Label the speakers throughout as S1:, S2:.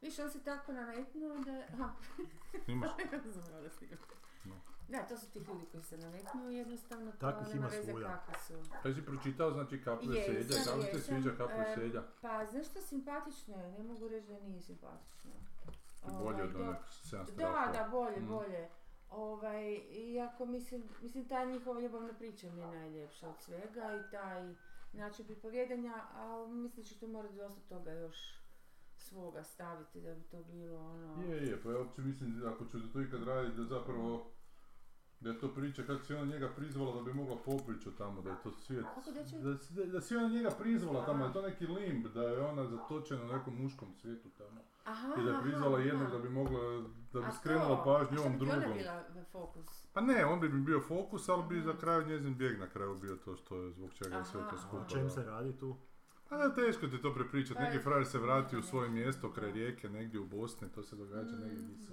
S1: misliš, on se tako nametnuo da... Aha,
S2: Imaš,
S1: razumjela da snimam.
S2: No.
S1: Da, to su ti ljudi koji se nametnuo i jednostavno to
S2: Takvih
S1: nema
S2: ima
S1: veze
S2: svuda.
S1: kakvi su.
S3: Pa jesi pročitao znači kapu je
S1: Jesam,
S3: selja, kako ti se
S1: jesam.
S3: sviđa kapu
S1: E,
S3: je selja?
S1: Pa, znaš što, simpatično je, ne mogu reći da nije simpatično.
S3: I bolje
S1: Ovaj,
S3: od
S1: do-
S3: onog 700
S1: Da, da, bolje,
S3: Mm.
S1: bolje. Ovaj, iako mislim, mislim ta njihova ljubavna priča mi je najljepša od svega i taj način pripovjedanja, ali mislim da ću tu morati dosta toga još svoga staviti da bi to bilo ono...
S3: Je, je, pa ja uopće mislim da ako ću to ikad raditi da zapravo da je to priča kako se ona njega prizvala da bi mogla popriču tamo, da je to svijet.
S1: Kako da će-
S3: Da, si- da, da si ona njega prizvala tamo, da je to neki limb, da je ona zatočena u nekom muškom svijetu tamo.
S1: Aha,
S3: I da je prizvala jednog da bi mogla, da bi skrenula pažnju ovom
S1: A to, a šta bi ti
S3: drugom.
S1: ona bila e, fokus?
S3: Pa ne, on bi mi bio fokus, ali bi za kraj njezin bijeg na kraju bio to što je, zbog čega je sve
S1: Aha.
S3: to
S1: A
S3: skupa.
S2: o čem
S3: da.
S2: se radi tu?
S3: Pa da, teško ti to prepričat,
S1: Pa je-
S3: neki frajer se vrati u svoje mjesto kraj rijeke, negdje u Bosni, to se
S1: Mm,
S3: događa negdje gdje se...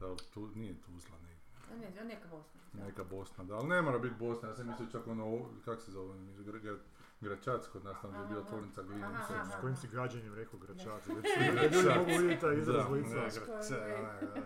S3: Da, tu, nije Tuzla negdje,
S1: A ne, znam, neka Bosna. da.
S3: neka Bosna, da, ali ne mora biti Bosna, ja sam mislio čak ono, ovo- kak se zove, ono, Gra- Gra- Gračac kod nas, tamo je bila
S1: Aha,
S3: tvornica ono.
S1: Aha,
S3: Glinica.
S1: aha.
S2: S kojim si gađanjem rekao gračac? Već
S3: Gračac.
S2: ljudi mogu vidjeti taj
S3: Da,
S2: izraz lica.
S3: ne, Gračac, da, da.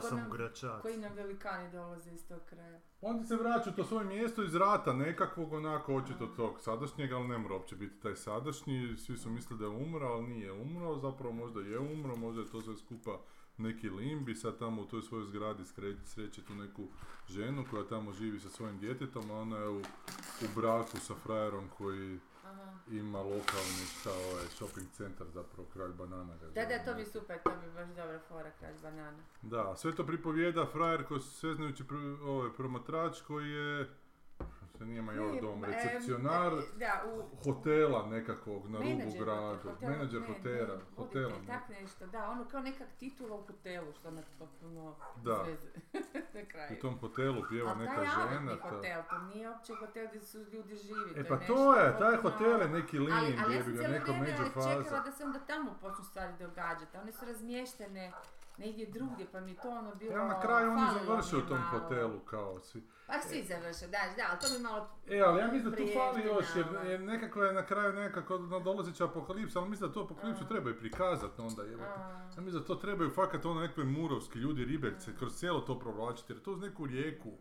S1: Ko
S2: sam
S1: nam-
S2: u gračac.
S1: ovaj, e, Koji nam velikani dolaze iz tog kraja.
S3: Onda se vraća u to svoje mjesto iz rata, nekakvog onako očito tog sadašnjeg, ali ne mora uopće biti taj sadašnji. Svi su mislili da je umro, ali nije umro, zapravo možda je umro, možda je to sve skupa neki limbi, sad tamo u toj svojoj zgradi skre- sreće tu neku ženu koja tamo živi sa svojim djetetom, a ona je u, u braku sa frajerom koji
S1: Aha.
S3: ima lokalni šta ovaj, shopping centar zapravo kralj banana. ga
S1: Da,
S3: zove,
S1: da, to mi
S3: ne?
S1: je super, to mi je baš dobra fora, kralj banana.
S3: Da, sve to pripovijeda frajer koji se sveznajući pr, ovaj, promatrač koji je, se nije major
S1: Em,
S3: dom,
S1: e,
S3: recepcionar
S1: Da, u...
S3: hotela nekakvog na rubu
S1: menadžer
S3: gradu,
S1: hotel- hotel-
S3: menadžer
S1: ne, ne,
S3: hotela,
S1: budite,
S3: hotela. ne.
S1: Tak nešto, da, ono kao neka titula u hotelu, što me potpuno
S3: Da.
S1: zveze. na kraju.
S3: U tom hotelu pjeva
S1: Ali
S3: neka
S1: taj
S3: žena.
S1: aletni
S3: ta-
S1: hotel, to nije uopće hotel gdje su ljudi živi.
S3: E pa
S1: nešto
S3: to je, taj
S1: potpuno-
S3: hotel je neki
S1: Ali,
S3: lin,
S1: ali ja
S3: jebi
S1: sam
S3: ga,
S1: cijelo
S3: neko
S1: vrijeme čekala
S3: međufaza.
S1: da se onda tamo počnu stvari događati. One su razmještene negdje drugdje, pa mi je to ono bilo...
S3: Ja na kraju oni
S1: falilo mi je
S3: završio u tom
S1: malo.
S3: hotelu kao svi.
S1: Pa svi završe, da, da, ali to mi malo...
S3: E, ali ja mislim da tu fali
S1: Prijeftina,
S3: još, jer,
S1: ovaj.
S3: jer nekako je na kraju nekako nadolazeća apokalipsa, ali mislim da tu apokalipsu
S1: A.
S3: treba i prikazati onda, jebote.
S1: a,
S3: Ja mislim da to trebaju fakat ono nekakve murovski ljudi, riberce, kroz cijelo to provlačiti, jer to uz neku rijeku.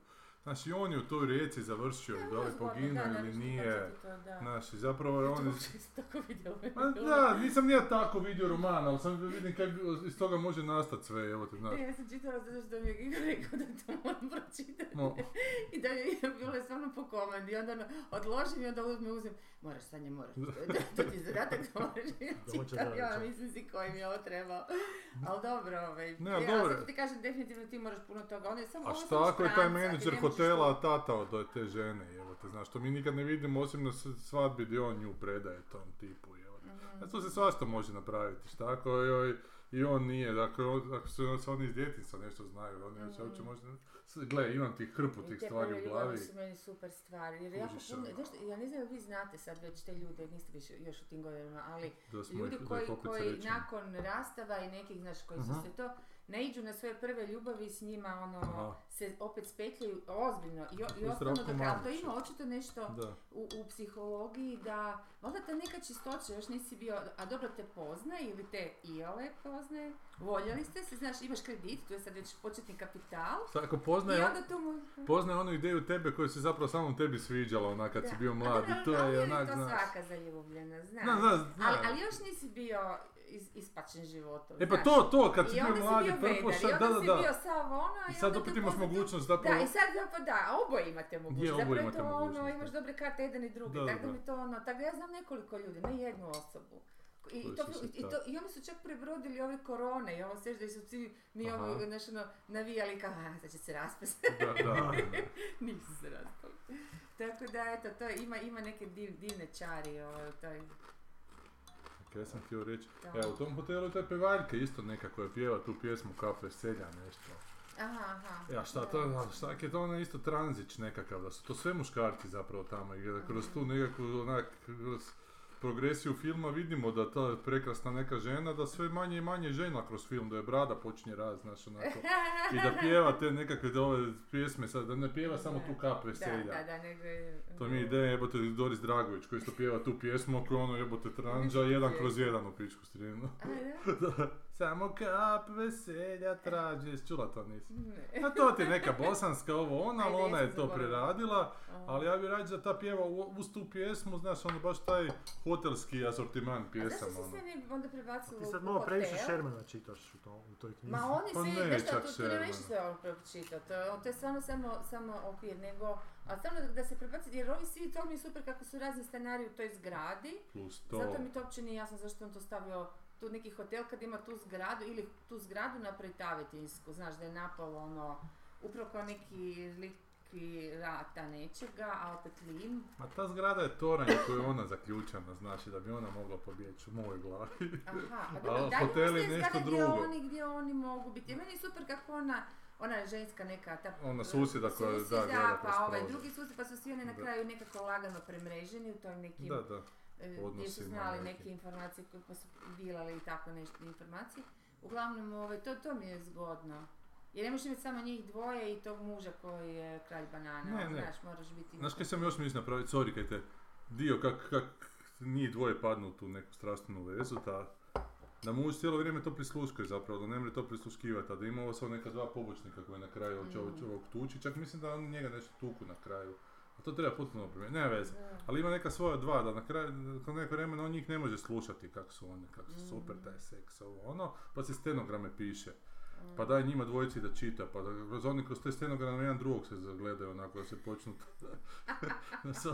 S3: Znaš, i on je u toj rijeci završio,
S1: E,
S3: da li je
S1: nezgodno,
S3: poginuo
S1: da, ne
S3: ili
S1: možeš ti
S3: nije.
S1: početi to, da.
S3: Znaš, i zapravo je
S1: To
S3: on...
S1: uopće nisam tako ovaj vidjela.
S3: Ma da, nisam ni ja tako vidio roman, ali sam vidim kako iz toga može nastati sve, evo te, znaš.
S1: Ne, ja sam čitala zato što mi je Giga rekao da to moram pročitati.
S3: No,
S1: I da je bilo je stvarno po komandi. I onda ono, odložim i onda uzmem, uzmem. Moraš, Sanja, moraš. Da, to ti je zadatak da moraš
S2: Da hoće da
S1: čitati. Ja
S2: reče.
S1: mislim si koji mi je ovo trebao. Ali dobro, ovaj.
S3: Ne,
S1: ja,
S3: ali
S1: ali
S3: dobro.
S1: sad ti kažem, definitivno ti moraš puno toga. Onda je samo
S3: a
S1: ovo
S3: šta
S1: samo
S3: ako je taj
S1: špranca, ti
S3: menadžer
S1: ne možeš to-
S3: hotela tata od te žene, evo te, znaš, to mi nikad ne vidimo, osim na s- svadbi gdje on nju predaje tom tipu, evo te.
S1: Mhm.
S3: A to se svašta može napraviti, šta ako joj i on nije, dakle, on- ako se, se oni iz djetinjstva nešto znaju, oni mm. se uopće možda... S- Gle, imam ti hrpu
S1: I
S3: tih
S1: te prve
S3: stvari u
S1: ljubavi
S3: glavi.
S1: su meni super stvari. Jer jako
S3: Kužiš,
S1: puno,
S3: ono.
S1: znaš, ja ne znam jel vi znate sad već te ljude, niste više još u tim godinama, ali
S3: Da smo
S1: ljudi
S3: ih, da
S1: koji,
S3: je poput
S1: koji
S3: srećom.
S1: nakon rastava i nekih, znaš, koji su
S3: Mhm.
S1: se to, naiđu na svoje prve ljubavi i s njima, ono,
S3: Aha.
S1: se opet spetljaju ozbiljno i, o- i
S3: je
S1: ostanu do
S3: Zdravko
S1: kraja. Ali To
S3: Marić.
S1: ima očito nešto
S3: Da.
S1: u, u psihologiji da, valjda ta neka čistoća, još nisi bio, a dobro te poznaje ili te iole poznaje, voljeli ste se, znaš, imaš kredit, tu je sad već početni kapital,
S3: Sad, ako
S1: i
S3: poznaje,
S1: onda to mu...
S3: poznaje onu ideju tebe koja se zapravo samom tebi sviđala ona kad
S1: Da.
S3: si bio
S1: A
S3: mlad
S1: dobro,
S3: i to
S1: ali
S3: je
S1: to
S3: onak, znaš.
S1: svaka zaljubljena, znaš.
S3: Znam, znam, znam.
S1: ali, ali još nisi bio is, ispačen životom,
S3: E pa
S1: znaš.
S3: to, to, kad si
S1: I onda
S3: bio mladi,
S1: vedar,
S3: prpoša,
S1: i
S3: da,
S1: onda
S3: da,
S1: si
S3: da.
S1: bio sav ono,
S3: I sad
S1: onda
S3: opet
S1: te
S3: imaš
S1: poznaju-
S3: mogućnost
S1: Da,
S3: zapravo...
S1: i sad zapravo da, oboje imate mogućnost,
S3: Je, oboje
S1: zapravo je to
S3: imate
S1: ono,
S3: mogućnost,
S1: imaš
S3: da.
S1: dobre karte jedan i drugi,
S3: Da,
S1: tako
S3: da,
S1: da mi
S3: da.
S1: to ono, tako da ja znam nekoliko ljudi, ne jednu osobu. I,
S3: Koji
S1: to,
S3: su si
S1: i, to,
S3: tako.
S1: I oni su čak prebrodili ove korone i ovo sve da su svi mi
S3: Aha.
S1: ovo znaš, ono, navijali kao, a, sad će se raspasti,
S3: Da, da.
S1: nisu se raspali. Tako da, eto, to ima, ima neke div, divne čari ovaj, u toj
S3: Kaj sam htio reći?
S1: Da.
S3: E, u tom hotelu je ta pevaljka isto neka koja pjeva tu pjesmu Kafe selja nešto.
S1: Aha, aha.
S3: Ja šta to, a šta ak je to onaj isto tranzić nekakav, da su to sve muškarci zapravo tamo i da kroz tu nekakvu onak, kroz progresiju filma vidimo da ta prekrasna neka žena, da sve manje i manje žena kroz film, da je brada počinje rast, znaš, onako. I da pjeva te nekakve dole pjesme, sad, da ne pjeva samo tu kap veselja.
S1: Da, da, da, nego je...
S3: To mi je ideja, jebote, Doris Dragović koji isto pjeva tu pjesmu, ako je ono jebote tranđa, jedan kroz jedan u pičku strijenu.
S1: A, da?
S3: Samo kap veselja traže, Jesi čula to nisi.
S1: Ne.
S3: A to ti je neka bosanska ovo ona, ali
S1: Ajde,
S3: ona je
S1: jesam
S3: to
S1: zaboravila.
S3: preradila,
S1: A.
S3: ali ja bih rađe da ta pjeva u- uz tu pjesmu, znaš, ono baš taj hotelski asortiman
S1: A
S3: pjesama.
S1: zašto si
S3: ono.
S1: se ne bi onda prebacila
S2: Ti
S1: u
S2: sad malo previše
S1: hotel?
S2: Shermana čitaš u, to, u toj knjizi.
S1: Ma oni
S3: Pa
S1: svi,
S3: ne,
S1: znaš šta,
S3: čak
S1: to, to
S3: sve,
S1: nema
S3: ono.
S1: ništa sve ovo pročitati, to, je- to je stvarno samo, samo okvir, nego, a stvarno da se prebaci, jer ovi svi, to mi je super kako su razni scenariji u toj zgradi,
S3: Plus to.
S1: zato mi to uopće nije jasno zašto on to stavio tu neki hotel kad ima tu zgradu ili tu zgradu na Prejtavetinsku, znaš da je napalo ono, upravo kao neki liki rata nečega, a opet lim,
S3: Ma ta zgrada je toranj u koju je ona zaključena, znači da bi ona mogla pobjeći u mojoj glavi.
S1: Aha, a
S3: A
S1: dobro, dalje
S3: hotel je
S1: postoje
S3: nešto
S1: zgrade
S3: drugo.
S1: Gdje oni, gdje oni mogu biti. I Meni je super kako ona, ona je ženska neka, ta
S3: Ona susjeda koja, da,
S1: susjeda,
S3: gleda kroz
S1: pa ovaj
S3: prozor.
S1: drugi susjed, pa su svi oni na
S3: Da.
S1: kraju nekako lagano premreženi u tom nekim,
S3: Da, da.
S1: e, gdje su
S3: odnosima
S1: znali
S3: nekim.
S1: neke informacije koje pa su dilali i tako nešto informacije. Uglavnom, ovaj, to, to mi je zgodno. Jer ne možeš imati samo njih dvoje i tog muža koji je kralj banana, ono,
S3: Ne, ne.
S1: znaš, moraš biti...
S3: Znaš kaj sam još mislim napraviti, sorry kaj te, dio kak, kak nije dvoje padnu u tu neku strastvenu vezu, ta, da muž cijelo vrijeme to prisluškuje zapravo, da ne mre to prisluškivati, a da ima ovo samo neka dva pomoćnika koje na kraju ovog
S1: Mm.
S3: čovjek ovog tuči, čak mislim da on njega nešto tuku na kraju. A to treba potpuno promijeniti, nema veze.
S1: Da.
S3: Ali ima neka svoja dva, da na kraju, nakon neko vremena on njih ne može slušati kako su oni, kako su super, taj seks, ovo ono, pa se stenograme piše. Pa daj njima dvojici da čita, pa da kroz oni kroz te stenograme jedan drugog se zagledaju onako da se počnu da, sa-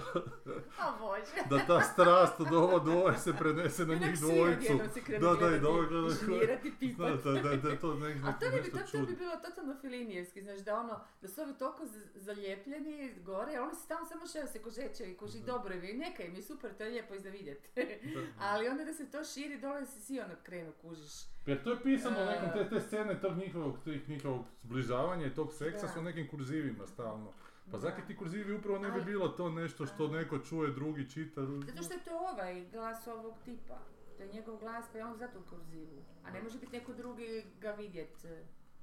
S1: Pa, O Bože!
S3: da ta strast od ovo dvoje se prenese na
S1: Onak
S3: njih
S1: svi
S3: dvojicu.
S1: odjednom se krenu
S3: Da, da, i
S1: gledati,
S3: da ovaj gleda koji-
S1: žmirati, pipat.
S3: Da, da, da, da, to nek,
S1: A to ne bi,
S3: nešto
S1: to, to
S3: čudno.
S1: bi bilo totalno filinijevski, znaš, da ono, da su ovi toliko z- zalijepljeni gore, jer oni se tamo samo šeo se ko žečevi, ko ži
S3: Da.
S1: dobro i neka im je super, to je lijepo i za vidjeti.
S3: Da.
S1: Ali onda da se to širi, dole se svi ono krenu, kužiš.
S3: Jer to je pisano
S1: E.
S3: nekom te, te scene tog njihovog, tih njihovog zbližavanja i tog seksa
S1: Da.
S3: su u nekim kurzivima stalno. Pa
S1: Da.
S3: zaki ti kurzivi upravo ne bi
S1: Ali-
S3: bilo to nešto što neko čuje, drugi čita, drugi...
S1: Zato što je to ovaj glas ovog tipa. To je njegov glas, pa je on zato u kurzivu. A ne može biti neko drugi ga vidjet.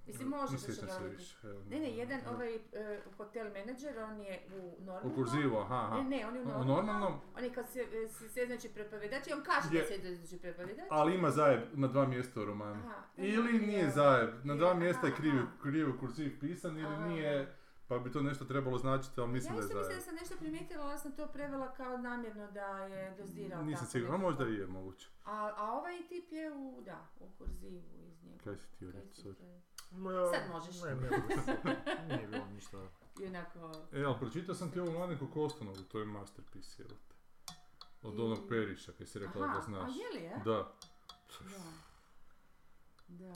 S1: Mislim, može
S3: Ne
S1: da će
S3: sjećam
S1: ga
S3: se
S1: vidjet.
S3: više.
S1: Ne, ne, jedan
S3: Da.
S1: ovaj e, hotel menadžer, on je u
S3: U
S1: normalnom.
S3: kurzivu, aha, aha.
S1: Ne, ne, on je u
S3: U
S1: normalnom.
S3: normalnom?
S1: On je kao se, se, se znači prepovedač i on kaže
S3: Je.
S1: da se znači prepovedač.
S3: Ali ima zajeb na dva mjesta u romanu.
S1: Aha. pa
S3: Ili nije zajeb, na dva mjesta je krivi, krivi kurziv pisan ili
S1: Aha.
S3: nije, pa bi to nešto trebalo značiti, ali mislim
S1: ja
S3: da je
S1: isto mislim da
S3: zajeb.
S1: sam nešto primijetila, ali sam to prevela kao namjerno da je dozirao.
S3: Nisam
S1: tako
S3: siguran, a
S1: nekako.
S3: možda i je moguće.
S1: A, a ovaj tip je u, da, u kurzivu iz njega.
S3: Kaj si ti
S1: Kaj
S3: reći,
S1: si
S3: sorry.
S1: to-
S2: Ma,
S1: Sad možeš.
S2: Ne, ne, ne, nije bilo ništa.
S1: I onako...
S3: E, ali pročitao sam ti ovo Mladenko Kostanovu, to je masterpiece, jel te. Od onog
S1: I-
S3: Periša, kaj si rekla da
S1: Aha,
S3: ga znaš.
S1: a je li je?
S3: Da,
S1: Da. Da.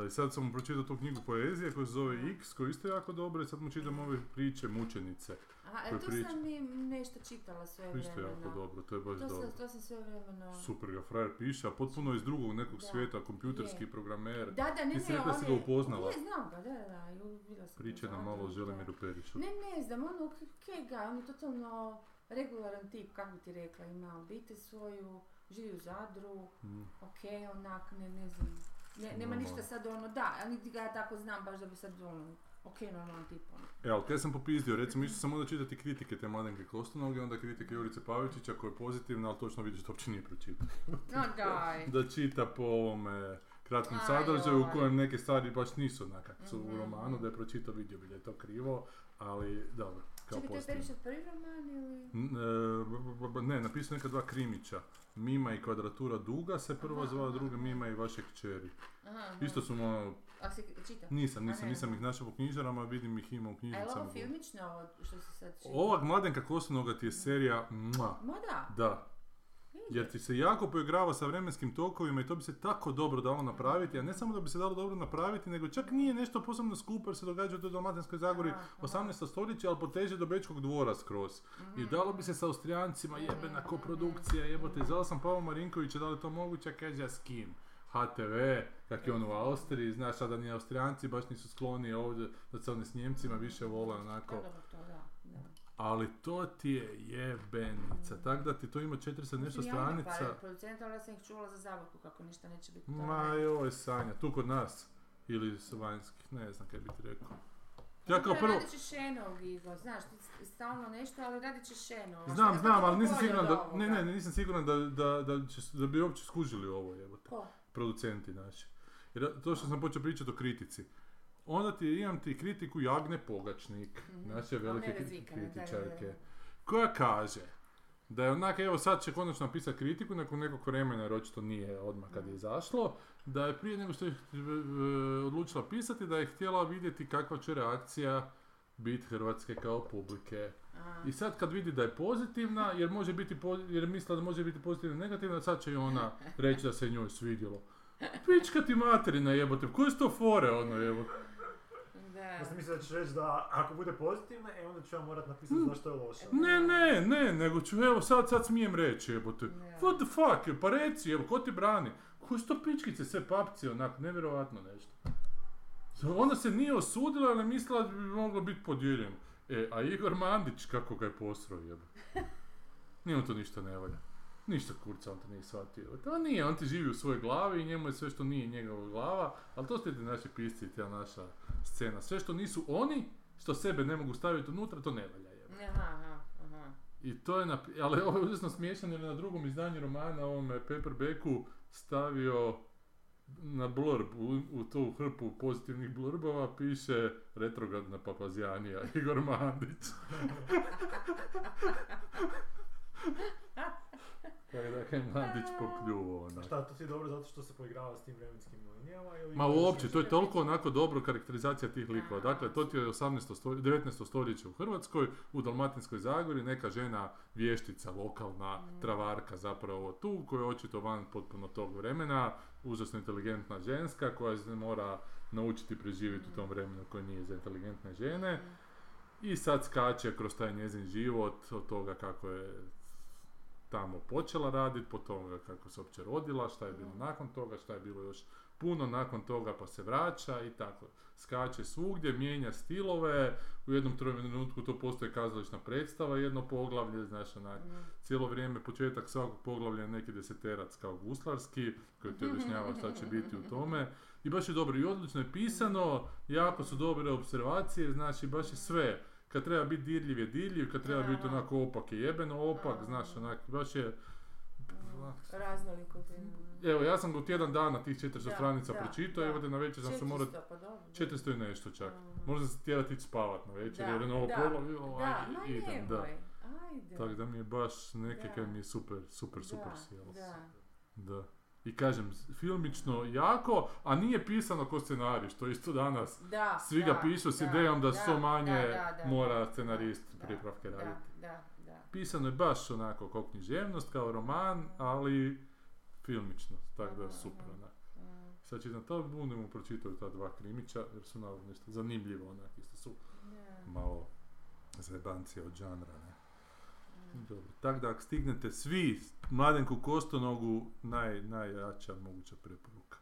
S3: da i sad sam mu pročitao tu knjigu poezije koja se
S1: Aha.
S3: zove X, koja je isto jako dobra i sad mu čitam ove priče mučenice.
S1: Aha, e,
S3: To je
S1: tu
S3: priča.
S1: sam i nešto čitala sve
S3: To je isto
S1: vremena.
S3: jako dobro, to je baš
S1: To,
S3: dobro.
S1: sam, to sam sve vremena...
S3: Super ga frajer piše, a potpuno iz drugog nekog
S1: Da.
S3: svijeta, kompjuterski
S1: Je.
S3: programer.
S1: Da, da, ne,
S3: Jesi
S1: ne,
S3: rekla da
S1: on
S3: si ga
S1: je-
S3: upoznala?
S1: Ne, znam ga, da, da, da, ju- bila sam
S3: Priče
S1: ga
S3: nam
S1: znala,
S3: malo o
S1: da.
S3: Želimiru Perišu.
S1: Ne, ne znam, ono, k- kaj ga, on je totalno regularan tip, kako bi ti rekla, ima obitelj svoju, živi u Zadru,
S3: Mm.
S1: okej, onak, ne, ne znam, ne, nema
S3: Normalno.
S1: ništa sad ono, da, ali niti ga ja tako znam, baš da bi sad ono, okej, normalan tip, ono.
S3: E, ali kaj sam popizdio, recimo išao sam onda čitati kritike te Mladenke Kostonoge, onda kritike Jurice Pavičića koja je pozitivna, ali točno vidiš da uopće nije pročitao.
S1: No, daj.
S3: Da čita po ovome kratkom
S1: Aj,
S3: sadržaju u
S1: ovaj.
S3: kojem neke stvari baš nisu onak kak su
S1: Mhm.
S3: u romanu, da je pročitao vidio bi da je to krivo, ali dobro, kao
S1: Čekaj, to je
S3: pozitivno.
S1: Perišov prvi roman ili?
S3: N- e, b- b- b- Ne, napisao neka dva krimića. Mima i kvadratura duga se prva
S1: Aha,
S3: zvala,
S1: aha,
S3: druga
S1: aha.
S3: Mima i vaše kćeri.
S1: Aha, aha.
S3: Isto su malo,
S1: A se čita?
S3: nisam,
S1: A
S3: nisam,
S1: ne.
S3: nisam ih našao po knjižarama, vidim ih ima u
S1: A je li
S3: knjižnicama.
S1: ovo filmično ovo što se sad čita?
S3: Ova Mladenka Kosunoga ti je serija, mua,
S1: Ma da,
S3: da, jer ti se jako poigrava sa vremenskim tokovima i to bi se tako dobro dalo napraviti, a ne samo da bi se dalo dobro napraviti, nego čak nije nešto posebno skupo jer se događa u toj Dalmatinskoj Zagori
S1: Aha, aha.
S3: 18. stoljeće, ali poteže do Bečkog dvora skroz. I dalo bi se sa Austrijancima, jebena koprodukcija, jebote, zvao sam Pavu Marinkovića, da li je to moguće, kaže, ja s kim? HTV, kak je on u Austriji, znaš, a da ni Austrijanci baš nisu skloni ovdje, da se oni s Njemcima više vole onako.
S1: Pa dobro, to da, da.
S3: Ali to ti je jebenica, tako da ti to ima 400 nešto
S1: Mislim, ja imam
S3: stranica.
S1: par producenta, ali ja sam ih čula za zaboku kako ništa neće biti.
S3: Ma joj, Sanja, tu kod nas. Ili s vanjskih, ne znam kaj bi ti rekao. Ja kao prvo,
S1: Radit ćeš Šenog, Ivo, znaš, ti s- stalno nešto, ali radit ćeš Šenog.
S3: znam, znam, ali nisam siguran da, ne, ne, nisam siguran da, da, da, će, da bi uopće skužili ovo, jebote.
S1: Ko?
S3: producenti naši. Jer to što sam počeo pričati o kritici. Onda ti imam ti kritiku Jagne Pogačnik,
S1: Mhm.
S3: naše velike
S1: One
S3: kri-
S1: razvikane, da, da, da.
S3: kritičarke, koja kaže da je onak, evo sad će konačno napisati kritiku, nakon nekog vremena, jer očito nije odmah
S1: Mhm.
S3: kad je izašlo, da je prije nego što je e, odlučila pisati, da je htjela vidjeti kakva će reakcija biti Hrvatske kao publike.
S1: A,
S3: I sad kad vidi da je pozitivna, jer može biti po- jer misla da može biti pozitivna i negativna, sad će i ona reći da se njoj svidjelo. Pička ti materina jebote, koje su to fore ono jebote.
S1: da.
S2: Ja sam mislio da ćeš reći da ako bude pozitivna, e onda ću ja morat napisati
S3: Mm.
S2: zašto je loša.
S3: Ne, ne, ne, nego ću evo sad, sad smijem reći jebote.
S1: Ne.
S3: What the fuck, pa reci evo, ko ti brani? Koje su to pičkice, sve papci onak, nevjerojatno nešto. Ona se nije osudila, ali je mislila da bi moglo biti podijeljeno. E, a Igor Mandić, kako ga je posrao jebote. Nije to ništa ne valja. Ništa kurca on to nije shvatio. To nije, on ti živi u svojoj glavi i njemu je sve što nije njegova glava, ali to ste ti naši pisci i ta naša scena. Sve što nisu oni, što sebe ne mogu staviti unutra, to ne valja. jebote.
S1: Aha, aha, aha.
S3: I to je, nap- ali ovo je užasno smiješan jer je na drugom izdanju romana ovome Paperbacku stavio na blurb, u, u tu hrpu pozitivnih blurbova piše retrogradna papazijanija Igor Mandić. Tako da je Mandić ono." popljuo onak.
S2: Šta, to ti je dobro zato što se poigrava s tim vremenskim linijama ili...
S3: Ma uopće, to je toliko onako dobro karakterizacija tih likova. Dakle, to ti je 18. stolje- 19. stoljeće u Hrvatskoj, u Dalmatinskoj Zagori, neka žena vještica, lokalna travarka zapravo tu, koja je očito van potpuno tog vremena, užasno inteligentna ženska koja se mora naučiti preživjeti u tom vremenu koje nije za inteligentne žene.
S1: Mhm.
S3: I sad skače kroz taj njezin život od toga kako je tamo počela raditi, po toga kako se uopće rodila, šta je bilo nakon toga, šta je bilo još puno nakon toga pa se vraća i tako. Skače svugdje, mijenja stilove, u jednom trenutku to postoje kazališna predstava, jedno poglavlje, znaš, onak, cijelo vrijeme početak svakog poglavlja je neki deseterac kao guslarski, koji
S1: Mhm,
S3: ti objašnjava šta će biti u tome. I baš je dobro i odlično je pisano, jako su dobre observacije, znači baš je sve. Kad treba biti dirljiv je dirljiv, kad treba biti
S1: Aha.
S3: onako opak je jebeno opak,
S1: Aha.
S3: znaš, onak, baš je...
S1: Raznoliko.
S3: Evo, ja sam ga u tjedan dana tih 400
S1: Da,
S3: stranica
S1: da,
S3: pročitao,
S1: da.
S3: evo da na večer sam se morao...
S1: 400, pa dobro. Mhm.
S3: 400 i nešto čak.
S1: Aha.
S3: Možda se tjerat ići spavat na večer,
S1: Da,
S3: jer je novo
S1: da,
S3: poglavlje, ovaj,
S1: Da, ma
S3: idem, da.
S1: nemoj. Ajde.
S3: Tako da mi je baš neke
S1: Da.
S3: kaj mi je super, super, super
S1: Da,
S3: sjelo.
S1: Da,
S3: Da. I kažem, s- filmično jako, a nije pisano ko scenarij, što isto danas.
S1: da.
S3: Svi ga
S1: da,
S3: pišu s idejom da što manje
S1: da, da, da.
S3: mora scenarist
S1: Da,
S3: pripravke
S1: da,
S3: raditi.
S1: Da, da.
S3: Pisano je baš onako kao književnost, kao roman, ali filmično, tako da
S1: Aha,
S3: super
S1: aha.
S3: onak.
S1: Mm,
S3: Sad čitam to, budemo pročitali ta dva krimića, jer su naravno nešto zanimljivo onak, isto su
S1: da.
S3: malo zajebancije od žanra, ne.
S1: Mm.
S3: Dobro, tako da ako stignete svi, Mladenku Kostonogu naj, najjača moguća preporuka.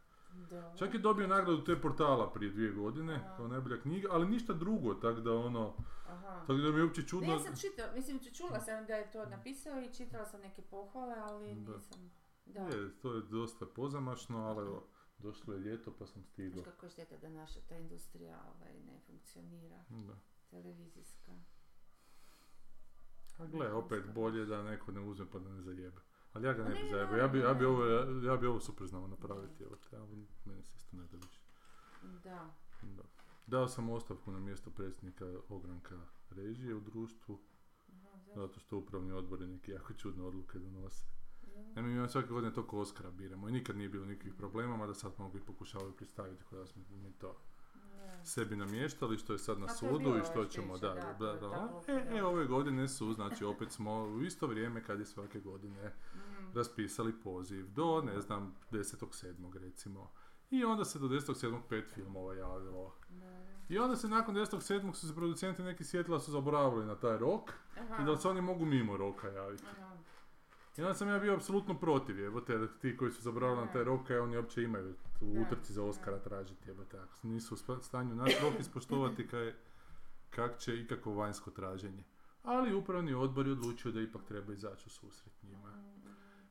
S1: Dobro.
S3: Čak je dobio nagradu te portala prije dvije godine,
S1: Aha.
S3: kao najbolja knjiga, ali ništa drugo, tako da ono,
S1: Aha.
S3: tako da mi je uopće
S1: Ne,
S3: čudno...
S1: ja sam čitala, mislim ču- čula sam da je to napisao i čitala sam neke pohvale, ali
S3: Da.
S1: nisam. Da.
S3: Je, to je dosta pozamašno, ali evo, došlo je ljeto pa sam stigao.
S1: Znaš kako je šteta da naša ta industrija ovaj, ne funkcionira,
S3: Da.
S1: televizijska.
S3: A gle, opet bolje da neko ne uzme pa da ne zajebe. Ali ja ga
S1: Pa
S3: ne
S1: ne,
S3: bi
S1: ne,
S3: zajebao,
S1: ne,
S3: ja bi, ja bi,
S1: ne.
S3: ovo, ja bi ovo super znao napraviti, evo te, ali meni se isto ne da više.
S1: Da.
S3: Da. Dao sam ostavku na mjesto predsjednika ogranka režije u društvu,
S1: Aha, zašto?
S3: zato što upravni odbor je neke jako čudne odluke donose.
S1: Da.
S3: Ja mi imamo svake godine toliko Oscara biramo i nikad nije bilo nikakvih problema, mada sad mogu i pokušavaju predstaviti koja smo mi to
S1: Da.
S3: sebi namještali, što je sad na
S1: A to je
S3: sudu
S1: bilo
S3: i što
S1: još
S3: ćemo,
S1: više,
S3: da,
S1: da,
S3: da,
S1: to
S3: da,
S1: je ta odluka,
S3: E,
S1: da.
S3: e, ove godine su, znači opet smo u isto vrijeme kad je svake godine
S1: Mm.
S3: raspisali poziv do, ne znam, 10.7. recimo. I onda se do 10.7. pet filmova javilo.
S1: Da.
S3: I onda se nakon 10.7. su se producenti neki sjetila su zaboravili na taj rok
S1: Aha.
S3: i da li se oni mogu mimo roka javiti.
S1: Aha.
S3: I onda sam ja bio apsolutno protiv jebote, jer ti koji su zaboravili na taj rok, kaj oni uopće imaju u
S1: Da,
S3: utrci za Oscara tražiti jebote, ako nisu u spa- stanju naš rok ispoštovati kaj, kak će ikako vanjsko traženje. ali upravni odbor je odlučio da ipak treba izaći u susret njima.
S1: Mm,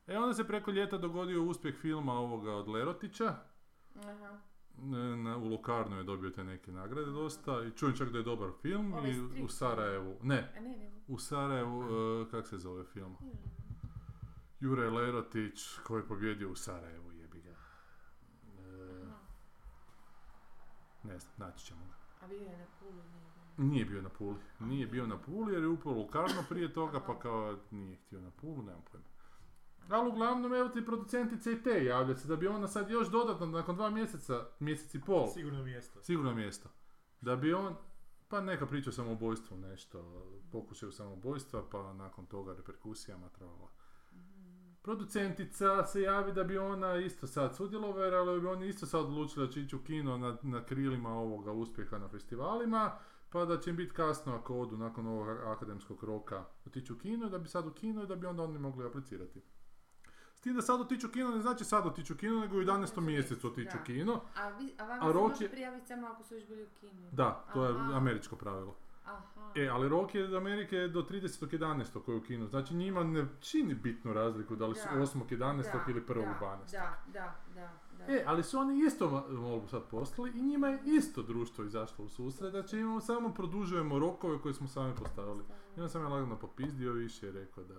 S3: E onda se preko ljeta dogodio uspjeh filma ovoga od Lerotića,
S1: mm. Aha.
S3: Ne, na, u Lokarnu je dobio te neke nagrade dosta i čujem čak da je dobar film
S1: Ovaj
S3: i u
S1: strip.
S3: Sarajevu, ne,
S1: A E, ne, ne. ne.
S3: u Sarajevu, e, kak se zove film? Jure Lerotić koji je pobjedio u Sarajevu, jebi ga. E,
S1: Aha.
S3: ne znam, naći ćemo ga.
S1: A bio je na pulu, nije bio.
S3: Nije bio na Puli, nije bio na Puli jer je upao u Lokarno prije toga pa kao nije htio na Pulu, nemam pojma. Ali uglavnom evo ti producenti CT javlja se da bi ona sad još dodatno nakon dva mjeseca, mjesec i pol,
S2: Sigurno mjesto.
S3: Sigurno mjesto. Da bi on, pa neka priča o samoubojstvu nešto, pokušaju samoubojstva, pa nakon toga reperkusijama trvala. Producentica se javi da bi ona isto sad sudjelovala, jer ali bi oni isto sad odlučili da će ići u kino na, na krilima ovoga uspjeha na festivalima, pa da će im biti kasno ako odu nakon ovog akademskog roka otići u kino, da bi sad u kino i da bi onda oni mogli aplicirati. S tim da sad otići u kino ne znači sad otići u kino, nego u 11. mjesecu otići
S1: Da.
S3: u kino.
S1: A, vi, a
S3: A
S1: vama se
S3: rok
S1: može
S3: je-
S1: prijaviti samo ako su još bili u kinu.
S3: Da, to je
S1: Aha.
S3: američko pravilo.
S1: Aha.
S3: E, ali rok je od Amerike do 30.11. koji je u kinu. Znači njima ne čini bitnu razliku da li su
S1: Da,
S3: 8.11.
S1: Da,
S3: ili 1.12.
S1: Da, da, da, da.
S3: E, ali su oni isto ma- molbu sad poslali i njima je isto društvo izašlo u susret, znači imamo samo produžujemo rokove koje smo sami postavili. I onda sam ja lagano popizdio više i rekao da...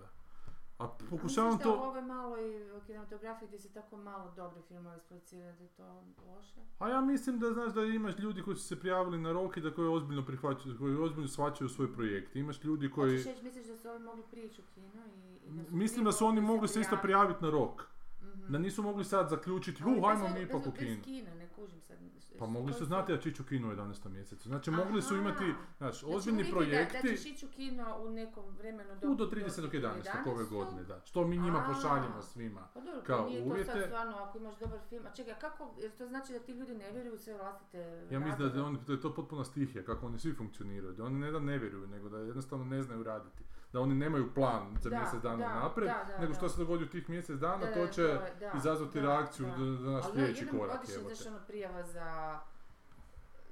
S3: A pokušavam
S1: Mislim da u
S3: to...
S1: ovoj maloj kinematografiji gdje se tako malo dobri filmovi isproduciraju, da je to loše.
S3: A ja mislim da znaš da imaš ljudi koji su se prijavili na rok i da koji ozbiljno prihvaćaju, koji ozbiljno shvaćaju svoj projekt. Imaš ljudi koji...
S1: Hoćeš reći, misliš da su ovi mogli prići u kino i, i da su
S3: Mislim
S1: prije
S3: da su oni mogli se isto
S1: prijaviti.
S3: prijaviti na rok.
S1: Mhm.
S3: Da nisu mogli sad zaključiti,
S1: Ali
S3: hu,
S1: da
S3: hajmo
S1: su-
S3: mi
S1: da
S3: ipak
S1: su
S3: u
S1: bez
S3: kino.
S1: kina, ne kužim sad.
S3: Pa mogli su znati da će ići u kino u 11. mjesecu. Znači mogli su
S1: Aha.
S3: imati, znaš,
S1: Znači,
S3: ozbiljni
S1: uvijek je Da, da ćeš
S3: projekti
S1: ići u kino u nekom vremenu
S3: u do 30.11. ove godine, da. Što mi njima
S1: A.
S3: pošaljemo svima.
S1: Pa dobro,
S3: Kao
S1: kao nije to
S3: uvjete.
S1: sad stvarno, ako imaš dobar film, a čekaj, a kako, jer to znači da ti ljudi ne vjeruju u sve vlastite
S3: Ja mislim da
S1: razloge?
S3: je, on, da je to potpuna stihija, kako oni svi funkcioniraju. Da oni ne da ne vjeruju, nego da jednostavno ne znaju raditi. Da oni nemaju plan za
S1: Da,
S3: mjesec dana
S1: da,
S3: naprijed,
S1: da, da,
S3: nego
S1: da.
S3: što se dogodi u tih mjesec dana,
S1: Da,
S3: to
S1: da,
S3: će
S1: to je- da,
S3: izazvati
S1: da,
S3: reakciju
S1: da.
S3: da, da naš
S1: Ali ono,
S3: sljedeći
S1: jednom
S3: korak.
S1: godišnje,
S3: evo te.
S1: znaš, ono prijava za,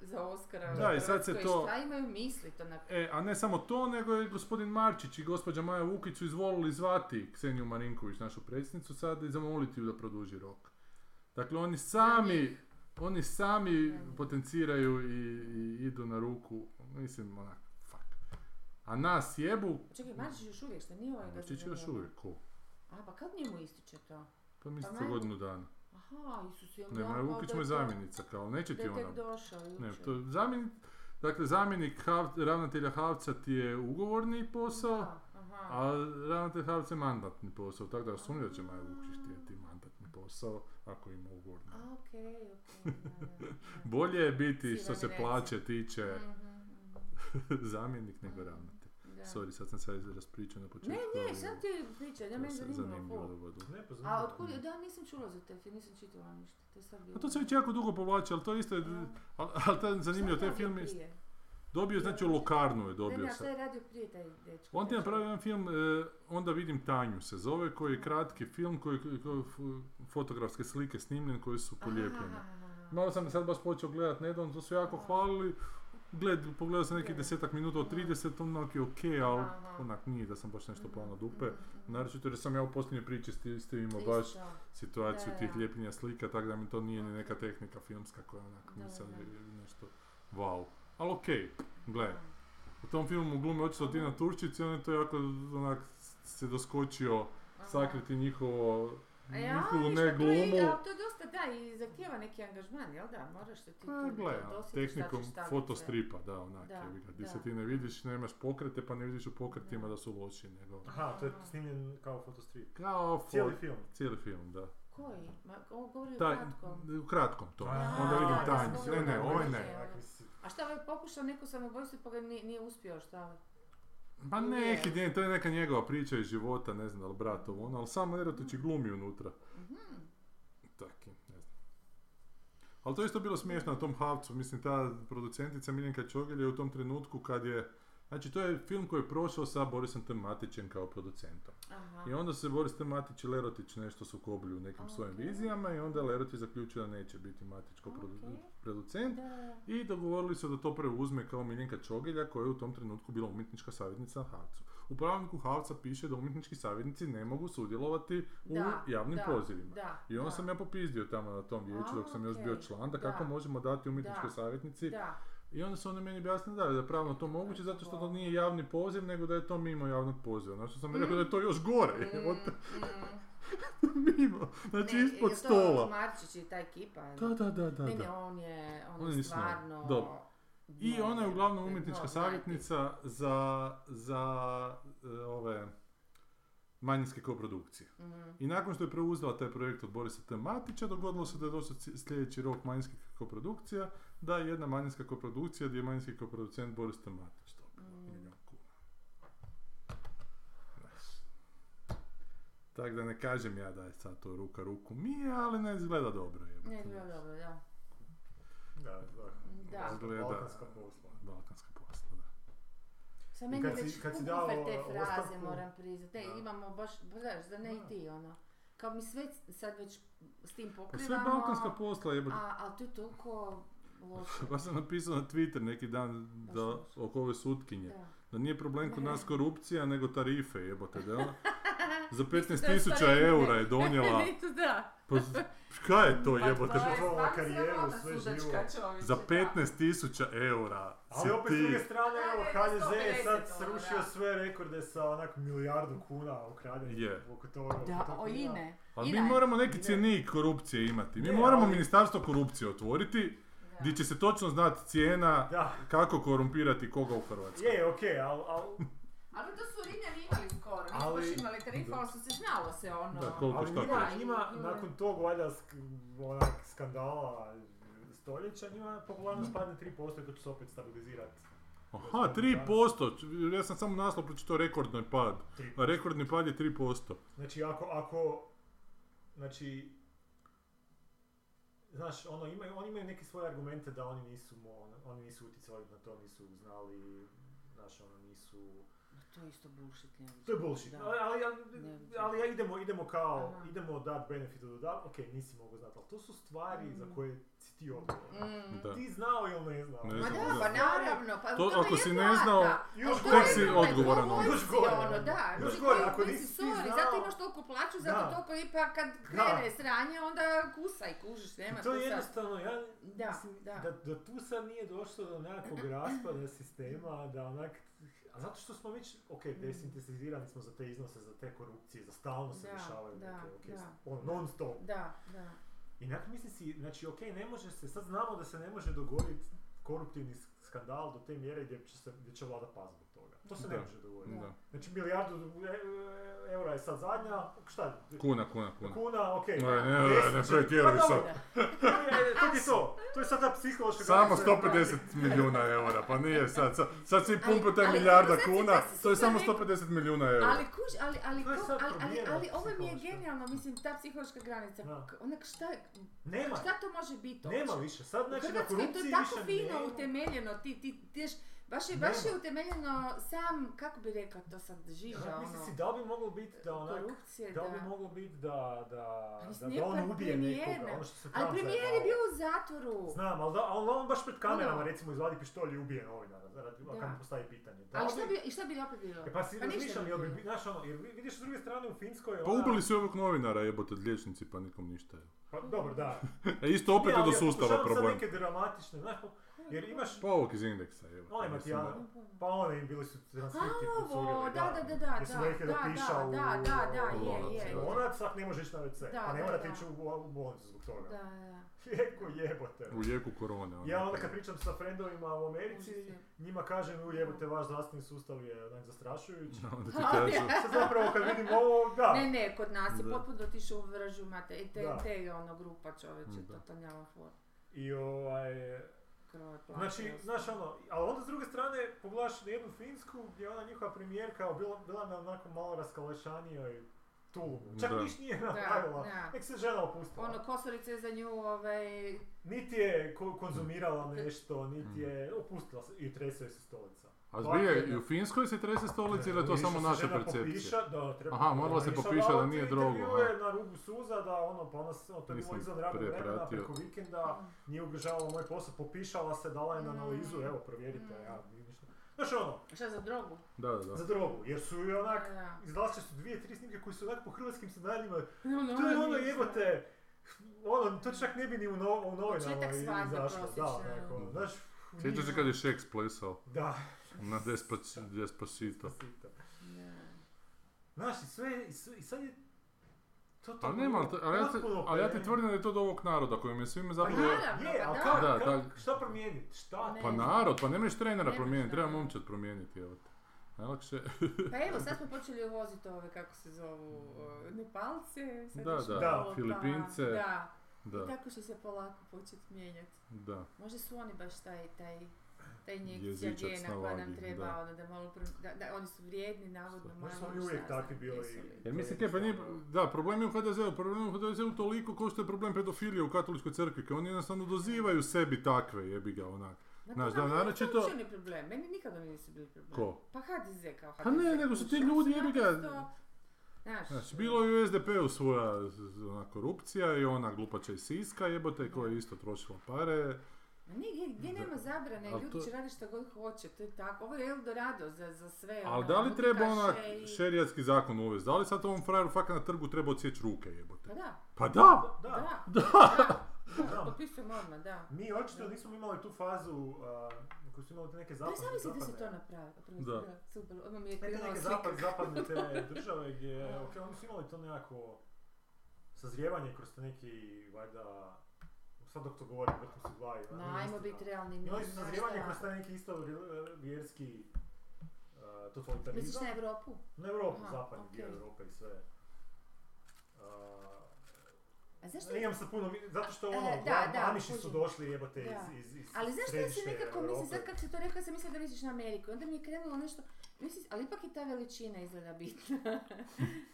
S1: za Oscara. u
S3: Da, i sad se
S1: Hrvatskoj,
S3: to-
S1: Šta imaju misli to na...
S3: E, a ne samo to, nego je gospodin Marčić i gospođa Maja Vukić su izvolili zvati Kseniju Marinković, našu predsjednicu, sad i zamoliti ju da produži rok. Dakle, oni sami, oni sami
S1: Da.
S3: potenciraju i, i idu na ruku, mislim, onak, fuck. A nas jebu,
S1: Čekaj, Marčić još uvijek, što nije ovaj
S3: Marčić je još
S1: zamijenio?
S3: uvijek ko?
S1: A, pa kad njemu ističe to?
S3: Pa mislim
S1: Pa
S3: za
S1: Maja-
S3: godinu dana.
S1: Aha, Isus je
S3: Ne, Maja Vukić mu je zamjenica, kao, neće
S1: Da
S3: ti
S1: je
S3: ona
S1: tek došao
S3: Ne,
S1: jučer.
S3: to je zamjenik, dakle zamjenik Hav- ravnatelja Havca ti je ugovorni posao,
S1: Da, aha.
S3: A ravnatelj HFC je mandatni posao, tako da sumnjam da će Maja Vukić htjeti mandatni posao ako ima ugovor. na-
S1: A, okej, okej, da, da, da.
S3: Bolje je biti što
S1: Siva
S3: se
S1: direkcija.
S3: plaće tiče
S1: Mhm, mhm,
S3: zamjenik nego ravnatelj.
S1: Mm. da.
S3: Sorry, sad sam se raspričao na početku.
S1: Ne, ne,
S3: ali
S1: sad ti pričaj,
S3: to
S1: ja meni
S3: se
S1: zanimljivo.
S3: zanimljivo
S1: ful.
S3: dogodilo.
S2: Ne, pa
S1: A
S2: znam.
S1: otkud, da, nisam čula za te film, nisam čitala ništa, to je sad bilo.
S3: A to se već jako dugo povlači, ali to isto je,
S1: A.
S3: ali, ali to je zanimljivo, taj film je,
S1: je...
S3: dobio, znači u Lokarnu je
S1: Ne,
S3: dobio
S1: ne, a šta
S3: sad.
S1: je radio prije taj dečko?
S3: On ti je
S1: Znači,
S3: napravio jedan film, e, onda vidim Tanju se zove, koji je kratki film, koji, koji fotografske slike snimljen, koje su
S1: aha,
S3: polijepljene.
S1: aha, aha.
S3: Malo sam je sad baš počeo gledat nedavno, to su jako hvalili. Gled, pogledao sam neki
S1: Je.
S3: desetak minuta od 30, onak je okej, ali
S1: Aha.
S3: onak nije da sam baš nešto pao na dupe.
S1: Mhm, mhm.
S3: Naročito jer sam ja u posljednjoj priči s s tim imao
S1: Isto.
S3: baš situaciju
S1: Da,
S3: tih
S1: da.
S3: ljepljenja slika, tako da mi to nije ni neka tehnika filmska koja onak mi
S1: Da,
S3: sad
S1: da.
S3: je nešto wow. Ali okej, gle, u tom filmu glume očito Tina Turčić i on je to jako onak se doskočio
S1: Aha.
S3: sakriti njihovo,
S1: A ja,
S3: njihovu
S1: ništa,
S3: ne
S1: to ja. je-
S3: glumu.
S1: ali to je dosta, da, i zahtjeva neki angažman, jel da? Moraš se ti
S3: Pa
S1: tu
S3: gle,
S1: do- dosjetiš
S3: tehnikom
S1: šta ćeš staviti.
S3: fotostripa, da, onak,
S1: Da,
S3: jebi ga, Di
S1: da.
S3: se ti ne vidiš, nemaš pokrete, pa ne vidiš u pokretima
S1: Da.
S3: da su loši, nego...
S2: Aha, to je snimljen kao fotostrip.
S3: Kao fo-
S2: Cijeli film.
S3: Cijeli film, da.
S1: Koji? Ma, ovo govori o
S3: Taj,
S1: kratkom.
S3: u kratkom to.
S2: A,
S3: Onda vidim
S2: da, da,
S3: Tanju.
S2: da,
S3: Ne, ne,
S2: da,
S3: ovaj
S2: da,
S3: ne.
S2: da, da, mislim,
S1: A šta ovaj pokušao neko samoubojstvo pa ga nije, nije uspio, šta?
S3: Pa
S1: Nije.
S3: neki djen, to je neka njegova priča iz života, ne znam da li brat ovo ono, ali samo Erotić i glumi unutra.
S1: Mhm.
S3: Taki, ne znam. Ali to je isto bilo smiješno na tom Havcu, mislim ta producentica Miljenka Čogelj je u tom trenutku kad je, Znači, to je film koji je prošao sa Borisom T. Matićem kao producentom.
S1: Aha.
S3: I onda se Boris T. Matić i Lerotić nešto sukobili u nekim svojim
S1: Ok.
S3: vizijama i onda je Lerotić zaključio da neće biti Matić kao produ-
S1: Ok.
S3: producent.
S1: Da.
S3: I dogovorili su da to preuzme kao Miljenka Čogelja koja je u tom trenutku bila umjetnička savjetnica na Havcu. U pravilniku Havca piše da umjetnički savjetnici ne mogu sudjelovati u
S1: Da,
S3: javnim
S1: da,
S3: pozivima.
S1: da,
S3: I onda
S1: da.
S3: sam ja popizdio tamo na tom vijeću
S1: A,
S3: dok sam još
S1: ok.
S3: bio član da
S1: Da.
S3: kako možemo dati umjetničkoj
S1: Da.
S3: savjetnici
S1: Da.
S3: i onda su oni meni objasnili da, da je pravno to moguće zato što to nije javni poziv nego da je to mimo javnog poziva. Znači sam rekao da je to još gore. Od,
S1: Mm.
S3: mimo. Znači
S1: Ne,
S3: ispod
S1: jel to
S3: stola.
S1: Marčić i ta ekipa.
S3: Da, da, da, da.
S1: Ne,
S3: da.
S1: ne, on je, on,
S3: On
S1: je
S3: je snob.
S1: stvarno...
S3: Dobro. I ona je uglavnom
S1: No,
S3: umjetnička
S1: no,
S3: savjetnica za, za e, ove manjinske koprodukcije.
S1: Mhm.
S3: I nakon što je preuzela taj projekt od Borisa T. Matića, dogodilo se da je došao ci- sljedeći rok manjinskih koprodukcija, da je jedna manjinska koprodukcija gdje je manjinski koproducent Boris T. Matić dobio
S1: Mm.
S3: milijun kuna. Znaš. Tako da ne kažem ja da je sad to ruka ruku mi, ali ne izgleda dobro. jebote.
S1: Ne, bilo dobro, da.
S2: Da, da.
S1: Da.
S3: Izgleda-
S2: Balkanska posla.
S3: Balkanska posla, da.
S1: Sa
S2: I
S1: meni
S2: kad si-
S1: već
S2: kad si
S1: kufe
S2: dao
S1: te fraze,
S2: ostavku-
S1: moram priznati. Ne,
S2: Da.
S1: imamo baš, ba, znaš, da ne i
S2: Da.
S1: ti, ono. Kao mi sve sad već s tim
S3: Pa sve
S1: pokrivamo,
S3: balkanska posla jebote.
S1: a, a to je toliko loše.
S3: Pa sam napisao na Twitter neki dan da,
S1: Baš
S3: oko ove sutkinje.
S1: Da.
S3: Da nije problem kod nas korupcija, nego tarife jebote. Da je ona za
S1: Nisu
S3: 15.000
S1: transparentne.
S3: eura je donijela.
S1: Nisu, da.
S3: Pa, kaj je to
S1: Pa
S3: jebote?
S1: to je
S2: Žrtvovala
S1: stvarno
S2: karijeru,
S1: sramota
S2: sve
S1: sudačka,
S2: živo.
S1: čovječe,
S3: Za
S1: da.
S3: 15.000 eura si
S2: Ali opet s druge
S3: ti...
S2: strane,
S1: Da,
S2: evo,
S1: da,
S2: HDZ je
S1: 150
S2: sad
S1: ono,
S2: srušio
S1: da.
S2: sve rekorde sa onak milijardu kuna ukradenih
S3: Je.
S2: oko toga. oko
S1: Da,
S2: tog
S1: o
S2: filma.
S1: ine.
S3: Ali Pa mi
S1: Ina je.
S3: moramo neki
S2: Ne.
S3: cjenik korupcije imati. Mi
S2: Ne,
S3: moramo
S2: ali-
S3: ministarstvo korupcije otvoriti,
S1: Da.
S3: gdje će se točno znati cijena
S2: Da,
S3: kako korumpirati koga u Hrvatskoj.
S2: je, okej, ali... Al,
S1: Ali to su Rimljani imali skoro, nisu
S2: Ali-
S1: baš imali tarifu, ali su se znalo se ono.
S3: Da, koliko
S2: ali
S3: šta
S2: njima,
S1: košta.
S2: njima, nakon tog valjda sk- onak skandala stoljeća, njima popularno spadne 3% koji će se opet stabilizirati.
S3: Aha, 3%. Ja sam samo naslov pročitao rekordni pad. A rekordni pad je 3%.
S2: Znači, ako, ako, znači, znaš, ono, imaju, oni imaju neke svoje argumente da oni nisu, mo- oni nisu utjecali na to, nisu znali, znaš, ono, nisu...
S1: To je isto bullshit, ne
S2: To je bullshit,
S1: Da.
S2: ali, ali, ali,
S1: Ne.
S2: ali ja idemo, idemo kao,
S1: Aha.
S2: idemo dat benefit od da, ok, nisi mogao znati, ali to su stvari za
S1: Mhm.
S2: koje si ti odgovoran.
S1: Mm.
S3: Da.
S2: Ti znao ili ne znao?
S3: Ne
S1: Ma
S3: znam,
S1: da,
S3: da.
S1: pa naravno, pa
S3: To
S1: u tome
S3: ako
S1: je
S3: si ne
S1: zlata.
S3: znao,
S1: Ali
S2: još
S1: to je
S2: gore si
S1: zlata, to je
S3: odgovoran onda.
S1: vojsci,
S2: Još gore,
S1: ono, da.
S2: još
S1: Ljudi
S2: gore,
S1: koji-
S2: ako
S1: koji
S2: nisi
S1: su
S2: ti
S1: sorry,
S2: znao-
S1: zato imaš toliko plaću, zato
S2: Da.
S1: toliko ipa kad krene sranje, onda kusaj, kužiš, nema
S2: To
S1: tu
S2: je
S1: sad.
S2: jednostavno, ja
S1: Da,
S2: mislim,
S1: da.
S2: da. Da, tu sad nije došlo do nekakvog raspada sistema, da onak, a zato što smo već, ok,
S1: Mm.
S2: desintetizirani smo za te iznose, za te korupcije, za stalno se
S1: Da,
S2: dešavaju
S1: da,
S2: neke, ok,
S1: da.
S2: ono, non stop.
S1: Da, da.
S2: I nakon mislim si, znači ok, ne može se, sad znamo da se ne može dogoditi koruptivni s- skandal do te mjere gdje će, se, gdje će vlada past zbog toga. To se ne
S3: Da.
S2: može dogoditi.
S3: Da.
S2: Znači milijardu e- e- eura je sad zadnja, šta?
S3: Kuna, kuna, kuna.
S2: Kuna, ok. Pa
S3: Ne, ne, ne, ne, ne pretjeruj sad.
S2: to je to. To je sad ta psihološka...
S3: Samo
S2: granica.
S3: 150 milijuna eura, pa nije sad, sad, sad svi
S1: Ali-
S3: pumpate
S1: ali
S3: milijarda
S1: sad si-
S3: kuna,
S1: sad si
S3: to je
S1: super
S3: samo
S1: rekao.
S3: 150 milijuna eura.
S1: Ali kuž, ali, ali,
S2: To je
S1: ko-
S2: sad
S1: ali, ali,
S2: probijena
S1: ali ovo mi je
S2: psihološka.
S1: genijalno, mislim, ta psihološka granica,
S2: Da.
S1: k- onak šta, je-
S2: Nema,
S1: šta to može biti
S2: nema
S1: uopće?
S2: više. Sad
S1: U
S2: znači na
S1: Hrvatskoj je to
S2: korupciji
S1: tako
S2: više
S1: fino
S2: nema.
S1: utemeljeno, ti, ti, ti ješ- baš je,
S2: Nema.
S1: baš je utemeljeno sam, kako bi rekao to sad, žiža,
S2: Onak, Mislim si,
S1: ono,
S2: da li bi moglo biti da onak...
S1: korupcije,
S2: Da li bi
S1: da.
S2: moglo biti da, da,
S1: Pa mislim,
S2: da,
S1: nije
S2: da on
S1: pa
S2: ubije
S1: premijer,
S2: nekoga,
S1: ne.
S2: ono što se Trump
S1: Ali premijer je
S2: zajebavao.
S1: bio u zatvoru.
S2: Znam, ali, da, ali on baš pred kamerama
S1: Ono.
S2: recimo izvadi pištolj i ubije novinara, zaradi,
S1: Da.
S2: kad mu postavi pitanje. Da
S1: Ali
S2: li
S1: šta bi, i šta bi opet bilo?
S2: E pa si
S1: ništa
S2: razmišljam,
S1: bi
S2: jel
S1: bilo.
S2: bi, znaš ono, jer vi- vidiš s druge strane u Finskoj...
S3: Pa
S2: ona-
S3: ubili su i ovog novinara jebote od liječnici pa nikom ništa.
S2: Pa dobro, da.
S3: E isto opet
S2: Ne,
S3: je
S2: ali
S3: do
S2: ja
S3: sustava
S2: pokušavam sad
S3: problem.
S2: neke dramatične, znaš, pa- jer imaš...
S3: Pa ovog iz indeksa jebote.
S2: Onaj
S3: mislim,
S2: Matijana, pa one im bili su transkripti
S1: A, ovo, da, da, da, da,
S2: Jer su
S1: da,
S2: rekli da
S1: da,
S2: piša
S1: da,
S2: u...
S1: da, da, da,
S3: je, je, je.
S2: Lonac, svak ne može ići na WC,
S1: Da,
S2: pa ne
S1: da,
S2: morate
S1: da.
S2: ići u, u bolnicu zbog
S1: Da,
S2: toga.
S1: da.
S2: Jeko jebote.
S3: U jeku korone. ono.
S2: Ja onda kad pričam sa frendovima u Americi,
S1: Užas
S2: njima kažem, u jebote, vaš zdravstveni sustav je onak zastrašujući.
S3: Onda ti kažu,
S2: Sad zapravo kad vidim ovo, Pa- da.
S1: Ne, ne, kod nas je
S3: Da.
S1: potpuno otišao u vržu, mate, i
S2: Da.
S1: TNT je ono grupa čoveče,
S3: Da.
S1: totalnjava for.
S2: I ovaj...
S1: Krvat,
S2: Znači, znaš ono, ali onda s druge strane pogledaš jednu Finsku gdje je ona njihova premijerka bila, bila na onako malo raskalešanioj tulubom. Čak
S3: Da.
S2: niš nije
S1: Da,
S2: napravila.
S1: da.
S2: Nek se žena opustila.
S1: Ono, kosorica je za nju, ovaj,
S2: Niti je ko- konzumirala nešto, niti
S3: Mm.
S2: je opustila se i tresao je se stolica.
S3: A zbije,
S2: Dva
S3: i u Finskoj se trese stolici ili je to
S2: Išla
S3: samo
S2: se
S3: naša
S2: žena
S3: percepcija?
S2: Popiša, da, treba
S3: Aha, morala se
S2: Išla
S3: popiša da
S2: ona
S3: nije
S2: u
S3: drogo,
S2: intervjuu je na rubu suza, da ono, pa ona se, ono, to je bilo
S3: Nisam
S2: izvan radnog vremena,
S3: prepratio.
S2: preko vikenda, nije ugrožavala moj posao, popišala se, dala je
S1: Mm.
S2: na analizu, evo, provjerite, ja, nije ništa. Znaš ono,
S1: šta za drogu?
S3: Da, da, da.
S2: za drogu, jer su i onak,
S1: Da.
S2: izdalače su dvije, tri snimke koji su onak po hrvatskim standardima,
S1: No, no,
S2: to je ono
S1: nije-
S2: jebote, ono, to čak ne bi ni u, no, u novinama
S1: Početak svadbe
S2: izašlo, da,
S1: prosječne.
S2: neko, znaš, u
S3: Sjećaš
S2: nizu-
S3: se kad je Šeks plesao
S2: Da,
S3: na Despac- Despacito?
S2: sito.
S1: Da.
S2: Znaš, i sve, i, sve- i sad je... To to
S3: Ali Pa nema, ali to- ali ja, ti,
S2: potpuno
S3: ali ja ti
S2: okej.
S3: tvrdim da je to do ovog naroda kojem je svime
S2: Pa
S3: zapravo...
S1: naravno,
S2: je,
S1: pa
S2: ali
S1: da.
S2: kako,
S3: Da,
S2: kako-
S3: da.
S2: šta promijeniti, šta?
S1: Ne.
S3: Pa narod, pa ne možeš trenera
S1: Ne
S3: promijeniti,
S1: možeš,
S3: treba
S1: da.
S3: momčad promijeniti, evo te. Najlakše,
S1: Pa evo, sad smo počeli uvoziti ove, kako se zovu, e, Nepalce, sad
S3: Da,
S1: još
S3: da,
S1: malo, pa-
S3: Filipince.
S1: Da, i
S3: da,
S1: tako će se polako početi mijenjati.
S3: da.
S1: Možda su oni baš taj, taj, taj injekcija
S3: Jezičac
S1: gena
S3: na
S1: koja
S3: vagi,
S1: nam treba,
S3: da.
S1: ono, da malo, pr- da, da, oni su vrijedni, navodno,
S3: Što?
S1: malo,
S2: Možda su oni
S1: šta
S2: uvijek
S1: znam,
S2: takvi bili
S1: jesu li.
S2: i-
S3: Jer mislim, kaj, pa nije, da, problem je u HDZ-u, problem je u HDZ-u toliko kao što je problem pedofilije u katoličkoj crkvi, kao oni jednostavno dozivaju sebi takve, jebi ga, onak.
S1: Ma
S3: Znaš,
S1: to
S3: da,
S1: nam je
S3: naročito-
S1: to uopće ne problem, meni nikada oni nisu bili problem.
S3: Ko?
S1: Pa HDZ kao HDZ.
S3: Pa ne, nego su ti
S1: kužiš,
S3: ljudi,
S1: oni
S3: jebi ga.
S1: naprosto, Znaš,
S3: Znači, bilo je u SDP-u svoja z- z- ona, korupcija i ona glupača iz Siska jebote koja je isto trošila pare.
S1: Ma ne, gdje, gdje
S3: Da.
S1: nema zabrane,
S3: Ali
S1: ljudi
S3: to-
S1: će raditi što god hoće, to je tako. Ovo je Eldorado za, za sve.
S3: Ali
S1: ono,
S3: da li treba
S1: butikaše
S3: onak
S1: i-
S3: šerijatski zakon uvesti? Da li sad ovom frajeru fakat na trgu treba odsjeći ruke jebote?
S1: Pa da,
S3: Pa da!
S2: Da,
S1: da, da, da,
S2: Da.
S1: potpisujem odmah, da.
S2: Mi očito nismo imali tu fazu a, koju su imali te neke
S1: Ali
S2: zapadne,
S1: zamisli Pa da se to
S2: zapadne,
S1: napravi. Oprosti,
S3: Da.
S1: super, odmah mi je
S2: ne te
S1: krenula
S2: neke
S1: slika.
S2: zapad, zapadne te države gdje,
S1: Da.
S2: ok, oni su imali to nekako sazrijevanje kroz te neki, valjda, sad dok to govorim, vrtim se dva i
S1: Ma, ajmo biti realni. mi,
S2: Imali su
S1: znaš
S2: sazrijevanje
S1: šta.
S2: kroz taj neki isto vjer- vjerski a,
S1: Misliš
S2: totalitarizam.
S1: na Evropu?
S2: Na Europu,
S1: Aha,
S2: zapadni dio
S1: ok.
S2: Europe i sve. Eh,
S1: A
S2: Uh,
S1: zašto
S2: ne imam se puno, vi- zato što ono,
S1: E, da,
S2: da,
S1: da,
S2: Amiši su
S1: kužim.
S2: došli jebote iz,
S1: Da.
S2: iz, iz
S1: Ali znaš što si
S2: središnje
S1: nekako mislim, sad
S2: Europe.
S1: kad si to rekla, sam mislila da misliš na Ameriku. I onda mi je krenulo nešto, misliš, ali ipak je ta veličina izgleda bitna.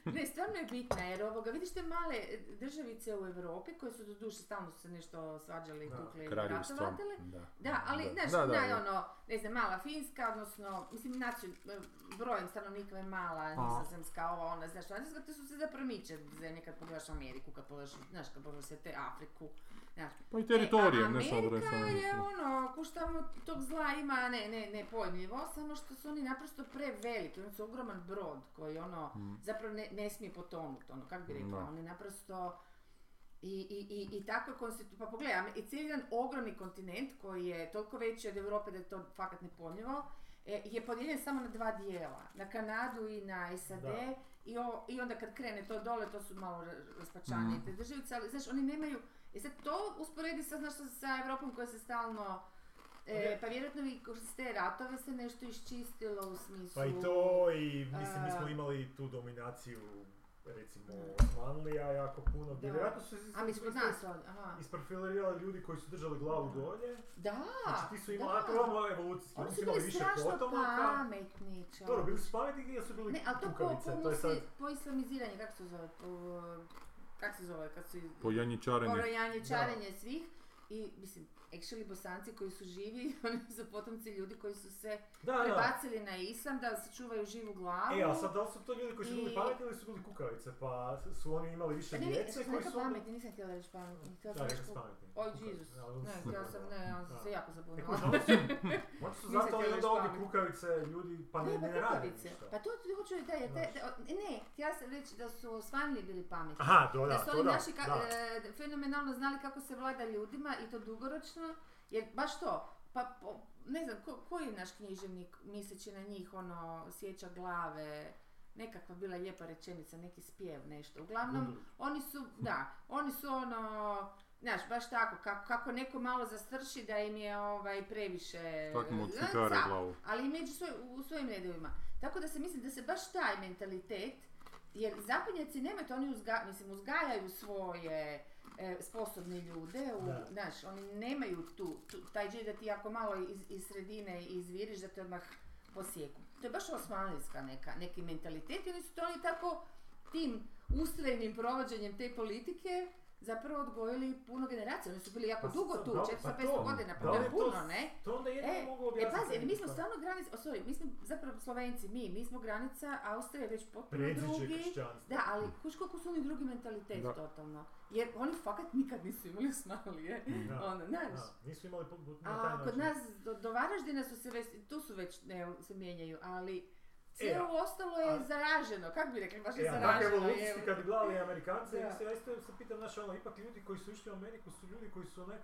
S1: ne, stvarno je bitna jer ovoga, vidiš te male državice u Europi koje su do duše stalno su se nešto svađale i
S2: Da.
S1: tukle i
S3: Kraljevstvom.
S1: ratovale.
S3: Da.
S1: Da, ali znaš,
S3: Da, da,
S1: da,
S3: da.
S1: ono, ne znam, mala Finska, odnosno, mislim, naci, brojem stanovnika je mala, nizozemska, ova, ona, znaš, Francuska, to su se zapromiče zemlje kad pogledaš Ameriku, kad pogledaš, znaš, kad pogledaš sve te Afriku, znaš,
S3: Pa i teritorijem,
S1: E, a
S3: ne samo broj
S1: Amerika je
S3: stanovnika.
S1: ono, kuštamo tog zla ima ne, ne, ne pojmljivo, samo što su oni naprosto preveliki, oni su ogroman brod koji ono,
S3: Mm.
S1: zapravo ne, ne smije potonuti, ono, kako bi rekla,
S3: Da.
S1: oni naprosto... I, i, i, i tako je konstitu... Pa pogledaj, Am- i cijeli jedan ogromni kontinent koji je toliko veći od Europe da je to fakat nepojmljivo, e, je podijeljen samo na dva dijela, na Kanadu i na SAD.
S2: Da.
S1: I, o- I onda kad krene to dole, to su malo ra- raspačanije
S3: Mhm.
S1: te državice, ali znaš, oni nemaju... I sad to usporedi sa, znaš, sa Europom koja se stalno... E, pa vjerojatno i kroz te ratove se nešto iščistilo u smislu...
S2: Pa i to, i mislim, mi smo
S1: a-
S2: imali tu dominaciju, recimo, Osmanlija jako puno, gdje
S1: Da.
S2: vjerojatno su se
S1: A mi smo
S2: ispre-
S1: nas ovdje, aha.
S2: isprofilirali ljudi koji su držali glavu dolje,
S1: Da,
S2: znači ti su imali,
S1: da.
S2: a to je ono evolucijski,
S1: Oni
S2: oni su
S1: su
S2: imali
S1: bili
S2: više
S1: strašno
S2: potomaka,
S1: pametni, čovječe.
S2: dobro, bili su pametni jer su bili
S1: Ne, ali to po,
S2: kukavice,
S1: po,
S2: to je sad,
S1: musli- po islamiziranje, kako se zove, po, kako se zove, kad su iz-
S3: Po janjičarenju.
S1: porojanje, čarenje svih. I, mislim, actually bosanci koji su živi, oni su potomci ljudi koji su se
S2: da, da,
S1: prebacili na islam da sačuvaju živu glavu.
S2: E, a sad da li su to ljudi koji su bili
S1: I-
S2: pametni ili su bili kukavice, pa su oni imali više
S1: Pa ne, ne,
S2: djece
S1: sam
S2: koji
S1: rekla
S2: su... onda-
S1: pametni, nisam htjela reći pametni. Htjela
S2: Da,
S1: sam
S2: rekli
S1: reći
S2: su
S1: kuk-
S2: pametni.
S1: Oj,
S2: kukavice,
S1: Jezus.
S2: ali oni
S1: Ne,
S2: su-
S1: htjela sam, ne, on sam
S2: Da.
S1: se jako
S2: E,
S1: zabunila.
S2: kuži, oni su- Možda su
S1: Nisam
S2: zato
S1: htjela
S2: onda
S1: reći
S2: ovdje
S1: pametni.
S2: kukavice ljudi pa ne,
S1: Ne,
S2: ne rade
S1: kukavice.
S2: ništa.
S1: jako Pa to ti hoću da je, te,
S2: Znaš.
S1: te- o- ne, htjela sam reći da su osvanili bili pametni.
S2: Aha, do,
S1: Da
S2: da,
S1: su
S2: to
S1: oni
S2: da,
S1: naši ka-
S2: da.
S1: e, fenomenalno znali kako se vlada ljudima i to dugoročno, jer baš to, pa po- ne znam, ko, koji je naš književnik misleći na njih, ono, sjeća glave, nekakva bila lijepa rečenica, neki spjev, nešto. Uglavnom,
S2: Udruž.
S1: oni su, da, oni su ono, znaš, baš tako, kako, kako neko malo zastrši da im je ovaj, previše... E,
S3: Tako mu
S1: Znaš,
S3: cikare
S1: cap,
S3: glavu.
S1: ali i među svoj, u svojim redovima. Tako da se mislim da se baš taj mentalitet, jer zapadnjaci nemaju to, oni uzga, mislim, uzgajaju svoje e, sposobne ljude, u,
S2: Da.
S1: znaš, oni nemaju tu, tu- taj džir da ti jako malo iz, iz sredine izviriš da te odmah posijeku. To je baš osmanlijska neka, neki mentalitet i oni su to oni tako tim ustrajnim provođenjem te politike zapravo odgojili puno generacija. Oni su bili jako
S2: Pa
S1: dugo
S2: to-
S1: tu,
S2: da,
S1: 400-500
S2: pa to,
S1: godina,
S3: da.
S1: pa to je
S2: Ali to-
S1: puno, ne?
S2: To onda jedno
S1: E,
S2: mogu
S1: E,
S2: objasniti.
S1: pazi, mi smo
S2: Pa,
S1: stvarno granica, o, sorry, mi smo zapravo Slovenci, mi, mi smo granica Austrije već potpuno
S2: Predziđe
S1: drugi.
S2: kršćanstva.
S1: Da, ali kuš kako su oni drugi mentalitet
S3: Da.
S1: totalno. Jer oni fakat nikad nisu imali Osmanlije.
S3: Mm.
S2: Da.
S1: Ono, znaš.
S2: Da, nisu imali po- po- na taj
S1: A kod
S2: način.
S1: nas do, do Varaždina su se već, tu su već ne, se mijenjaju, ali sve
S2: E, a-
S1: ovo ostalo je
S2: a-
S1: zaraženo, kako bi rekli, baš je
S2: E, a tako
S1: zaraženo. je.
S2: evolucijski kad bi gledali Amerikance,
S1: Da.
S2: ja se, ja isto se pitam, znaš, ono, ipak ljudi koji su išli u Ameriku su ljudi koji su onak...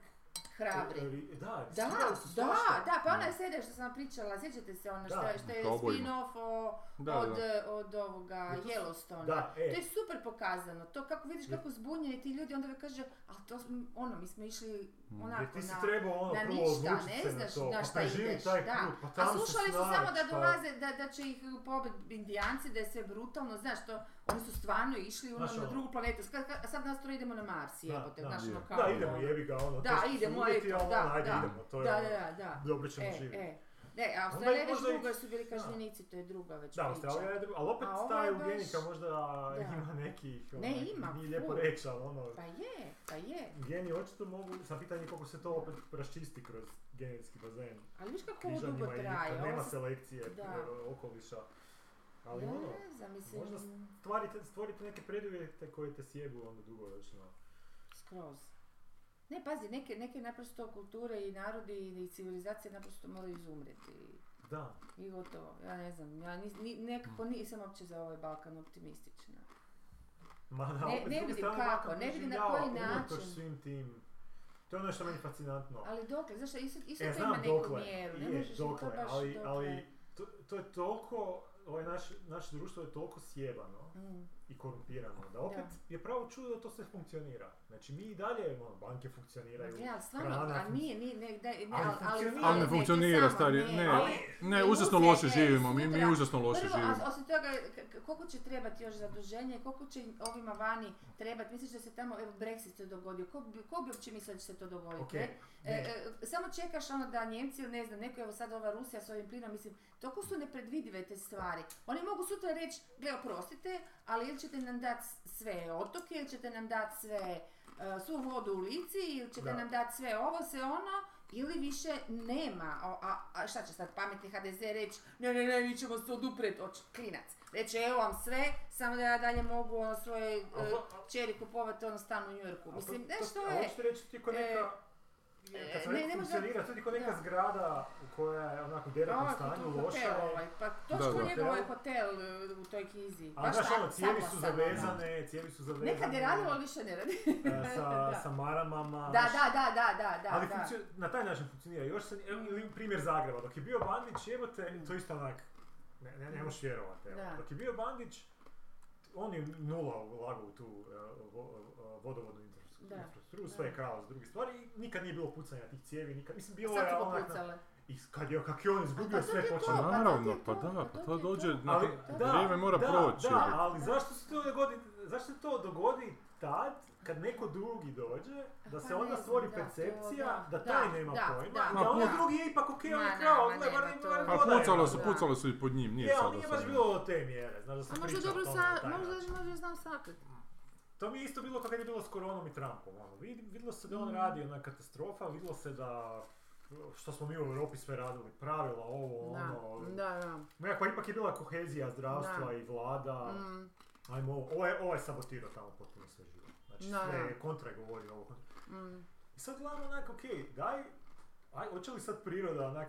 S1: Hrabri.
S2: ri- Da,
S1: Da,
S2: iskidali su
S1: da,
S2: svašta.
S1: da, pa ona
S3: Da.
S1: je serija što sam vam pričala, sjećate se ono
S2: Da,
S1: što je, što je
S3: kaubojima.
S1: spin-off o-
S3: Da,
S1: od, eh,
S3: da.
S1: od ovoga
S2: Jer to su-
S1: Yellowstone.
S2: Da, e,
S1: To je super pokazano, to kako vidiš kako zbunjeni ti ljudi, onda vi kaže, a to smo, ono, mi smo išli
S3: Mm.
S2: jer
S1: onako
S2: ti si
S1: jako na...
S2: trebao ono
S1: na
S2: prvo
S1: ništa,
S2: odlučit
S1: ne
S2: se
S1: znaš
S2: na to,
S1: na
S2: pa
S1: šta
S2: preživi
S1: ideš,
S2: taj
S1: da.
S2: put, pa
S1: A
S2: tamo se
S1: slušali su
S2: snađi,
S1: samo da
S2: pa-
S1: dolaze, da, da će ih pobit indijanci, da je sve brutalno, znaš, to, oni su stvarno išli ono,
S2: Znaš,
S1: na
S2: ono-
S1: drugu planetu, Ska- ka- a sad nas to idemo na Mars,
S2: Da,
S1: jebote,
S2: da,
S1: znaš, ono
S3: je.
S1: kao...
S2: Da,
S1: ono.
S2: idemo, jebi ga, ono,
S1: Da,
S2: teško su
S1: idemo,
S2: uvjeti,
S1: eto,
S2: ali
S1: da,
S2: ono, ajde,
S1: da.
S2: idemo, to
S1: Da,
S2: je
S1: da, da,
S2: ono,
S1: da.
S2: dobro ćemo
S1: E,
S2: živjeti.
S1: e. Ne, a Australija već
S2: možda i-
S1: drugo su bili
S2: da.
S1: kažnjenici, to je druga već
S2: Da,
S1: priča.
S2: Australija je drugo, ali opet
S1: A ovo
S2: ta
S1: je
S2: eugenika
S1: baš-
S2: možda ima nekih,
S1: Ne,
S2: onak,
S1: ima,
S2: nije lijepo
S1: ful.
S2: reći, ali ono,
S1: Pa je, pa je.
S2: geni očito mogu, sam pitanje koliko se to opet raščisti kroz genetski bazen.
S1: Ali viš kako ovo dugo
S2: Križanjima i
S1: traje.
S2: nikad
S1: Ovo
S2: nema
S1: se...
S2: selekcije
S1: Da.
S2: e, okoliša. Ali
S1: Ja
S2: ono,
S1: ne znam, mislim,
S2: možda s- stvarite, stvorite neke preduvjete koje te sjebu onda dugoročno.
S1: skroz. Ne, pazi, neke, neke naprosto kulture i narodi i civilizacije naprosto moraju izumreti.
S2: Da,
S1: I gotovo. Ja ne znam, ja nis, ni, nekako nisam uopće za ovaj Balkan optimistična.
S2: Ma
S1: Ne-
S2: da, opet s
S1: ne
S2: druge
S1: vidim
S2: strane,
S1: kako,
S2: Balkan
S1: ne vidim na
S2: doživljava
S1: koji
S2: unatoč
S1: način.
S2: svim tim, to je ono što je meni fascinantno.
S1: Ali dokle, znaš, isto, isto
S2: ja
S1: to ima
S2: E, znam
S1: neku
S2: dokle,
S1: mjeru. Ne
S2: je,
S1: možeš ni to
S2: dokle,
S1: baš
S2: ali,
S1: dokle.
S2: ali to, to je toliko, ovaj naš, naše društvo je toliko sjebano
S1: Mm,
S2: i korumpirano, da opet je pravo čudo da to sve funkcionira. Znači mi i dalje, ono, banke funkcioniraju,
S1: Ne, Dakle, ali stvarno,
S2: hrana
S1: a
S2: fun-
S1: nije, nije, ne, daj, ne,
S2: Ali
S1: ali, ali,
S2: funkcionira.
S3: Ali ne
S1: to
S3: funkcionira,
S1: samo,
S3: stari, ne,
S1: ali-
S3: ne,
S1: Ne,
S3: užasno
S1: uzme,
S3: loše
S1: ne,
S3: živimo, mi, mi
S1: sutra-
S3: užasno loše
S1: Prvo,
S3: živimo. Znači,
S1: a osim toga, k- k- koliko će trebati još zaduženje, koliko će ovima vani trebati, misliš da se tamo, evo Brexit se dogodio, ko bi, ko bi uopće mislio da će se to dogoditi,
S2: Ok,
S1: ne? E,
S2: ne.
S1: e, samo čekaš ono da Njemci ili ne znam, neko evo sad ova Rusija s ovim plinom, mislim, toliko su nepredvidive te stvari. Oni mogu sutra reći, gle oprostite, ali ili ćete nam dati sve otoke, ili ćete nam dati sve e, svu vodu u lici, ili ćete
S2: Da.
S1: nam dati sve ovo, sve ono, ili više nema, a, a, a šta će sad pametni HDZ reći, ne, ne, ne, mi ćemo se odupret, oč, klinac. Reći, evo vam sve, samo da ja dalje mogu ono svoje
S2: A
S1: e,
S2: to-
S1: čeri kupovati ono stan u Njujorku.
S2: a
S1: Mislim,
S2: to-
S1: znaš
S2: to-
S1: što
S2: A
S1: je,
S2: hoćete reći ti ko neka,
S1: e,
S2: kad sam
S1: ne,
S2: rekao
S1: ne možda-
S2: funkcionira, to ti ko neka
S1: da.
S2: zgrada koja je onako u deretnom
S1: Ovako tu
S2: stanju, loša
S1: hotel
S2: je,
S1: ovaj, pa
S3: Da,
S1: to što
S3: da.
S1: njegov ovaj hotel e, u toj knjizi.
S2: A znaš
S1: tak-
S2: ono, cijevi
S1: tako
S2: su
S1: sam, ono.
S2: zavezane, cijevi su zavezane.
S1: Nekad je radilo, ali više ne radi.
S2: e, sa,
S1: Da.
S2: sa maramama.
S1: Da, da, da, da, da, da.
S2: ali
S1: da.
S2: funkcio- na taj način funkcionira. Još se, evo ili primjer Zagreba, dok je bio Bandić, jebote, to je isto onak, ne, ne, ne možeš vjerovati. Evo.
S1: Da.
S2: Dok je bio Bandić, on je nula ulagao u tu e, vo- e, vodovodnu infrastrukturu,
S1: Da.
S2: infrastrukturu, sve je
S1: Da.
S2: krao s drugih stvari i nikad nije bilo pucanja tih cijevi, nikad, mislim bilo
S1: Sad
S2: je
S1: su
S2: onak, na-
S1: popucale.
S2: i kad je, kak je on izgubio
S1: A to ti
S2: sve
S1: je to.
S2: počeo.
S1: Pa
S3: Naravno,
S1: to ti
S3: pa
S1: je to,
S3: da,
S1: pa
S3: pa
S1: to
S3: to
S1: ti je
S3: dođe,
S1: to.
S3: na
S1: da,
S3: vrijeme mora
S2: da,
S3: proći.
S2: Da,
S1: Da.
S2: ali zašto se to dogodi, zašto se to dogodi tad kad neko drugi dođe, da
S1: Pa
S2: se
S1: ne
S2: onda
S1: znam,
S2: stvori
S1: da, to,
S2: percepcija
S1: da,
S2: da, taj
S1: da,
S2: nema
S1: da,
S2: pojma,
S1: da,
S2: da, da
S3: Ma,
S2: on
S1: da.
S2: drugi je ipak okej, on je
S1: Ma,
S2: krao,
S1: nema,
S2: gle, bar
S1: nema
S2: ima
S1: to.
S3: A
S2: voda,
S3: pucalo su,
S2: jebote.
S1: da.
S3: pucalo su i pod njim, nije
S2: Je, E, ali
S3: sada
S2: nije baš
S3: samo.
S2: bilo do te mjere, znaš da se
S1: A možda
S2: priča o
S1: dobro
S2: tome na
S1: sa,
S2: taj
S1: možda
S2: način.
S1: možda znam sakrit.
S2: To mi je isto bilo to kad je bilo s koronom i Trumpom, ono, vid- vidjelo se da on
S1: Mm.
S2: radi ona katastrofa, vidjelo se da što smo mi u Europi sve radili, pravila, ovo,
S1: Da,
S2: ono,
S1: da, da. Mm,
S2: nekako ipak je bila kohezija zdravstva
S1: Da.
S2: i vlada,
S1: Mm,
S2: Ajmo, ovo, ovo je, ovo je sabotirao tamo potpuno sve živo. Znači,
S1: Da,
S2: sve
S1: da.
S2: je kontra govori ovo.
S1: mm.
S2: I sad gledamo onak, okej, daj, aj, hoće li sad priroda onak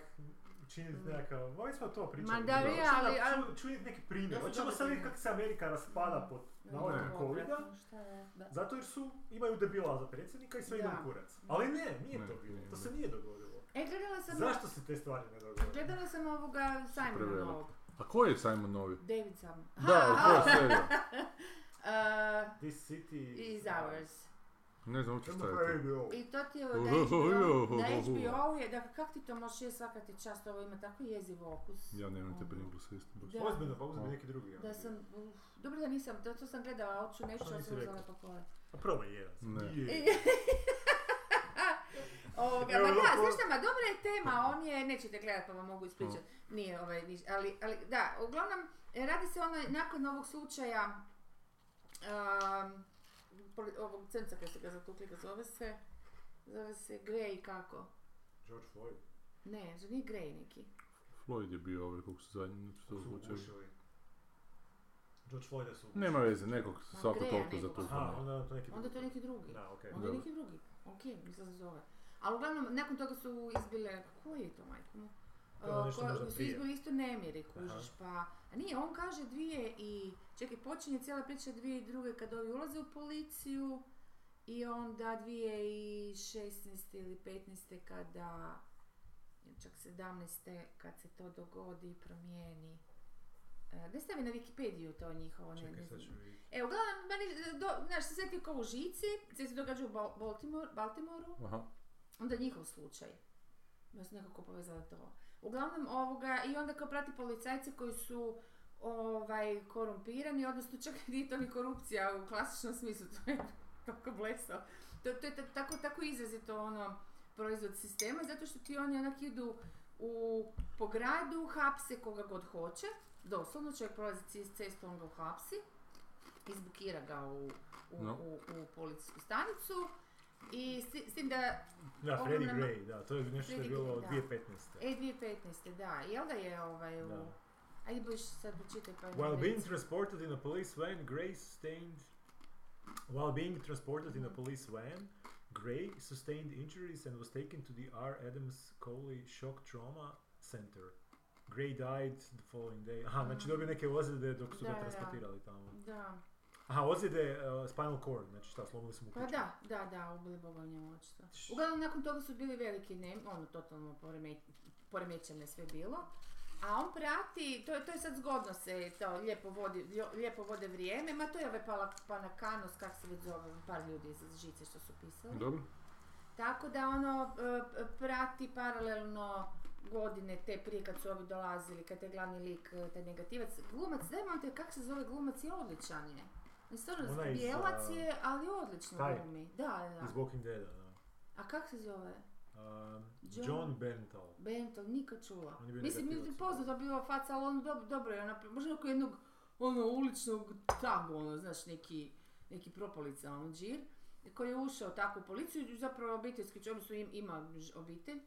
S2: činiti
S1: Mm.
S2: nekakav, ovaj smo to pričali.
S1: Ma da,
S2: Hoće li
S1: ja, ali-
S2: nam
S1: ali-
S2: ču- činiti neki primjer,
S1: Ja sam
S2: hoćemo
S1: dobro
S2: sad vidjeti
S1: primjer.
S2: kako se Amerika raspada pod navodom
S3: Ne.
S2: ovaj covida,
S1: Šta je, da.
S2: zato jer su, imaju debila za predsjednika i sve ide
S1: Da.
S2: u kurac. Ali ne, nije
S3: Ne,
S2: to bilo,
S3: nije,
S2: to
S3: ne.
S2: se nije dogodilo.
S1: E, gledala sam,
S2: Zašto se te stvari ne dogode?
S1: gledala sam ovoga Simona
S3: Prevelik.
S1: novog,
S3: A ko je Simon Novi?
S1: David Simon.
S3: Da,
S1: Ha,
S3: to je
S1: ha.
S3: serija.
S1: Uh,
S2: This city
S1: Is ours.
S2: pa
S3: Ne znam uopće
S2: Čemu
S3: šta je to.
S2: HBO?
S1: I to ti je
S3: Uhu,
S1: na HBO, na
S3: uhu, uhu.
S1: HBO je, da kak ti to možeš je svaka ti čast, ovo ima tako jeziv okus.
S3: Ja nemam te
S1: Ono.
S3: bringu sa istim. baš.
S1: Da.
S2: Ozbiljno, pa uzmi
S3: Da.
S2: neki drugi. ono.
S1: Da sam, uf, dobro da nisam, da to sam gledala, ali ću nešto,
S2: Što
S1: ali
S2: nisi
S1: sam uzela
S2: rekla?
S1: pokole.
S2: A probaj jedan.
S3: Ne.
S2: Je.
S1: Ovoga,
S2: Evo,
S1: ma da,
S2: ovo-
S1: znaš šta, ma dobra je tema, on je, nećete gledat pa vam mogu ispričat, nije ovaj niš, ali, ali da, uglavnom, e, radi se ono, nakon ovog slučaja um, pro- ovog crnca koji su ga zatukli, ga zove se, zove se Grey kako?
S2: George Floyd.
S1: Ne, to nije Grey neki.
S3: Floyd je bio ovaj, kako se zadnji, što
S2: Su
S3: zvuče.
S2: ugušili. George Floyda su ugušili.
S3: Nema veze, nekog
S1: Ma,
S3: svako
S1: Greja
S3: toliko
S1: nekog.
S2: Aha,
S3: zatukano.
S2: onda je to neki
S1: Onda je to neki drugi.
S2: Da, okej.
S1: Onda je
S3: Dobro.
S1: neki drugi. Ok, mislim da se zove. Ali uglavnom, nakon toga su izbile, koji je to majko mu?
S2: To je
S1: Uh,
S2: nešto
S1: ko-
S2: možda
S1: su
S2: prije.
S1: izbili isto nemiri, kužiš, pa... A nije, on kaže dvije i... Čekaj, počinje cijela priča dvije i druge kad ovi ulaze u policiju i onda dvije i 16. ili 15. kada... ili Čak 17. kad se to dogodi i promijeni. E, Ne stavi na Wikipediju to njihovo, ne,
S2: Čekaj,
S1: ne
S2: sad ću
S1: znam.
S2: vidjeti.
S1: E, uglavnom, meni, do, znaš, se sjetio kao u Žici, sve se događa u Bal- Baltimore, Baltimoru,
S3: Aha.
S1: onda njihov slučaj. Ja sam nekako povezala to. Uglavnom, ovoga, i onda kao prati policajce koji su ovaj, korumpirani, odnosno čak nije to ni korupcija u klasičnom smislu, to je tako bleso. To, to je ta- tako, tako izrazito ono, proizvod sistema, zato što ti oni onak idu u, po gradu, hapse koga god hoće, doslovno čovjek prolazi c- cestu, on ga uhapsi, izbukira ga u, u,
S3: No.
S1: u, u policijsku stanicu i s, ti- s tim da
S2: Da, Freddie
S1: Ogromna-
S2: Gray, da, to je nešto što je
S1: Freddie
S2: bilo
S1: Gray,
S2: od
S1: da.
S2: 2015.
S1: E, 2015. da. Jel da je ovaj u...
S2: Da.
S1: Ajde budeš sad pročitaj pa...
S2: While
S1: nam
S2: being
S1: reci.
S2: transported in a police van, Gray sustained. While being transported in a police van, Gray sustained injuries and was taken to the R. Adams Coley Shock Trauma Center. Gray died the following day. Aha, znači dobio neke ozljede dok su
S1: Ah. Da,
S2: ga
S1: da.
S2: transportirali tamo.
S1: Da.
S2: Aha, ozljede uh, spinal cord, znači šta, slomili su mu
S1: Pa
S2: kuću.
S1: da, da, da, ubili Boga u njemu očito. Uglavnom, nakon toga su bili veliki nem, ono, totalno poreme- poremećeno je sve bilo. A on prati, to je, to je sad zgodno se to lijepo vodi, ljo- lijepo vode vrijeme, ma to je ovaj pala, panakanos, kak se već zove, par ljudi iz žice što su pisali.
S3: Dobro.
S1: Tako da ono e, p- prati paralelno godine te prije kad su ovi dolazili, kad je glavni lik, e, taj negativac. Glumac, daj molim te, kako se zove glumac, je odličan je. Mislim, stvarno,
S2: Onaj iz,
S1: bijelac
S2: a,
S1: je, ali odlično
S2: taj.
S1: glumi. Da, da,
S2: Iz
S1: da.
S2: Walking Deada, da.
S1: A kak se zove?
S2: Um,
S1: John-
S2: John Berntal.
S1: Bentov, nikad čula.
S2: On je bio
S1: Mislim,
S2: negativac.
S1: mi poznato bilo faca, ali on dob- dobro je, ona, možda oko jednog ono, uličnog tabu, ono, znaš, neki, neki propolica, ono, džir, koji je ušao tako u policiju, zapravo obiteljski, čovjek su im, ima ž- obitelj,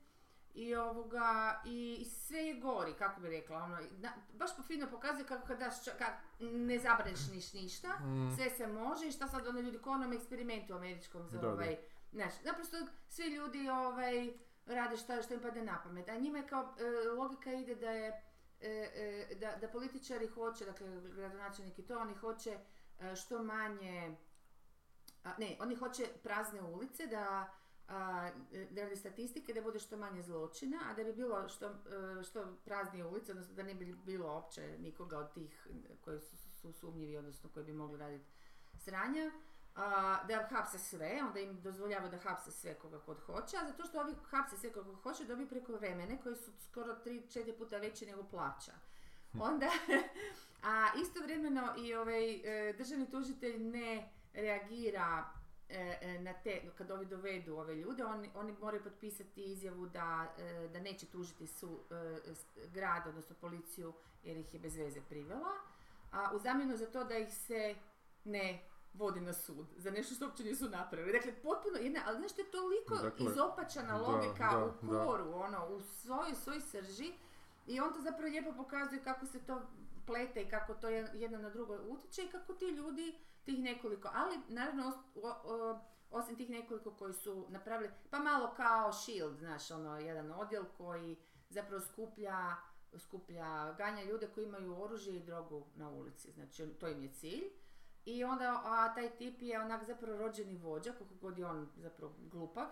S1: i ovoga, i, i sve je gori, kako bi rekla, ono, na- baš po fino pokazuje kako kad daš, ča- kad ne zabraneš niš ništa,
S3: Mm.
S1: sve se može i šta sad ono ljudi, ko onom eksperimentu američkom za
S3: Da, da.
S1: ovaj, znaš, naprosto svi ljudi ovaj, rade šta, što im padne na pamet, a njima je kao, e, logika ide da je, e, e, da, da političari hoće, dakle gradonačelnik i to, oni hoće e, što manje, a, ne, oni hoće prazne ulice da a, e, da radi statistike da bude što manje zločina, a da bi bilo što, e, što praznije ulice, odnosno da ne bi bilo opće nikoga od tih koji su, su sumnjivi, odnosno koji bi mogli raditi sranja, a, da hapse sve, onda im dozvoljavaju da hapse sve koga god hoće, a zato što ovi hapse sve koga hoće dobiju preko vremene koji su skoro 3-4 puta veći nego plaća. Onda, a istovremeno i ovaj e, državni tužitelj ne reagira e, e, na te, kad ovi dovedu ove ljude, oni, oni moraju potpisati izjavu da, e, da neće tužiti su e, s- grad, odnosno policiju, jer ih je bez veze privela, a u zamjenu za to da ih se ne vodi na sud, za nešto što uopće nisu napravili. Dakle, potpuno jedna, ali znaš što je toliko
S3: Dakle,
S1: izopačana
S3: da,
S1: logika u
S3: da, da.
S1: koru, ono, u svojoj, svoj srži, i on to zapravo lijepo pokazuje kako se to plete i kako to je- jedno na drugo utječe i kako ti ljudi, tih nekoliko, ali naravno os- o- o- osim tih nekoliko koji su napravili, pa malo kao Shield, znaš, ono, jedan odjel koji zapravo skuplja, skuplja, ganja ljude koji imaju oružje i drogu na ulici, znači on- to im je cilj. I onda a, taj tip je onak zapravo rođeni vođa, koliko god je on zapravo glupav,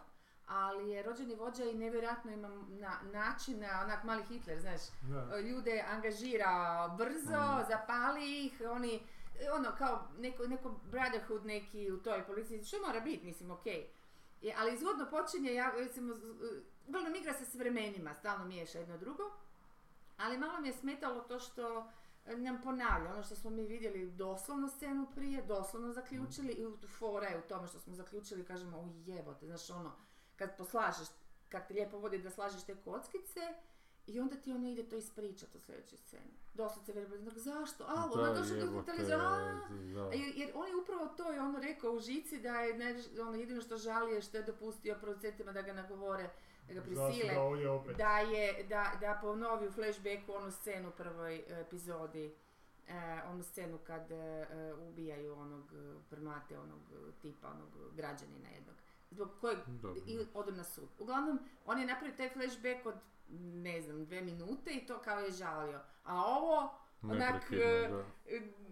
S1: ali je rođeni vođa i nevjerojatno ima na, načina, onak mali Hitler, znaš,
S2: Da.
S1: ljude angažira brzo,
S3: Mm.
S1: zapali ih, oni, ono kao neko, neko brotherhood neki u toj policiji, što mora biti, mislim, okej. Je, ali zgodno počinje, ja, recimo, z- z- uglavnom igra se s vremenima, stalno miješa jedno drugo, ali malo mi je smetalo to što e, nam ponavlja, ono što smo mi vidjeli doslovno scenu prije, doslovno zaključili i u- fora je u tome što smo zaključili, kažemo, u jebote, znaš ono, kad poslažeš, kad te lijepo vodi da slažeš te kockice I onda ti ona ide to ispričati u sljedećoj sceni. Doslovce verbalno, zašto? A,
S3: Da,
S1: ona je došla do
S3: jebote,
S1: televizora, a,
S3: da.
S1: jer, jer on je upravo to je ono rekao u žici da je ne, ono jedino što žali je što je dopustio producentima da ga nagovore, da ga prisile,
S4: Zasluga ovdje opet.
S1: da je da, da ponovi u flashbacku onu scenu u prvoj e, epizodi, e, onu scenu kad e, e, ubijaju onog e, prmate, onog e, tipa, onog građanina jednog, zbog kojeg
S3: Dobro.
S1: i odem na sud. Uglavnom, on je napravio taj flashback od, ne znam, dve minute i to kao je žalio. A ovo, onak,
S3: Neprekidno, da.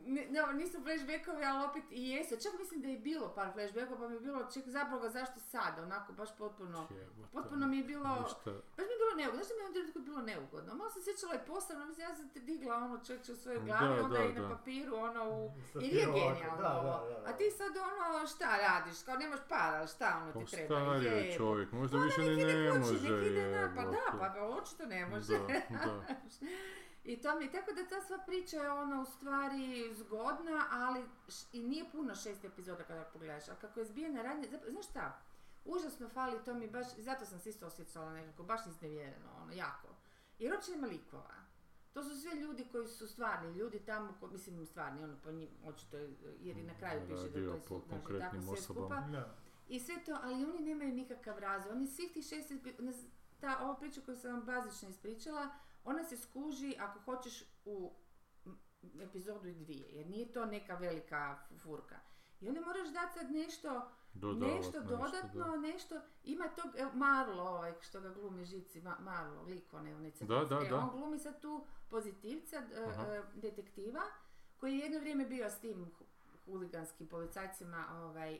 S1: ne, ne, nisu flashbackovi, ali opet i jesu. Čak mislim da je bilo par flashbackova, pa mi je bilo, ček, zapravo ga zašto sad, onako, baš potpuno,
S3: Jebote.
S1: ono, potpuno mi je bilo, baš
S3: Ništa.
S1: mi je bilo neugodno, znaš da mi je u jednom trenutku bilo neugodno, malo sam sjećala i posebno, mislim, ja sam te digla ono čovječe u svojoj glavi,
S3: Da,
S1: onda
S3: da,
S1: i na
S3: da.
S1: papiru, ono u,
S4: Sa
S1: i nije
S4: tim ovako,
S1: genijalno
S4: da,
S1: ovo.
S4: da, da, da.
S1: A ti sad ono, šta radiš, kao nemaš para, ali šta ono
S3: Pa
S1: ti treba,
S3: stario je
S1: jebote.
S3: čovjek, možda
S1: Pa
S3: više
S1: nek
S3: ni
S1: ide
S3: ne
S1: kući,
S3: može.
S1: nek ide na- pa da,
S3: jebote.
S1: pa ga očito ne može.
S3: Da, da.
S1: I to mi je, tako da ta sva priča je ona u stvari zgodna, ali š- i nije puno šest epizoda kada pogledaš, a kako je zbijena radnja, zapravo, znaš šta, užasno fali, to mi baš, zato sam se isto osjećala nekako, baš iznevjereno, ono, jako. Jer uopće nema likova. To su sve ljudi koji su stvarni, ljudi tamo, ko, mislim stvarni, ono, po njim, očito, je- jer i na kraju piše da
S3: Radio
S1: to je
S3: po
S1: su, znaš, i tako
S3: konkretnim
S1: sve
S3: osobama.
S1: skupa.
S4: Da.
S1: I sve to, ali oni nemaju nikakav razvoj. Oni svih tih šest, epi- ne z- ta ova priča koju sam vam bazično ispričala, ona se skuži ako hoćeš u m- epizodu i dvije, jer nije to neka velika fu- furka. I onda moraš dati sad nešto,
S3: Dodavat
S1: nešto dodatno,
S3: da.
S1: nešto, ima tog, evo, Marlo ovaj, što ga glumi žici, Ma- Marlo, lik onaj, onaj crnac.
S3: da,
S1: E,
S3: da.
S1: on glumi sad tu pozitivca, d-
S3: Aha.
S1: e, detektiva, koji je jedno vrijeme bio s tim hu- huliganskim policajcima, ovaj,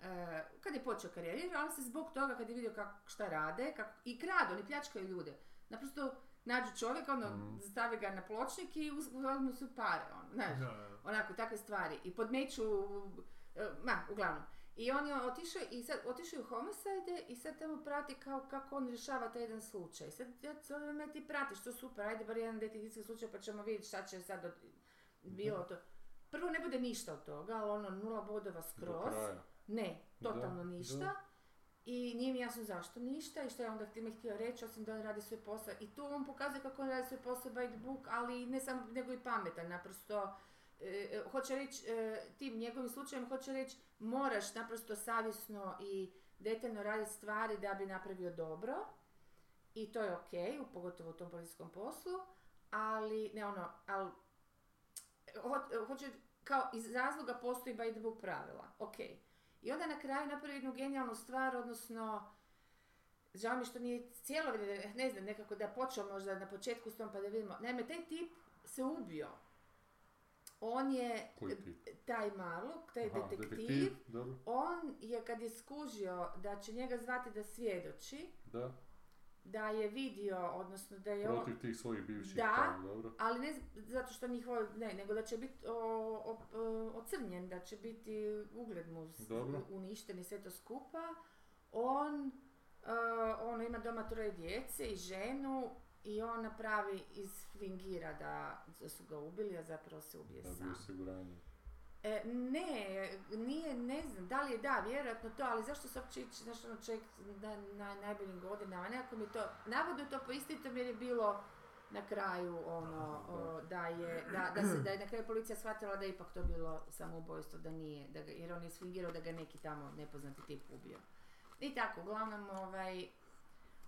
S1: e, kad je počeo karijeru, ali se zbog toga kad je vidio kako, šta rade, kako, i kradu, oni pljačkaju ljude. Naprosto nađu čovjeka, ono,
S3: Mhm.
S1: stavi ga na pločnik i uz- uzmu su pare, ono, znaš
S4: Da.
S1: onako takve stvari i podmeću, e, ma, uglavnom. I on je otišao i sad otišao je u homicide i sad tamo prati kao kako on rješava taj jedan slučaj. Sad ja cijelo vrijeme ti pratiš, to super, ajde bar jedan detektivski slučaj pa ćemo vidjeti šta će sad od... bilo to. Prvo ne bude ništa od toga, ali ono nula bodova
S3: Mhm. Do
S1: skroz.
S3: kraja.
S1: Ne,
S3: Da,
S1: totalno ništa.
S3: da.
S1: I nije mi jasno zašto ništa i što je onda time htio reći, osim da on radi svoj posao. I tu on pokazuje kako on radi svoj posao by the book, ali ne samo, nego i pametan, naprosto. E, e, hoće reći, e, tim njegovim slučajem hoće reći, moraš naprosto savjesno i detaljno raditi stvari da bi napravio dobro. I to je ok, pogotovo u tom policijskom poslu, ali, ne ono, ali, ho- hoću, kao iz razloga postoji by the book pravila, ok. I onda na kraju napravi jednu genijalnu stvar, odnosno, žao mi što nije cijelo vrijeme, ne znam, nekako da je počeo možda na početku s tom pa da vidimo. Naime, taj tip se ubio. On je,
S3: Koji tip?
S1: taj Marluk, taj
S3: Aha,
S1: detektiv,
S3: Dobro,
S1: on je kad je skužio da će njega zvati da svjedoči,
S3: da.
S1: da je vidio, odnosno da je on,
S3: Protiv tih svojih bivših
S1: Da.
S3: tamo, dobro.
S1: ali ne z- zato što njih voli, ne, nego da će biti o- o- o- ocrnjen, da će biti ugled mu s-
S3: Dobro.
S1: uništen i sve to skupa. On, e, ono ima doma troje djece i ženu i on napravi, isfingira da su ga ubili, a zapravo se ubije
S3: Da bi
S1: sam.
S3: osiguranje.
S1: E, ne, nije, ne znam, da li je da, vjerojatno to, ali zašto se uopće ići, znaš, ono čovjek na, na najboljim godinama, nekako mi to, navodno je to po istitom jer je bilo na kraju ono, o, da je, da, da, se, da je na kraju policija shvatila da je ipak to bilo samoubojstvo, da nije, da ga, jer on je sfingirao da ga neki tamo nepoznati tip ubio. I tako, uglavnom, ovaj,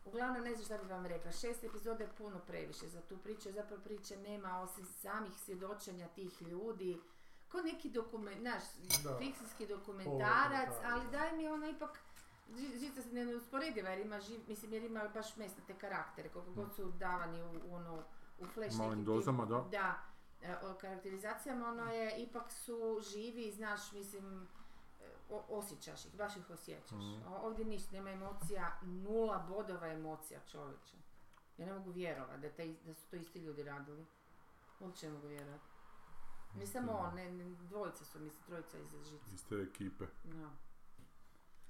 S1: uglavnom ne znam šta bi vam rekla, šest epizoda je puno previše za tu priču, jer zapravo priče nema osim samih svjedočenja tih ljudi, ko neki dokument, znaš,
S4: Da.
S1: fikcijski dokumentarac,
S4: Poludokumentarac,
S1: ali
S4: da.
S1: daj mi ona ipak, ži- žica se ne neusporediva jer ima, živ, mislim, jer ima baš mesnate karaktere, koliko god su davani u, u ono, u flash
S3: Malim
S1: nekim
S3: dozama,
S1: tim-
S3: da.
S1: e, o karakterizacijama, ono je, ipak su živi, znaš, mislim, e, o- osjećaš ih, baš ih osjećaš.
S3: Mhm.
S1: A ovdje ništa, nema emocija, nula bodova emocija čovječe. Ja ne mogu vjerovati da, taj, da su to isti ljudi radili. Uopće ne mogu vjerovati. Ne
S3: Mhm,
S1: samo on, ne, ne, dvojica su, mislim, trojica iz žice.
S3: Iz te ekipe.
S1: No.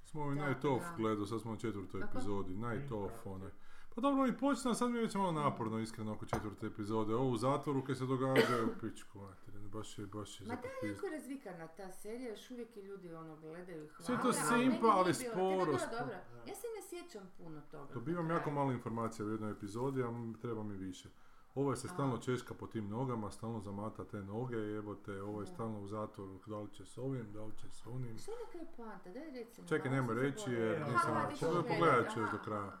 S3: Smo ovaj
S1: Da,
S3: Night Off
S1: da.
S3: gledao, sad smo na četvrtoj
S1: Kako?
S3: epizodi. Night
S4: Mm,
S3: Off,
S4: kako?
S3: onaj. Pa dobro, i počne, a sad mi je već malo naporno, iskreno, oko četvrte epizode. Ovo u zatvoru kad se događa, u pičku, materinu, baš je, baš je
S1: Ma
S3: za
S1: da,
S3: popizdu.
S1: Jako je razvikana ta serija, još uvijek je ljudi ono gledaju i hvale.
S3: Sve to
S1: ali
S3: simpa,
S1: meni nije bilo-
S3: ali sporo,
S1: Tebi je bilo
S3: sporo.
S1: dobro. Ja se ne sjećam puno toga.
S3: Dobivam jako malo informacija u jednoj epizodi, a m- treba mi više. Ovo se
S1: A.
S3: stalno češka po tim nogama, stalno zamata te noge, jebote, ovo je
S1: Da.
S3: stalno u zatvoru, da li će s ovim, da li će s onim.
S1: Što je na kraju poanta? Daj reci mi.
S3: Čekaj,
S1: malo sam
S3: nemoj reći
S1: zaboravila.
S3: jer
S2: Aha,
S3: nisam...
S1: ti ćeš
S2: Pogledaj,
S1: gledat,
S3: Pogledat
S1: aha.
S3: ćeš do kraja.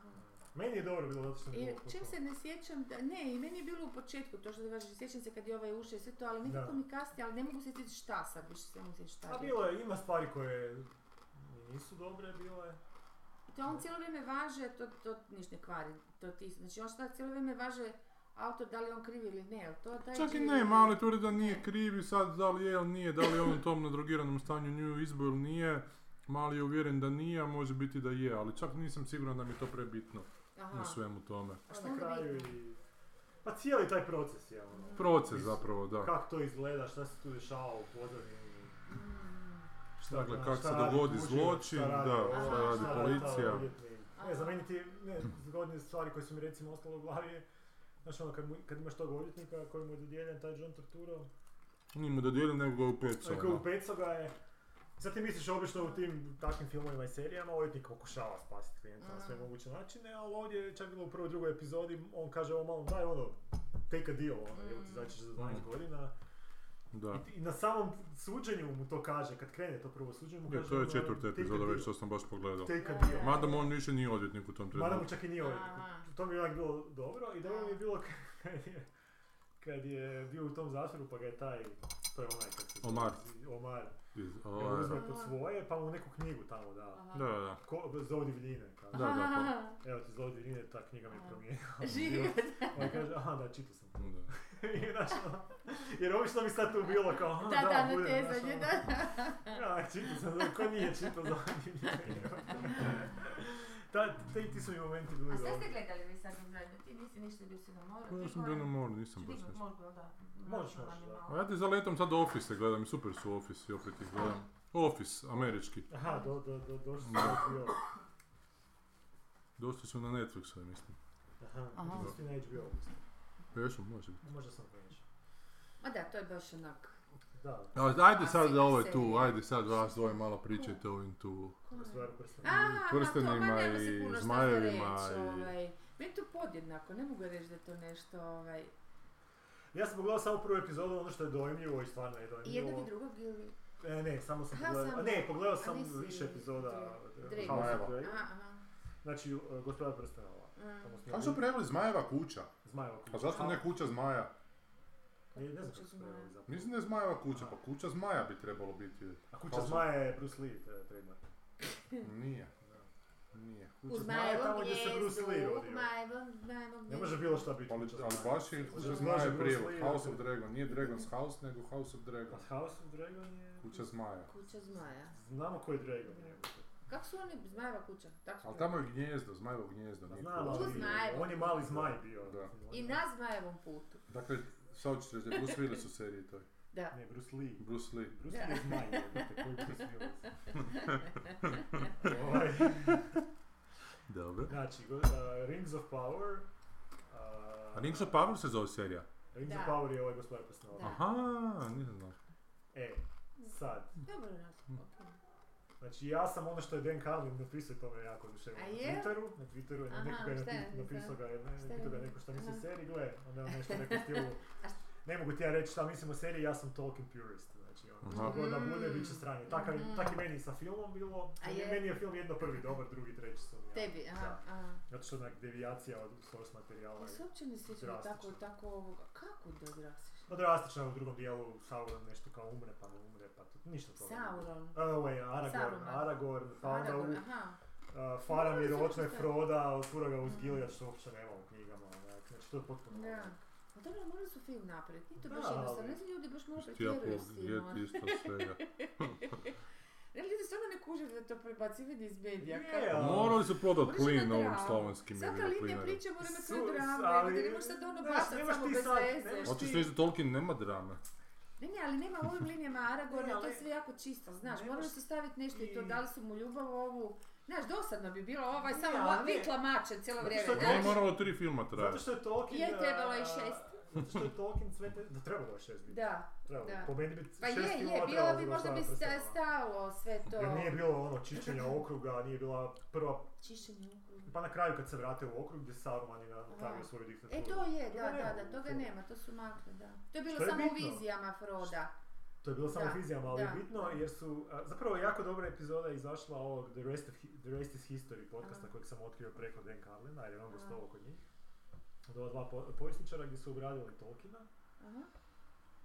S2: Meni je dobro bilo zato što sam
S1: I
S2: glupo
S1: čim
S2: to.
S1: se ne sjećam, da, ne, i meni je bilo u početku, to što kažeš, sjećam se kad je ovaj ušao i sve to, ali nekako
S2: Da.
S1: mi kasnije, ali ne mogu se sjetiti šta sad, više se ne mogu sjetiti šta.
S2: A
S1: je.
S2: bilo je, ima stvari koje mi nisu dobre bile.
S1: To on cijelo vrijeme važe, to, to niš ne kvari, to ti, znači on šta cijelo vrijeme važe auto, da li on kriv ili ne, ali to taj
S3: Čak i
S2: Znači-
S1: živi-
S3: ne, mali tvrdi da nije kriv i sad da li je ili nije, da li je on u tom nadrogiranom stanju nju izbor ili nije. Mali je uvjeren da nije, a može biti da je, ali čak nisam siguran da mi je to prebitno
S1: Aha.
S3: u svemu tome.
S1: A
S2: A
S1: šta
S2: na
S1: onda
S2: kraju
S1: vidimo?
S2: i... Pa cijeli taj proces je ono.
S3: Proces
S2: Mislim,
S3: zapravo, da.
S2: Kako to izgleda, šta se tu dešava u pozadini.
S1: Mm.
S2: Šta,
S3: Dakle,
S2: ono,
S3: kak
S2: šta
S3: se
S2: radi
S3: dogodi
S2: tužilac,
S3: zločin,
S2: šta radi
S3: da,
S2: ovo,
S1: šta radi
S2: taj
S3: policija.
S2: odvjetnik. Ne, za meni ti ne, zgodne stvari koje su mi recimo ostale u glavi je, znaš ono, kad, mu, kad imaš tog odvjetnika kojemu je dodijeljen taj John Torturo,
S3: Nije mu dodijelio nego ga je upecao,
S2: Ako
S3: ono.
S2: u Peco ga je... Sad ti misliš obično u tim takvim filmovima i serijama, odvjetnik pokušava spasiti klijenta na sve
S1: Mm.
S2: moguće načine, ali ovdje je čak bilo u prvoj drugoj epizodi, on kaže ovo malo, daj ono, take a deal, ono, evo ti
S1: Mm.
S2: znači za 12
S3: Mm.
S2: godina.
S3: Da.
S2: I, ti- I na samom suđenju mu to kaže, kad krene to prvo suđenje mu
S3: Je,
S2: kaže
S3: E, to je
S2: ono,
S3: četvrta
S2: take a
S3: epizoda
S2: deal,
S3: već što sam baš pogledao.
S2: Take a
S1: Da,
S2: deal.
S1: da.
S3: Mada mu on više nije odvjetnik u tom
S2: Mada
S3: trenutku.
S2: mu čak i nije ovaj- odvjetnik.
S1: Aha.
S2: To mi je onak bilo dobro i dobro mi je
S1: Da.
S2: bilo kad je, kad je bio u tom zatvoru pa ga je taj, to je onaj kad se...
S3: Omar.
S2: Omar.
S3: Iz-
S2: Ga
S3: ovaj,
S2: uzme pod svoje, pa mu neku knjigu tamo da.
S1: Aha.
S3: Da, da, da.
S2: Ko, zlo divljine. kaže.
S3: Da.
S2: Evo ti zlo divljine, ta knjiga mi je
S1: Aha.
S2: promijenila.
S1: Živio.
S2: On kaže, aha da, čitao sam. to."
S3: Da.
S2: I znaš, ono, jer obično mi sad tu bilo kao, aha,
S1: Da,
S2: da,
S1: da, na
S2: bude, znaš,
S1: tezanje,
S2: ono,
S1: da.
S2: Ja, čitao sam, ko nije čitao zlo divljine. Ta, te, ti su mi momenti bili
S1: A sve ste
S2: dobri.
S1: gledali vi sad u zadnju? Ti nisi ništa bio si na
S2: Pa,
S1: moru?
S3: Ja
S1: ti
S3: sam
S1: gore-
S3: bio na moru, nisam
S1: Ću
S3: baš
S1: dignut
S3: nešto.
S1: možda, da.
S2: Možeš,
S1: Možda
S2: možeš,
S1: vam je
S2: da.
S1: malo.
S3: A ja ti zaletom sad Office gledam i super su Office i opet ih gledam. Office, američki.
S2: Aha, do, do, do, došli su
S3: Da.
S2: do bio.
S3: Dosta su na Netflixu, ja mislim. Pa
S2: Aha,
S1: Aha.
S2: došli su ti na HBO.
S3: Jesu, može biti.
S2: Možda sam pogrešio.
S1: Ma da, to je baš onak.
S2: Da,
S3: A, Ajde
S1: A
S3: sad
S1: sjećam
S3: da ovo
S1: se
S3: je tu,
S1: ja.
S3: ajde sad vas dvoje malo pričajte o ovim tu.
S2: stvar prsta.
S1: A,
S3: prstenima
S1: ma to, ma nema se
S3: i
S1: puno šta za
S3: zmajevima
S1: reći,
S3: i-
S1: Ovaj. Meni to podjednako, ne mogu reći da je to nešto ovaj...
S2: Ja sam pogledao samo prvu epizodu, ono što je dojmljivo i stvarno je
S1: I
S2: dojmljivo.
S1: jednog i drugog ili...
S2: E, ne, samo sam
S1: Aha,
S2: pogledao,
S1: samo.
S2: ne, pogledao sam
S1: nisi
S2: više epizoda
S1: Drake.
S2: e, House of
S3: Zmajeva.
S2: Drake.
S1: Aha, aha.
S2: Znači, e, gospodar prstena ova.
S1: Mm.
S2: Tamo
S3: Kako su
S2: snimali
S3: preveli Zmajeva kuća?
S2: Zmajeva kuća.
S3: Pa zašto ne kuća Zmaja?
S2: Ne, ne znam
S1: Kuća
S2: kako su
S1: zmaja.
S2: preveli zapravo.
S3: Mislim da je Zmajeva kuća, pa kuća Zmaja bi trebalo biti.
S2: A kuća
S3: House of-
S2: Zmaja je Bruce Lee, to je trademark.
S3: Nije. Nije.
S1: Uz
S2: Kuća Zmaja Znači, je tamo
S1: Majevom
S2: gdje se Bruce
S1: gnjezdu,
S2: Lee
S1: u
S2: rodio.
S1: Majevom, Majevom
S2: Ne može
S1: gnjezdu.
S2: bilo šta biti
S3: Ali,
S2: kuća
S3: ali
S2: Zmaja.
S3: baš je kuća
S2: Može
S3: Zmaja je
S2: Bruce
S3: prijevod.
S2: Lee,
S3: House
S2: ali-
S3: of Dragon. Nije Dragon's House, nego House of
S2: Pa
S3: Dragon.
S2: House of Dragon je...
S3: Kuća Zmaja.
S1: Kuća zmaja.
S2: Znamo ko je Dragon, jebote.
S1: Kako su oni zmajeva kuća? Tako su bili.
S3: Ali tamo je gnjezdo, Zmajevo gnjezdo.
S2: Pa
S3: Nije
S2: Znam,
S3: kuća.
S1: Uz
S2: ali
S1: Zmajevu.
S2: on je mali zmaj bio.
S3: Da.
S2: mislim, on
S1: I
S2: je-
S1: na zmajevom putu.
S3: Dakle, šta hoćeš reći, da je Bruce Willis u seriji toj?
S1: Da.
S2: Ne, Bruce Lee.
S3: Bruce Lee.
S2: Bruce
S1: Da.
S2: Lee je zmaj, jebote, koji Bruce Willis. Ovaj,
S3: Dobro.
S2: Znači, go- uh, Rings of Power... uh,
S3: A Rings of Pa- Power se zove serija?
S2: Rings of
S1: Da.
S2: Power je ovaj gospodar prstena ova.
S1: Da.
S3: Aha, nisam znao.
S2: E, sad,
S1: Dobro nas.
S2: Hm.
S1: okej.
S2: Znači ja sam ono što je Dan Carlin napisao i to me jako oduševilo
S1: A
S2: na
S1: je?
S2: Twitteru, na Twitteru je
S1: Aha,
S2: neko ga je
S1: šta je
S2: napi- napisao
S1: napisao?
S2: ga je,
S1: Šta je
S2: pitao ga je
S1: rekao?
S2: neko šta misli o
S1: Aha.
S2: seriji, gle, onda je on nešto rekao u stilu,
S1: A šta-
S2: ne mogu ti ja reći šta mislim o seriji, ja sam Tolkien purist, znači ono,
S3: Aha.
S2: što god da bude,
S1: Mm.
S2: bit će stranje. Takav,
S1: Mhm.
S2: Tak i meni i sa filmom bilo,
S1: A
S2: meni,
S1: je?
S2: meni je film jedno prvi dobar, drugi treći sam ja.
S1: Tebi, aha,
S2: Da.
S1: aha.
S2: Zato što je onak devijacija od source materijala.
S1: Ja
S2: je
S1: se uopće ne sjećam tako,
S2: Drastično.
S1: tako ovoga. Kako da odrastiš?
S2: Pa drastično u drugom dijelu Sauron nešto kao umre pa ne umre pa to, ništa to.
S1: Sauron.
S2: Ovo je E, ovaj, Aragorn,
S1: Saruman.
S2: Aragorn, pa onda u
S1: Aragorn, aha.
S2: Uh, Faramir,
S1: Morali su
S2: oče
S1: učestvovati.
S2: Froda, otvora ga uz
S1: Mhm.
S2: Gilead, što uopće nema u knjigama, onak, znači to je potpuno...
S1: Da.
S2: onak.
S1: A dobro, morali su film napraviti. Nije to
S2: Da,
S1: baš jednostavno.
S2: ali-
S1: Ne znam, ljudi baš malo
S3: Ti ja
S1: pretjeruju s tim. ono.
S3: isto svega.
S1: Ne, ljudi stvarno ne kuže da je to prebacivanje iz medija.
S2: Je,
S1: kako-
S2: ali-
S3: Morali su prodat
S1: Možda
S3: plin
S1: na
S3: ovim
S1: dramu.
S3: slavonskim
S1: Svaka linija
S3: plinarima.
S1: priče mora imati
S2: Su-
S1: svoju dramu,
S2: ali-
S1: ali... ne možeš sad ono
S2: znaš,
S1: bacati
S2: nemaš
S1: samo
S2: ti
S1: bez
S2: sad-
S1: veze.
S2: nemaš
S3: Hoćeš
S2: ti-
S3: reći da Tolkien nema drame?
S1: Ne, ne, ali nema u ovim linijama Aragorna,
S2: Ne,
S1: to je
S2: ali-
S1: sve jako čisto, znaš,
S2: Nemaš-
S1: morali su staviti nešto i to,
S2: i-
S1: dali su mu ljubav ovu Znaš, dosadno bi bilo ovaj samo
S5: Ne,
S1: ja,
S5: ali ne.
S1: vikla mače cijelo
S2: Zato što
S1: vrijeme.
S2: je
S3: Ne
S1: znaš.
S3: moralo tri filma
S2: Zato
S3: trajati.
S2: što je Tolkien...
S1: Je trebalo i
S2: a,
S1: šest.
S2: Zato što je Tolkien sve te... Da, trebalo je šest biti.
S1: Da,
S2: Trebalo.
S1: da.
S2: Po meni bi
S1: pa
S2: šest
S1: je, je,
S2: filmova
S1: bilo
S2: trebalo
S1: bi
S2: za
S1: možda bi
S2: Gospodara
S1: sta-
S2: prstenova.
S1: stalo sve to.
S2: Jer ono nije bilo ono čišćenja okruga, nije bila prva...
S1: Čišćenje okruga.
S2: Pa na kraju kad se vrate u okrug gdje Saruman je napravio
S1: Aha.
S2: svoju diktaturu.
S1: E to je,
S2: Toga
S1: da,
S2: nema
S1: da,
S2: u
S1: da, toga
S2: filmu.
S1: nema, to su makle, da. To je bilo
S2: Što je
S1: samo u
S2: bitno?
S1: vizijama Froda.
S2: To je bilo samo
S1: Da,
S2: u vizijama, ali je
S1: da.
S2: bitno jer su, a, zapravo jako dobra epizoda je izašla ovog The Rest, of, Hi- The Rest is History podcasta
S1: Aha.
S2: kojeg sam otkrio preko Dan Carlina jer je on
S1: Aha.
S2: gostovao kod njih. Od ova dva po- povjesničara gdje su obradili Tolkiena
S1: Aha.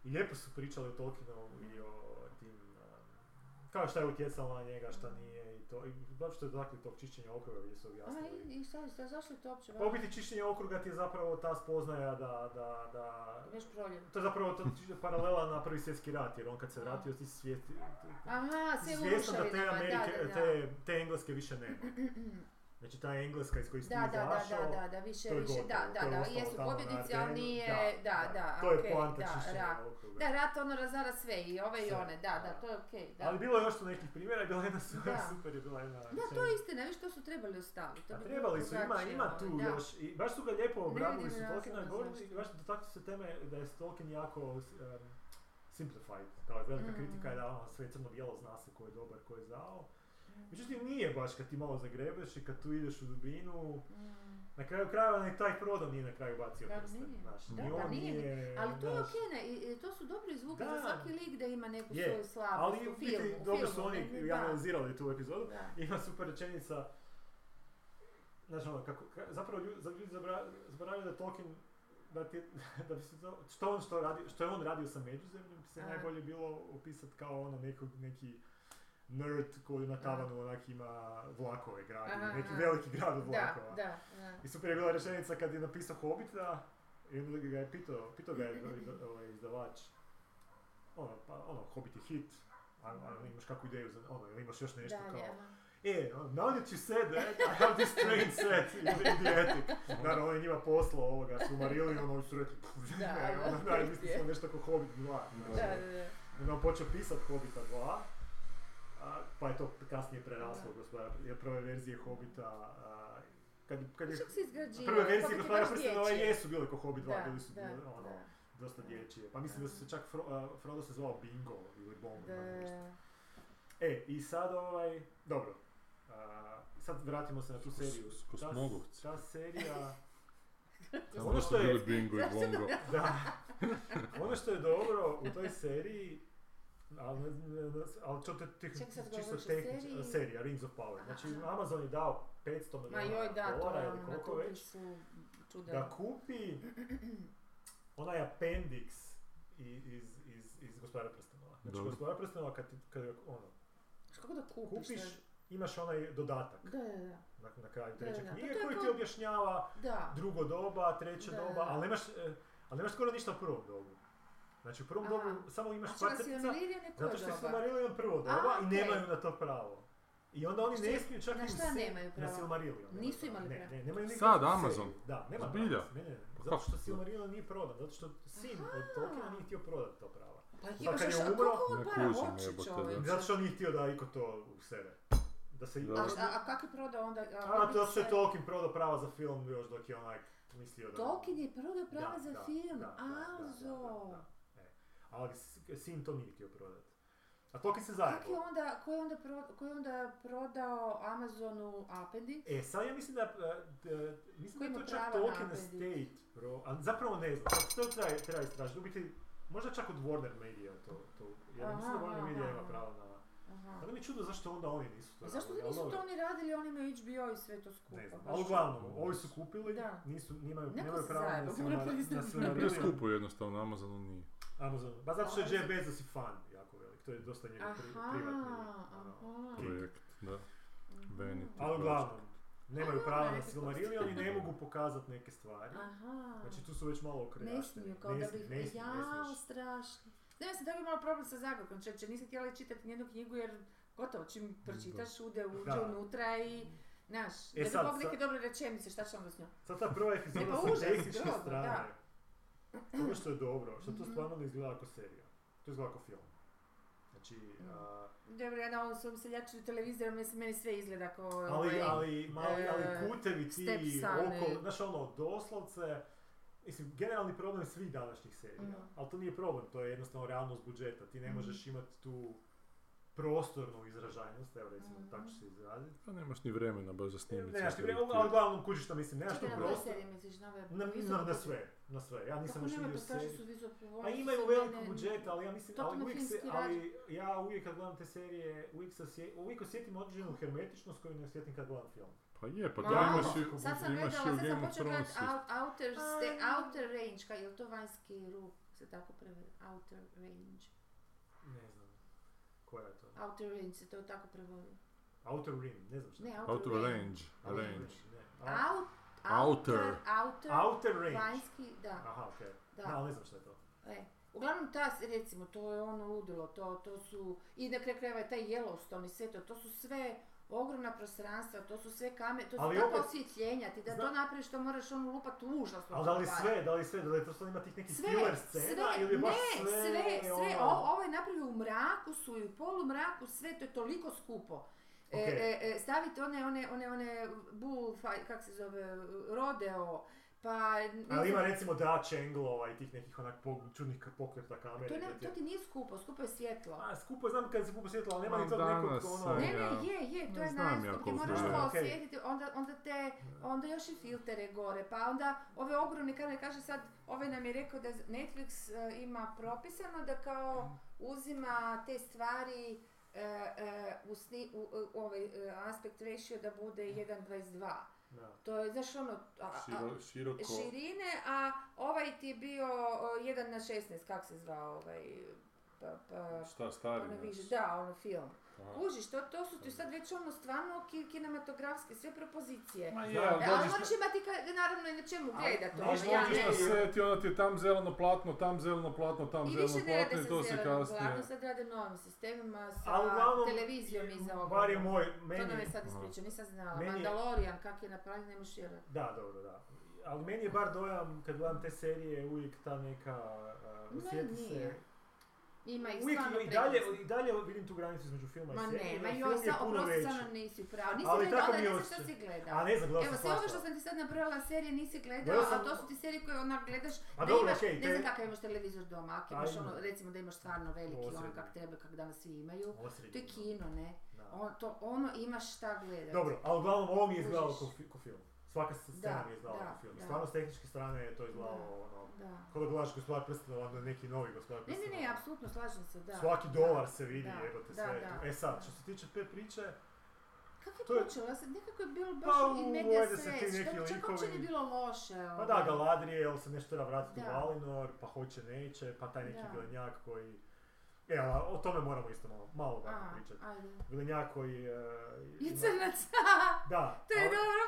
S2: i lijepo su pričali o Tolkienu
S1: Mhm.
S2: i o tim, um, kao šta je utjecalo na njega,
S1: Mhm.
S2: šta nije i to. I baš što je dakle tog čišćenja okruga gdje su
S1: A
S2: objasnili.
S1: i, i šta, šta, zašto je to uopće
S2: Pa u
S1: važno?
S2: biti čišćenje okruga ti je zapravo ta spoznaja da, da, da,
S1: Već proljeće.
S2: to je zapravo to je paralela na prvi svjetski rat, jer on kad se vratio ti si svijeti,
S1: Aha, sve u
S2: svjestan da te,
S1: ruševinama,
S2: Amerike,
S1: da, da, da.
S2: te, te engleske više nema. Znači ta engleska iz koje si ti
S1: Da, da,
S2: izašao,
S1: da, da, da, više,
S2: to je
S1: više,
S2: gotovo,
S1: da,
S2: to
S1: da,
S2: je
S1: da,
S2: ostalo
S1: jesu
S2: tamo na
S1: pobjednici,
S2: Ateni,
S1: ali nije, da, da,
S2: to je
S1: okej,
S2: poanta
S1: da,
S2: čišćenja
S1: rat.
S2: okruga.
S1: Da, rat ono razara sve, i ove i
S2: Sve,
S1: one, da,
S2: da.
S1: da, to je okej, da.
S2: Ali bilo je još tu nekih primjera, i bila je jedna super,
S1: Da.
S2: super je bila jedna
S1: Da, to je istina, viš to su trebali ostaviti. to
S2: A
S1: bi bilo
S2: Pa trebali su, ima,
S1: drugačije,
S2: ima
S1: ovaj,
S2: tu
S1: da.
S2: još, i baš su ga lijepo obradili
S1: vidim
S2: su Tolkiena,
S1: razloga
S2: govorili,
S1: zašto.
S2: i baš dotakli su se teme da je Tolkien jako um, simplified, kao je velika
S1: Mm.
S2: kritika je da ono, sve crno-bijelo zna se ko je dobar, ko je zao.
S1: Mm.
S2: Međutim, nije baš kad ti malo zagrebeš i kad tu ideš u dubinu,
S1: Mm.
S2: na kraju krajeva ni taj Frodo nije na kraju bacio
S1: Da,
S2: prste,
S1: nije.
S2: znaš,
S1: Da,
S2: ni
S1: pa
S2: on
S1: nije.
S2: nije,
S1: Ali to je
S2: znaš.
S1: okej, ne, i- i to su dobro izvukli
S2: Da.
S1: za svaki lik da ima neku
S2: Je,
S1: svoju slabost
S2: Ali u
S1: u
S2: biti
S1: filmu. u
S2: dobro su
S1: filmu, ne, ne,
S2: oni
S1: da.
S2: analizirali tu epizodu.
S1: Da.
S2: Ima super rečenica, znaš ono, kako, ka- zapravo ljudi, ljudi zabra- zaboravljaju da je Tolkien, da, ti, da bi se to, što, on, što, radi, što je on radio sa Međuzemljom bi se
S1: A.
S2: najbolje bilo opisat kao ono nekog, neki nerd koji na tavanu onak ima vlakove gradi,
S1: Aha,
S2: neki
S1: aha.
S2: veliki grad od
S1: Da,
S2: vlakova.
S1: da, da.
S2: I super je bila rečenica kad je napisao Hobbita, i onda ga je pitao, pitao ga je ovaj- ovaj izdavač, ono, pa ono, Hobbit je hit, a, a imaš kakvu ideju za, ono, ili imaš još nešto
S1: Dalje,
S2: kao,
S1: aha.
S2: E, now that you said that, I have this train set in, in the attic. Naravno, on je njima poslao ovoga, su umarili, ono, oni su rekli, "Pff,
S1: Da,
S2: ne,
S1: da,
S2: ono, daj, mi
S1: je.
S2: smo nešto kao Hobbit 2.
S1: Da, da, da.
S2: I onda on počeo pisat Hobbita 2, a, pa je to kasnije preraslo,
S1: Da.
S2: gospodara, jer prve verzije Hobbita, a, kad, kad je...
S1: Čak se izgrađivao,
S2: Prve verzije
S1: Hobbit je
S2: gospodara
S1: baš
S2: prstenova
S1: dječji.
S2: jesu bile kao Hobbit 2,
S1: Da,
S2: bili su
S1: da,
S2: bile, ono,
S1: da.
S2: dosta dječje. Pa mislim da su se čak Fro, a, Frodo se zvao Bingo ili Bongo,
S1: Da.
S2: ili nešto. E, i sad ovaj, dobro, a, sad vratimo se na tu
S3: Kos-
S2: seriju.
S3: s-
S2: Ta-
S3: Kosmogovci.
S2: Ta serija,
S3: Tamo
S2: ono
S3: su
S2: što je,
S3: bili Bingo i Bongo.
S1: Ja,
S2: da, ono što je dobro u toj seriji, ali, ne- ne- ne- ali to je teh-
S1: Ček, sad
S2: čisto
S1: govoriš o
S2: tehnička
S1: seriji?
S2: serija, Rings of Power. Znači,
S1: Aha.
S2: Amazon je dao 500
S1: Ma
S2: milijuna
S1: joj, da, to
S2: dolara
S1: je
S2: ili
S1: ono, na
S2: koliko
S1: tu
S2: već,
S1: su čuda.
S2: da kupi onaj appendix i- iz, iz, iz Gospodara prstenova. Znači,
S3: Dobro.
S2: Gospodara prstenova kad, ti- kad ga, ono,
S1: Znaš, Kako da kupiš?
S2: kupiš,
S1: znaš?
S2: imaš onaj dodatak.
S1: Da, da, da.
S2: na, na kraju
S1: Da,
S2: treće
S1: da, da.
S2: knjige
S1: Pa to je
S2: koji ti
S1: kao-
S2: objašnjava
S1: Da.
S2: drugo doba, treće
S1: Da,
S2: doba,
S1: da.
S2: ali nemaš, e, ali nemaš skoro ništa u prvom dobu. Znači u prvom
S1: Aha.
S2: dobu samo imaš
S1: A
S2: par
S1: čega si
S2: crtica,
S1: Valerija neko
S2: zato što
S1: doba?
S2: su Silmarillion prvo doba i
S1: okej.
S2: nemaju na to pravo. I onda oni ne
S1: Šta-
S2: smiju čak
S1: na
S2: i u
S1: šta
S2: se-
S1: nemaju pravo?
S2: Na Silmarillion. nemaju
S1: Nisu
S2: pravo.
S1: imali
S2: ne,
S1: pravo.
S2: Ne, nemaju nikakvu
S3: Sad
S2: seriju.
S3: Amazon?
S2: Da, nema
S3: Zbilja?
S2: pravo. Ne, ne, ne.
S3: Pa
S2: Zato
S3: kako
S2: što
S3: to?
S2: Silmarillion nije prodan, zato što sin od Tolkiena nije htio prodati to pravo.
S1: Pa
S2: Pa
S1: je,
S2: kad
S1: pa
S2: je
S1: šta,
S2: umro,
S1: koliko on
S3: ne
S1: para
S3: kužim,
S1: hoće
S3: jebote, da.
S1: čovječe?
S2: Zato što nije htio da iko to u sebe. Da se
S3: Da.
S1: A, šta- a kak je prodao onda?
S2: A, to se
S1: se
S2: Tolkien prodao prava za film još dok je onak mislio da...
S1: Tolkien je prodao
S2: Da,
S1: prava za
S2: da,
S1: film,
S2: da, da, da,
S1: Alzo.
S2: da, da, da. E, Ali s- sin to nije htio prodat. A Tolkien se
S1: Kak je
S2: zajebao.
S1: onda, ko je onda, pro- ko je onda prodao Amazonu Appendix?
S2: E, sad ja mislim da, e, d- mislim da
S1: Ko
S2: je
S1: ima
S2: to čak
S1: prava na
S2: Tolkien
S1: Appendix?
S2: Estate, bro, ali zapravo ne znam, to treba, treba istražiti, u biti, možda čak od Warner Media to, to jer
S1: Aha,
S2: mislim da Warner
S1: aha,
S2: Media
S1: aha.
S2: ima pravo na...
S1: Aha.
S2: Ali mi je čudo zašto onda oni nisu to
S1: A zašto
S2: radili,
S1: da
S2: ali
S1: nisu to
S2: dobro,
S1: oni radili, oni imaju HBO i sve to skupa?
S2: ono Ne znam,
S1: baš.
S2: ali uglavnom, ovi su kupili,
S1: Da.
S2: nisu, nemaju,
S1: Neko
S2: nemaju
S1: se
S2: pravo na
S1: zajebao,
S2: Silmar-
S1: moram
S2: na
S1: priznati.
S2: Silmarillion.
S3: Bilo je skupo jednostavno, Amazonu nije.
S1: Ja.
S2: Amazon. Ba zato što je
S1: Amazon.
S2: Jeff Bezos i fan jako velik, to je dosta njegov pri,
S1: Aha,
S2: privatni. ono,
S1: aha. Mhm.
S2: Kick.
S3: Projekt, da. Benito.
S2: Ali uglavnom, nemaju
S1: Aha,
S2: prava na
S1: rekli smo.
S2: Silmarillion i ne mogu pokazati neke stvari.
S1: Aha.
S2: Znači tu su već malo okrejašteni.
S1: Ne smiju, kao da bi...
S2: ne smiju, ne
S1: Jao,
S2: smiješ.
S1: strašno. Znam, ja sam tako imala problem sa Zagorkom, čeče, nisam htjela čitati nijednu knjigu jer gotovo, čim pročitaš, ude, uđe
S2: Da.
S1: unutra i... Znaš,
S2: E
S1: da
S2: sad,
S1: bi Bog
S2: sad-
S1: neke dobre rečenice, šta će onda s njom?
S2: Sad ta prva epizoda
S1: Ne, pa
S2: sa
S1: užas,
S2: tehničke
S1: grozno,
S2: strane. Ono što je dobro, što to
S1: Mhm.
S2: stvarno ne izgleda kao serija. To izgleda kao film. Znači,
S1: Mhm.
S6: Mm.
S2: a,
S1: Dobro, ja na ovom svom seljaču televizoru, mislim, meni sve izgleda kao...
S2: ali,
S1: ovaj,
S2: ali, mali, ali
S1: e,
S2: kutevi
S1: step
S2: ti
S1: son
S2: okolo,
S1: i-
S2: znaš ono, doslovce, mislim, generalni problem svih današnjih serija,
S6: Mhm.
S2: ali to nije problem, to je jednostavno realnost budžeta, ti ne
S6: Mhm.
S2: možeš imati tu prostornu izražajnost, evo recimo,
S6: Mhm.
S2: tako ću se izraziti.
S3: Pa nemaš ni vremena baš za
S2: Ne,
S3: snimiti.
S2: nemaš ti
S3: sve
S2: vre-
S3: te-
S2: ali uglavnom kužiš što mislim, nemaš tu
S6: Čekaj, na koje
S2: prostor.
S6: serije misliš? Na, ove
S2: Na, na,
S6: visoko
S2: na
S6: budžet-
S2: sve, na sve. Ja nisam
S6: Kako
S2: još
S6: nema,
S2: vidio
S6: pa kažu
S2: seriju.
S6: su visoko
S2: Pa
S6: oni
S2: imaju
S6: su
S2: veliki
S6: mene-
S2: budžet, ali ja mislim, ali
S6: totalno
S2: uvijek se,
S6: filmski
S2: ali ja uvijek kad gledam te serije, uvijek, se osje, uvijek osjetim određenu hermetičnost koju ne osjetim kad gledam film.
S3: Pa je, pa
S1: Ma,
S3: da imaš i,
S1: Sad sam gledala,
S3: imaš i u
S1: sad sam
S3: Game of
S1: počela gledati
S3: Thronesu.
S1: out, outer, ste,
S6: A.
S1: outer Range, kaj je li to vanjski rub, se tako prevede, Outer Range.
S2: Ne znam. Koja je to?
S1: Outer Range se to tako prevodi.
S2: Outer Rim, ne znam šta.
S1: Ne,
S2: je.
S1: Outer,
S3: Outer Range.
S2: Outer Rim,
S3: Range.
S2: ne. A-
S1: Out,
S3: Outer.
S1: outer, outer,
S2: Outer Range.
S1: vanjski, da,
S2: Aha, okej.
S1: da.
S2: Da, ali ne znam šta je to.
S1: E, uglavnom ta, s- recimo, to je ono ludilo, to, to su, i na kraju krajeva je taj Yellowstone i sve to, to su sve ogromna prostranstva, to su sve kamere, to su
S2: Ali
S1: takva
S2: opet-
S1: osvjetljenja, ti da
S2: Zna-
S1: to napraviš, to moraš ono lupati užasno.
S2: Ali da li
S1: stvari.
S2: sve, da li sve, da li to sad ima tih nekih
S1: Sve,
S2: filler scena
S1: sve,
S2: ili je baš
S1: ne,
S2: sve,
S1: sve, sve,
S2: ono-
S1: o- ovo je napravio u mraku su i u polumraku, sve to je toliko skupo. E,
S2: Okej.
S1: e, e, stavite one, one, one, one, bull, fi- kak se zove, rodeo, pa... ne
S2: Ali
S1: znam,
S2: ima recimo Dutch angle-ova i tih nekih onak po- čudnih pokreta kamere.
S1: to, ne-
S2: gdje ti-
S1: to ti nije skupo, skupo je svjetlo.
S2: A, skupo je, znam kad se skupo sjetila, ali nema
S3: Ma,
S2: ni tog nekog
S3: danas,
S2: ono...
S1: Ne,
S3: e, Ja,
S1: ne, je, je, to
S3: ne
S1: je
S3: znam ja
S1: nastup gdje
S3: koliko
S1: moraš
S2: je.
S1: to
S2: Okej.
S1: osjetiti, onda, onda te, onda još i filtere gore, pa onda ove ogromne kamere, kaže sad, ovaj nam je rekao da Netflix e, ima propisano da kao uzima te stvari e, e, u, sni, u, u- ovaj e, aspect ratio da bude 1.22.
S2: Da.
S1: To je, znaš ono, a, a-
S3: Širo- široko.
S1: širine, a ovaj ti je bio o, 1 na 16, kak se zvao ovaj, pa, pa,
S3: Šta stari?
S1: ono
S3: naš?
S1: više, da, ono film.
S3: Aha.
S1: Kužiš, to, to su ti sad već ono stvarno ki- kinematografske sve propozicije.
S3: Ma
S2: Da,
S3: je,
S2: ali
S3: ali
S1: E, ali
S3: dođeš
S1: moraš imati ka- naravno i na čemu
S2: Pa Ali
S1: gledat to.
S2: možeš
S1: ono, ja
S2: doći
S1: ne-
S3: na set i onda ti je tam zeleno platno, tam zeleno platno, tam
S1: I
S3: zeleno
S1: više ne
S3: platno
S1: rade
S3: i
S1: sa
S3: to se
S1: zelenom
S3: kasnije.
S1: planu, sad rade novim sistemima, sa
S2: Ali uglavnom,
S1: televizijom
S2: je-
S1: iza
S2: Bar je
S1: ovoga.
S2: moj,
S1: To nam
S2: meni...
S1: je sad
S3: Aha.
S1: ispričao, nisam znala.
S2: Meni je-
S1: Mandalorian, kak je napravljen, ne možeš vjerovati.
S2: Da, dobro, da. Ali meni je bar dojam, kad gledam te serije, uvijek ta neka... Uh,
S1: Ne,
S2: osjeti se...
S1: nije. Ima ih
S2: Uvijek
S1: stvarno
S2: i dalje,
S1: prekrasno.
S2: i dalje vidim tu granicu između filma i
S1: Ma
S2: serije.
S1: ne, ma
S2: jer
S1: joj,
S2: film je
S1: sa,
S2: puno
S1: oprosti
S2: veći.
S1: samo nisi pravo. Nisi
S2: Ali
S1: gledala,
S2: tako mi je
S1: ne znam šta
S2: osjećaj.
S1: si gledala.
S2: A ne znam, gledao
S1: Evo,
S2: sam
S1: sve ovo što
S2: svašta.
S1: sam ti sad nabrojala serije nisi gledala,
S2: Gledao sam-
S1: a to su ti serije koje onak gledaš,
S2: A
S1: da
S2: dobro,
S1: imaš,
S2: okej,
S1: ne znam
S2: te-
S1: kakav imaš televizor doma, ako
S2: A,
S1: imaš
S2: imam.
S1: ono, recimo da imaš stvarno veliki, ono
S2: Osrednji.
S1: kak treba, kak danas svi imaju. To je
S2: Osrednji,
S1: kino, ne?
S2: da.
S1: On, to, ono imaš šta gledati.
S2: Dobro, ali uglavnom ovo mi je izgledalo
S1: Kužiš.
S2: ko, fi- ko film. Svaka se scena
S1: Da,
S2: mi je izgledala
S1: da,
S2: ko film.
S1: da.
S2: Stvarno, s tehničke strane je to izgledalo
S1: Da.
S2: ono...
S1: Da.
S2: Kao da gledaš gospodar prstenova, onda neki novi gospodar
S1: Ne,
S2: prstenova.
S1: ne, ne, apsolutno slažem se, da.
S2: Svaki
S1: Da.
S2: dolar se vidi,
S1: Da,
S2: jebote,
S1: da,
S2: sve je
S1: da.
S2: tu. E sad, što se tiče te priče,
S1: Kako je
S2: To je-
S1: počelo? Ja sam- nekako je bilo baš
S2: Pa,
S1: i
S2: uvode
S1: medija
S2: se
S1: sres,
S2: ti neki
S1: što čak uopće
S2: likovi.
S1: nije bilo loše.
S2: pa
S1: ovaj.
S2: da, Galadriel se nešto treba vratiti u
S1: Da.
S2: Valinor, pa hoće neće, pa taj neki
S1: Da.
S2: vilenjak koji... E, ali o tome moramo isto malo, malo
S1: A,
S2: vam pričati.
S1: ajde.
S2: Vilenjak koji... e,
S1: I
S2: ima-
S1: crnac,
S2: Da,
S1: to je
S2: ali,
S1: dobro.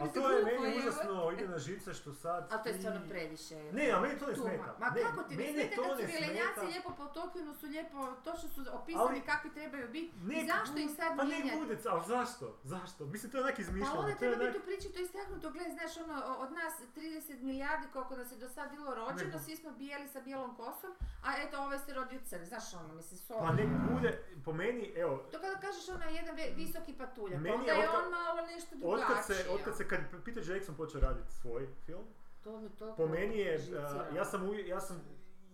S2: ali to je
S1: glupo,
S2: meni
S1: jebote.
S2: užasno, ide na živce što sad
S1: Ali to je
S2: ti-
S1: stvarno previše.
S2: Ne, a meni to ne
S1: Tuma.
S2: smeta.
S1: Ma
S2: Ne,
S1: kako ti ne
S2: meni
S1: smeta
S2: to
S1: kad
S2: ne
S1: su vjelenjaci
S2: smeta.
S1: lijepo po Tokinu su lijepo, točno su opisani
S2: Ali-
S1: kakvi trebaju biti.
S2: Nek-
S1: zašto ih sad
S2: Pa ne
S1: mijenjati?
S2: bude, ali zašto? Zašto? Mislim, to je onak
S1: Pa
S2: izmišljeno.
S1: onda
S2: to je
S1: treba
S2: onak-
S1: biti u priči to istaknuto, gle, znaš, ono, o- od nas 30 milijardi koliko nas je do sad bilo rođeno,
S2: Nego.
S1: svi smo bijeli sa bijelom kosom, a eto, ovaj se rodio crn, znaš ono, mislim, sorry.
S2: Pa nek bude, po meni, evo,
S1: To kada kažeš ono jedan ve- visoki patuljak,
S2: Meni je
S1: onda je
S2: otkad-
S1: on malo nešto ono. drugačiji.
S2: Otkad se, otkad se kad Peter Jackson počeo raditi svoj film,
S1: to mi to
S2: po meni je,
S1: živciralo.
S2: uh, ja sam, uvijek- ja sam,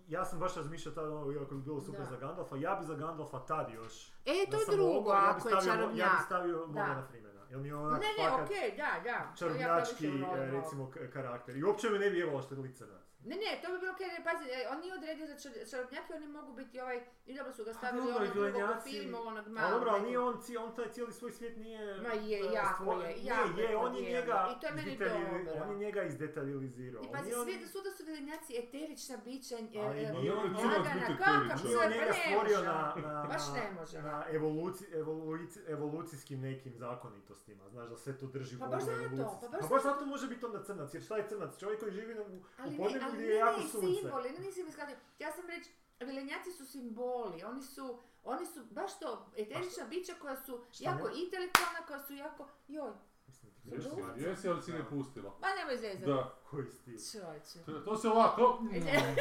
S2: ja sam baš razmišljao tada, ono, iako bi bilo super
S1: Da.
S2: za Gandalfa, ja bi za Gandalfa tad još.
S1: E, to
S2: da
S1: je
S2: sam
S1: drugo,
S2: mogao, ja bi
S1: ako je
S2: stavio- Ja
S1: čarobnjak.
S2: bi stavio Morgana Freemana, jer mi je onak
S1: Ne, ne,
S2: fakat
S1: okej, da, da. to ja
S2: čarobnjački,
S1: previše volim
S2: e,
S1: ovo.
S2: recimo, k- karakter. I uopće me ne bi jevalo što je licanac.
S1: Ne, ne, to bi bilo okej, ne, pazi, e, on nije odredio za čar- čarobnjake, oni mogu biti ovaj, i dobro su ga stavili
S2: dobro,
S1: onog ono
S2: i
S1: drugog u
S2: Vilenjaci.
S1: filmu, onog malog.
S2: A dobro, ali
S1: nekog-
S2: nije on, cijel- on taj cijeli svoj svijet nije...
S1: Ma je,
S2: e,
S1: jako
S2: stvo-
S1: je,
S2: nije,
S1: jako je
S2: je, on je
S1: podijelio.
S2: njega
S1: I to je meni
S2: izdetaljili-
S1: dobro.
S2: on je njega izdetaljizirao.
S1: I pazi,
S2: Nije on-
S1: sve, svuda su vilenjaci eterična bića, e,
S2: Ali
S1: e,
S2: nije
S3: Ali
S2: on-
S3: on je
S2: Lagana,
S1: lagana,
S3: crnac biti
S1: kakav
S2: Nije
S3: teričar.
S1: sve,
S2: on
S1: pa
S2: njega
S1: ne
S2: stvorio
S1: može.
S2: na, na,
S1: Baš ne
S2: na-
S1: može.
S2: na evoluci, evoluci- evolucijskim nekim zakonitostima, znaš da sve to drži
S1: Pa
S2: vodu
S1: baš zato,
S2: evolucijski.
S1: pa baš
S2: pa baš
S1: zato.
S2: zato može biti onda crnac, jer šta je crnac? Čovjek koji živi na- u,
S1: Ali
S2: u
S1: ne,
S2: podnebu
S1: ali
S2: gdje
S1: ne,
S2: je jako
S1: ne,
S2: sunce.
S1: simboli, ne, nisi mi shvatio. Ja sam reći, vilenjaci su simboli, oni su, oni su baš to eterična bića koja su
S2: Šta
S1: jako
S2: ne?
S1: intelektualna, koja su jako, joj,
S2: Mislim, ti
S3: Jesi, jesi, ali si ne pustila.
S1: Ma nemoj zezati.
S3: Da,
S2: Koji stil?
S1: Čovječe.
S3: to, to se ovako...
S1: E,
S3: mm,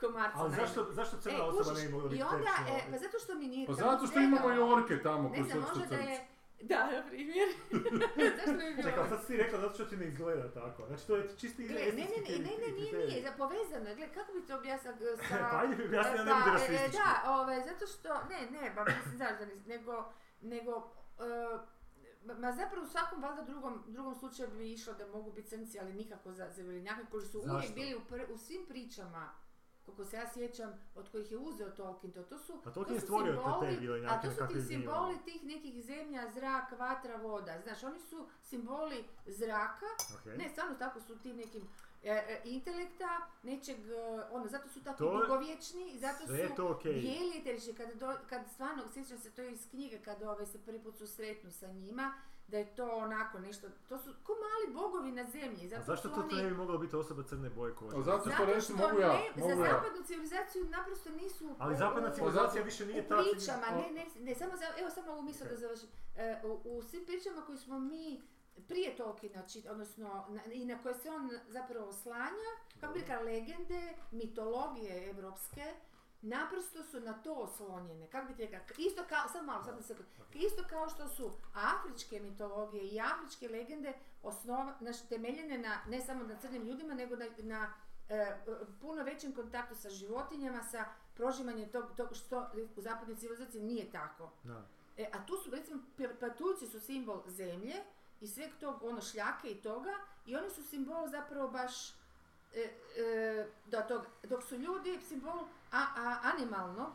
S1: Komarca
S2: Ali
S1: najbolje.
S2: zašto, zašto
S1: E,
S2: crna osoba
S1: kužiš,
S2: ne bi mogla biti
S1: I onda,
S2: tekstualna?
S1: e, pa zato što mi nije
S3: Pa
S1: tamo
S3: zato što
S1: sve
S3: imamo
S1: dao.
S3: Jorke tamo
S1: Ne
S3: koji
S1: znam,
S3: srpsko
S1: možda da
S3: crce.
S1: je... Da, na primjer. Zašto bi bilo?
S2: Čekaj, sad si rekla zato što ti ne izgleda tako. Znači to je čisti
S1: Gle, E, ne, ne,
S2: estetski
S1: ne, ne, ne, nije,
S2: kriterij.
S1: nije, za- povezano je, gle, kako bi to objasnila g- sa...
S2: Pa ajde mi objasni, ja ne
S1: Pa,
S2: budu
S1: e,
S2: rasistički.
S1: Da, ovaj, zato što, ne, ne, ba, mislim, znaš da nis- nego, nego, e, ma- ma zapravo u svakom valjda drugom, drugom slučaju bi išlo da mogu biti crnci, ali nikako za zemeljinjake koji su
S2: Zašto?
S1: uvijek bili u, pr- u svim pričama koliko se ja sjećam, od kojih je uzeo Tolkien to, to su,
S2: A Pa Tolkien je
S1: su
S2: stvorio te- te
S1: simboli-
S2: vilenjake,
S1: a to su
S2: kako
S1: ti
S2: ih zivamo.
S1: simboli tih nekih zemlja, zrak, vatra, voda. Znaš, oni su simboli zraka,
S2: Okej.
S1: ne, stvarno tako su ti nekim e, e, intelekta, nečeg, e, ono, zato su tako
S2: To je-
S1: dugovječni i zato
S2: Sve je
S1: su
S2: to okej.
S1: bijeli eterični, kad, do, kad stvarno, sjećam se to iz knjige, kad ove se prvi put susretnu sa njima, da je to onako nešto, to su ko mali bogovi na zemlji, zato
S2: A zašto
S1: su
S2: to
S1: oni...
S2: ne bi mogla biti osoba crne boje kože?
S3: A Pa zato što
S1: Zato
S3: reći
S1: što
S3: mogu ja,
S1: ne-
S3: mogu
S1: za
S3: ja. Pa
S1: zapadnu civilizaciju naprosto nisu...
S2: Ali
S1: u-
S2: zapadna
S1: u-
S2: civilizacija više Znači, nije
S1: u
S2: ta...
S1: pričama, ne, ne, ne, samo za, evo samo ovu misao da završim. E, u, u svim pričama koje smo mi prije Tolkiena čit, odnosno na- i na koje se on zapravo oslanja, kako pa bi rekla, legende, mitologije evropske, naprosto su na to oslonjene. Kako bi ti rekla, isto kao, sad malo, sad se, isto kao što su afričke mitologije i afričke legende osnova, naš, temeljene na, ne samo na crnim ljudima, nego na, na e, e, puno većem kontaktu sa životinjama, sa prožimanjem tog, tog što u zapadnoj civilizaciji nije tako.
S2: Da.
S1: E, a tu su, recimo, pe- patuljci su simbol zemlje i sveg tog, ono, šljake i toga, i oni su simbol zapravo baš, e, e, da tog, dok su ljudi simbol a, a, animalnog,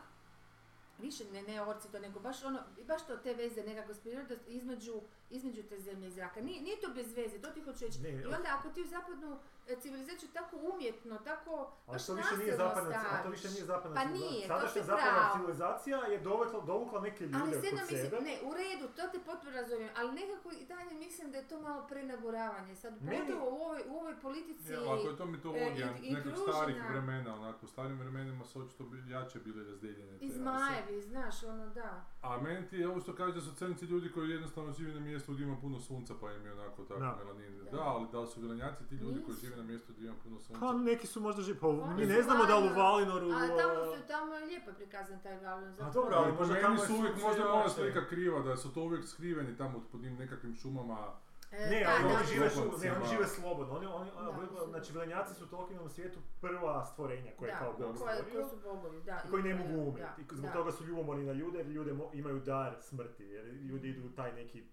S1: više ne, ne orci to, nego baš ono, baš to te veze nekako s prirodom između, između te zemlje i zraka. Nije, nije to bez veze, to ti hoću reći.
S2: Ne,
S1: I
S2: ok.
S1: onda ako ti u zapadnu e, civilizaciju tako umjetno, tako
S2: Ali
S1: baš
S2: to više
S1: nasilno
S2: nije zapadna, a to
S1: staviš.
S2: više nije zapadna
S1: Pa
S2: civilizacija.
S1: nije, to
S2: Sadašnja
S1: si
S2: zapadna
S1: pravo.
S2: civilizacija je dovukla, dovukla neke ljude
S1: Ali sve
S2: kod
S1: jedno
S2: sebe.
S1: mislim, ne, u redu, to te potpuno razumijem, ali nekako i dalje mislim da je to malo prenaguravanje. Sad,
S2: Meni-
S1: pogotovo u ovoj, u ovoj politici...
S3: Ja, ako je to mitologija
S1: i- i
S3: nekog
S1: kružna.
S3: starih vremena, onako, u starim vremenima su očito bi- jače bile razdijeljene te
S1: I
S3: rase.
S1: zmajevi, znaš, ono, da.
S3: A meni ti je ovo što kaže da su crnci ljudi koji jednostavno žive na mjestu gdje ima puno sunca pa im je onako tako
S2: Da.
S3: melanin.
S1: Da.
S3: Da, ali da li su vilenjaci ti ljudi koji
S1: Nisu.
S3: žive na mjestu gdje ima puno sunca?
S2: Pa neki su možda živi, pa mi
S1: Oni
S2: ne
S1: su
S2: znamo da li u
S1: Valinoru.
S2: Valinoru...
S1: A tamo,
S2: a,
S1: su, tamo je lijepo prikazan taj Valon.
S2: A dobro, ali
S3: po
S2: možda
S3: meni
S2: tamo je
S3: su uvijek
S2: sunce
S3: možda
S2: jače.
S3: moja slika kriva, da su to uvijek skriveni tamo pod tim nekakvim šumama.
S1: E,
S2: Ne, ali
S3: da,
S2: oni
S3: da.
S2: žive, su, ne,
S3: Slobodcima.
S2: oni žive slobodno. Oni, oni,
S1: Da,
S2: a, znači, vilenjaci su u Tolkienovom svijetu prva stvorenja koje je kao Bog
S1: koje,
S2: stvorio.
S1: koje su bogovi, da.
S2: i koji ne
S1: i-
S2: mogu
S1: da,
S2: umrijeti. I zbog
S1: da.
S2: toga su ljubomorni na ljude, jer ljude mo- imaju dar smrti, jer ljudi idu u taj neki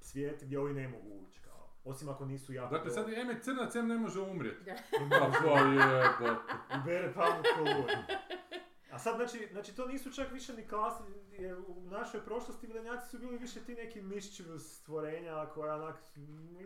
S2: svijet gdje ovi ne mogu ući, kao. Osim ako nisu jako...
S3: Dakle, sad je Eme crnac, Em ne može umrijeti.
S1: Da.
S3: Pa pa jebote.
S2: I bere pamet ko lud. A sad, znači, znači, to nisu čak više ni klasi, jer u našoj prošlosti vilenjaci su bili više ti neki mischievous stvorenja koja onak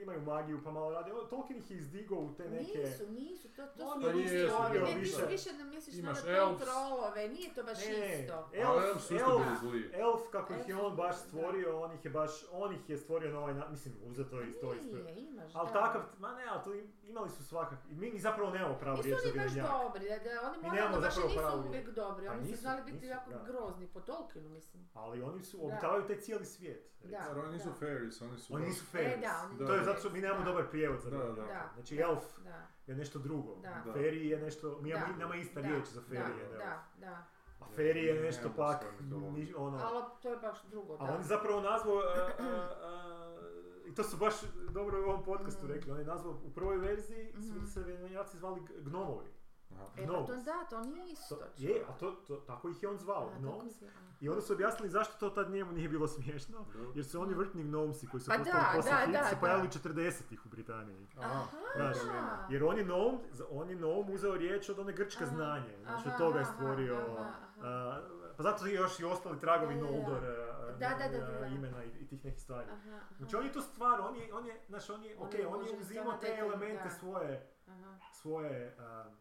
S2: imaju magiju pa malo rade. O, Tolkien ih je izdigao u te neke...
S1: Nisu, nisu, to, to
S2: Oni
S1: su
S3: nisu bio
S1: Ne,
S2: više.
S1: više, više nam misliš na
S3: Imaš
S1: to
S3: elves.
S1: trolove, nije to baš
S2: Ne, e,
S1: isto.
S2: elf,
S3: Ali Em su isto
S2: elf,
S3: bili zli.
S2: Elf, kako ih je
S1: Elf,
S2: on baš
S1: da.
S2: stvorio, on ih je baš, on ih je stvorio na ovaj način, mislim, uzeto je iz to ispred.
S1: Pa Nije, imaš,
S2: Ali
S1: da.
S2: takav, ma ne, ali to im- imali su svakak, i mi ni zapravo nemamo pravo riječ
S1: Nisu
S2: za
S1: oni baš
S2: vilenjaka.
S1: dobri, da, da oni
S2: Mi
S1: moralno
S2: nemamo
S1: baš i
S2: zapravo pravu
S1: nisu
S2: riječ.
S1: uvijek dobri,
S2: Pa
S1: oni su
S2: nisu,
S1: znali biti
S2: nisu,
S1: jako
S2: da.
S1: grozni po Tolkienu, mislim.
S2: Ali oni su,
S1: Da.
S2: obitavaju taj cijeli svijet.
S1: Da.
S3: Jer oni nisu
S1: Da.
S3: fairies, oni su...
S2: Oni nisu fairies.
S1: E, da, oni
S2: To je
S3: nisu
S2: zato što mi nemamo
S1: fairies, da.
S2: dobar prijevod za
S3: Da, da.
S2: vilenjaka.
S1: Da.
S2: Znači elf
S1: Da,
S2: je nešto drugo.
S1: Da.
S3: Da.
S2: Fairy je nešto, mi imamo-
S1: Da.
S2: nama je ista
S1: da,
S2: riječ za
S1: da,
S2: fairy. jel?
S1: da, da.
S2: A fairy je
S3: Ne,
S2: nešto
S3: nemamo
S2: pak,
S3: svoju mitologiju.
S2: niž- ono,
S1: Ali to je baš drugo,
S2: A on
S1: da.
S2: je zapravo nazvao, e, e, e, i to su baš dobro u ovom podcastu
S1: Mm.
S2: rekli, on je nazvao, u prvoj verziji
S1: Mhm.
S2: su se venjaci zvali g- gnomovi.
S3: Aha.
S1: E, pa
S2: no.
S1: to da, to nije isto.
S2: To, je,
S1: čovječe.
S2: a to, to- tako ih je on
S1: A,
S2: zvao,
S1: tako
S2: gnomi.
S1: se- a.
S2: I onda su objasnili zašto to tad njemu nije bilo smiješno, jer su oni vrtni gnomsi koji su
S1: Pa
S2: postali
S1: da,
S2: poslije
S1: da,
S2: hit,
S1: da,
S2: se
S1: da.
S2: pojavili 40-ih u Britaniji.
S3: Aha.
S2: Znaš,
S1: Aha.
S2: jer on je noum, on je noum uzeo riječ od one grčke
S1: Aha.
S2: znanje, znači od
S1: Aha,
S2: toga je
S1: aha,
S2: stvorio,
S1: aha, aha.
S2: a, pa zato su još i ostali tragovi
S1: Da, da, da.
S2: Noldor a,
S1: Da, da, da,
S2: a,
S1: da, da.
S2: imena i, i tih nekih stvari.
S1: Aha, aha,
S2: Znači on je to stvar, on je, on je, znaš, on je,
S1: On
S2: ok,
S1: je
S2: on je
S1: uložen
S2: uzimao
S1: samo
S2: te
S1: detalj,
S2: elemente
S1: da.
S2: svoje,
S1: aha.
S2: svoje, um,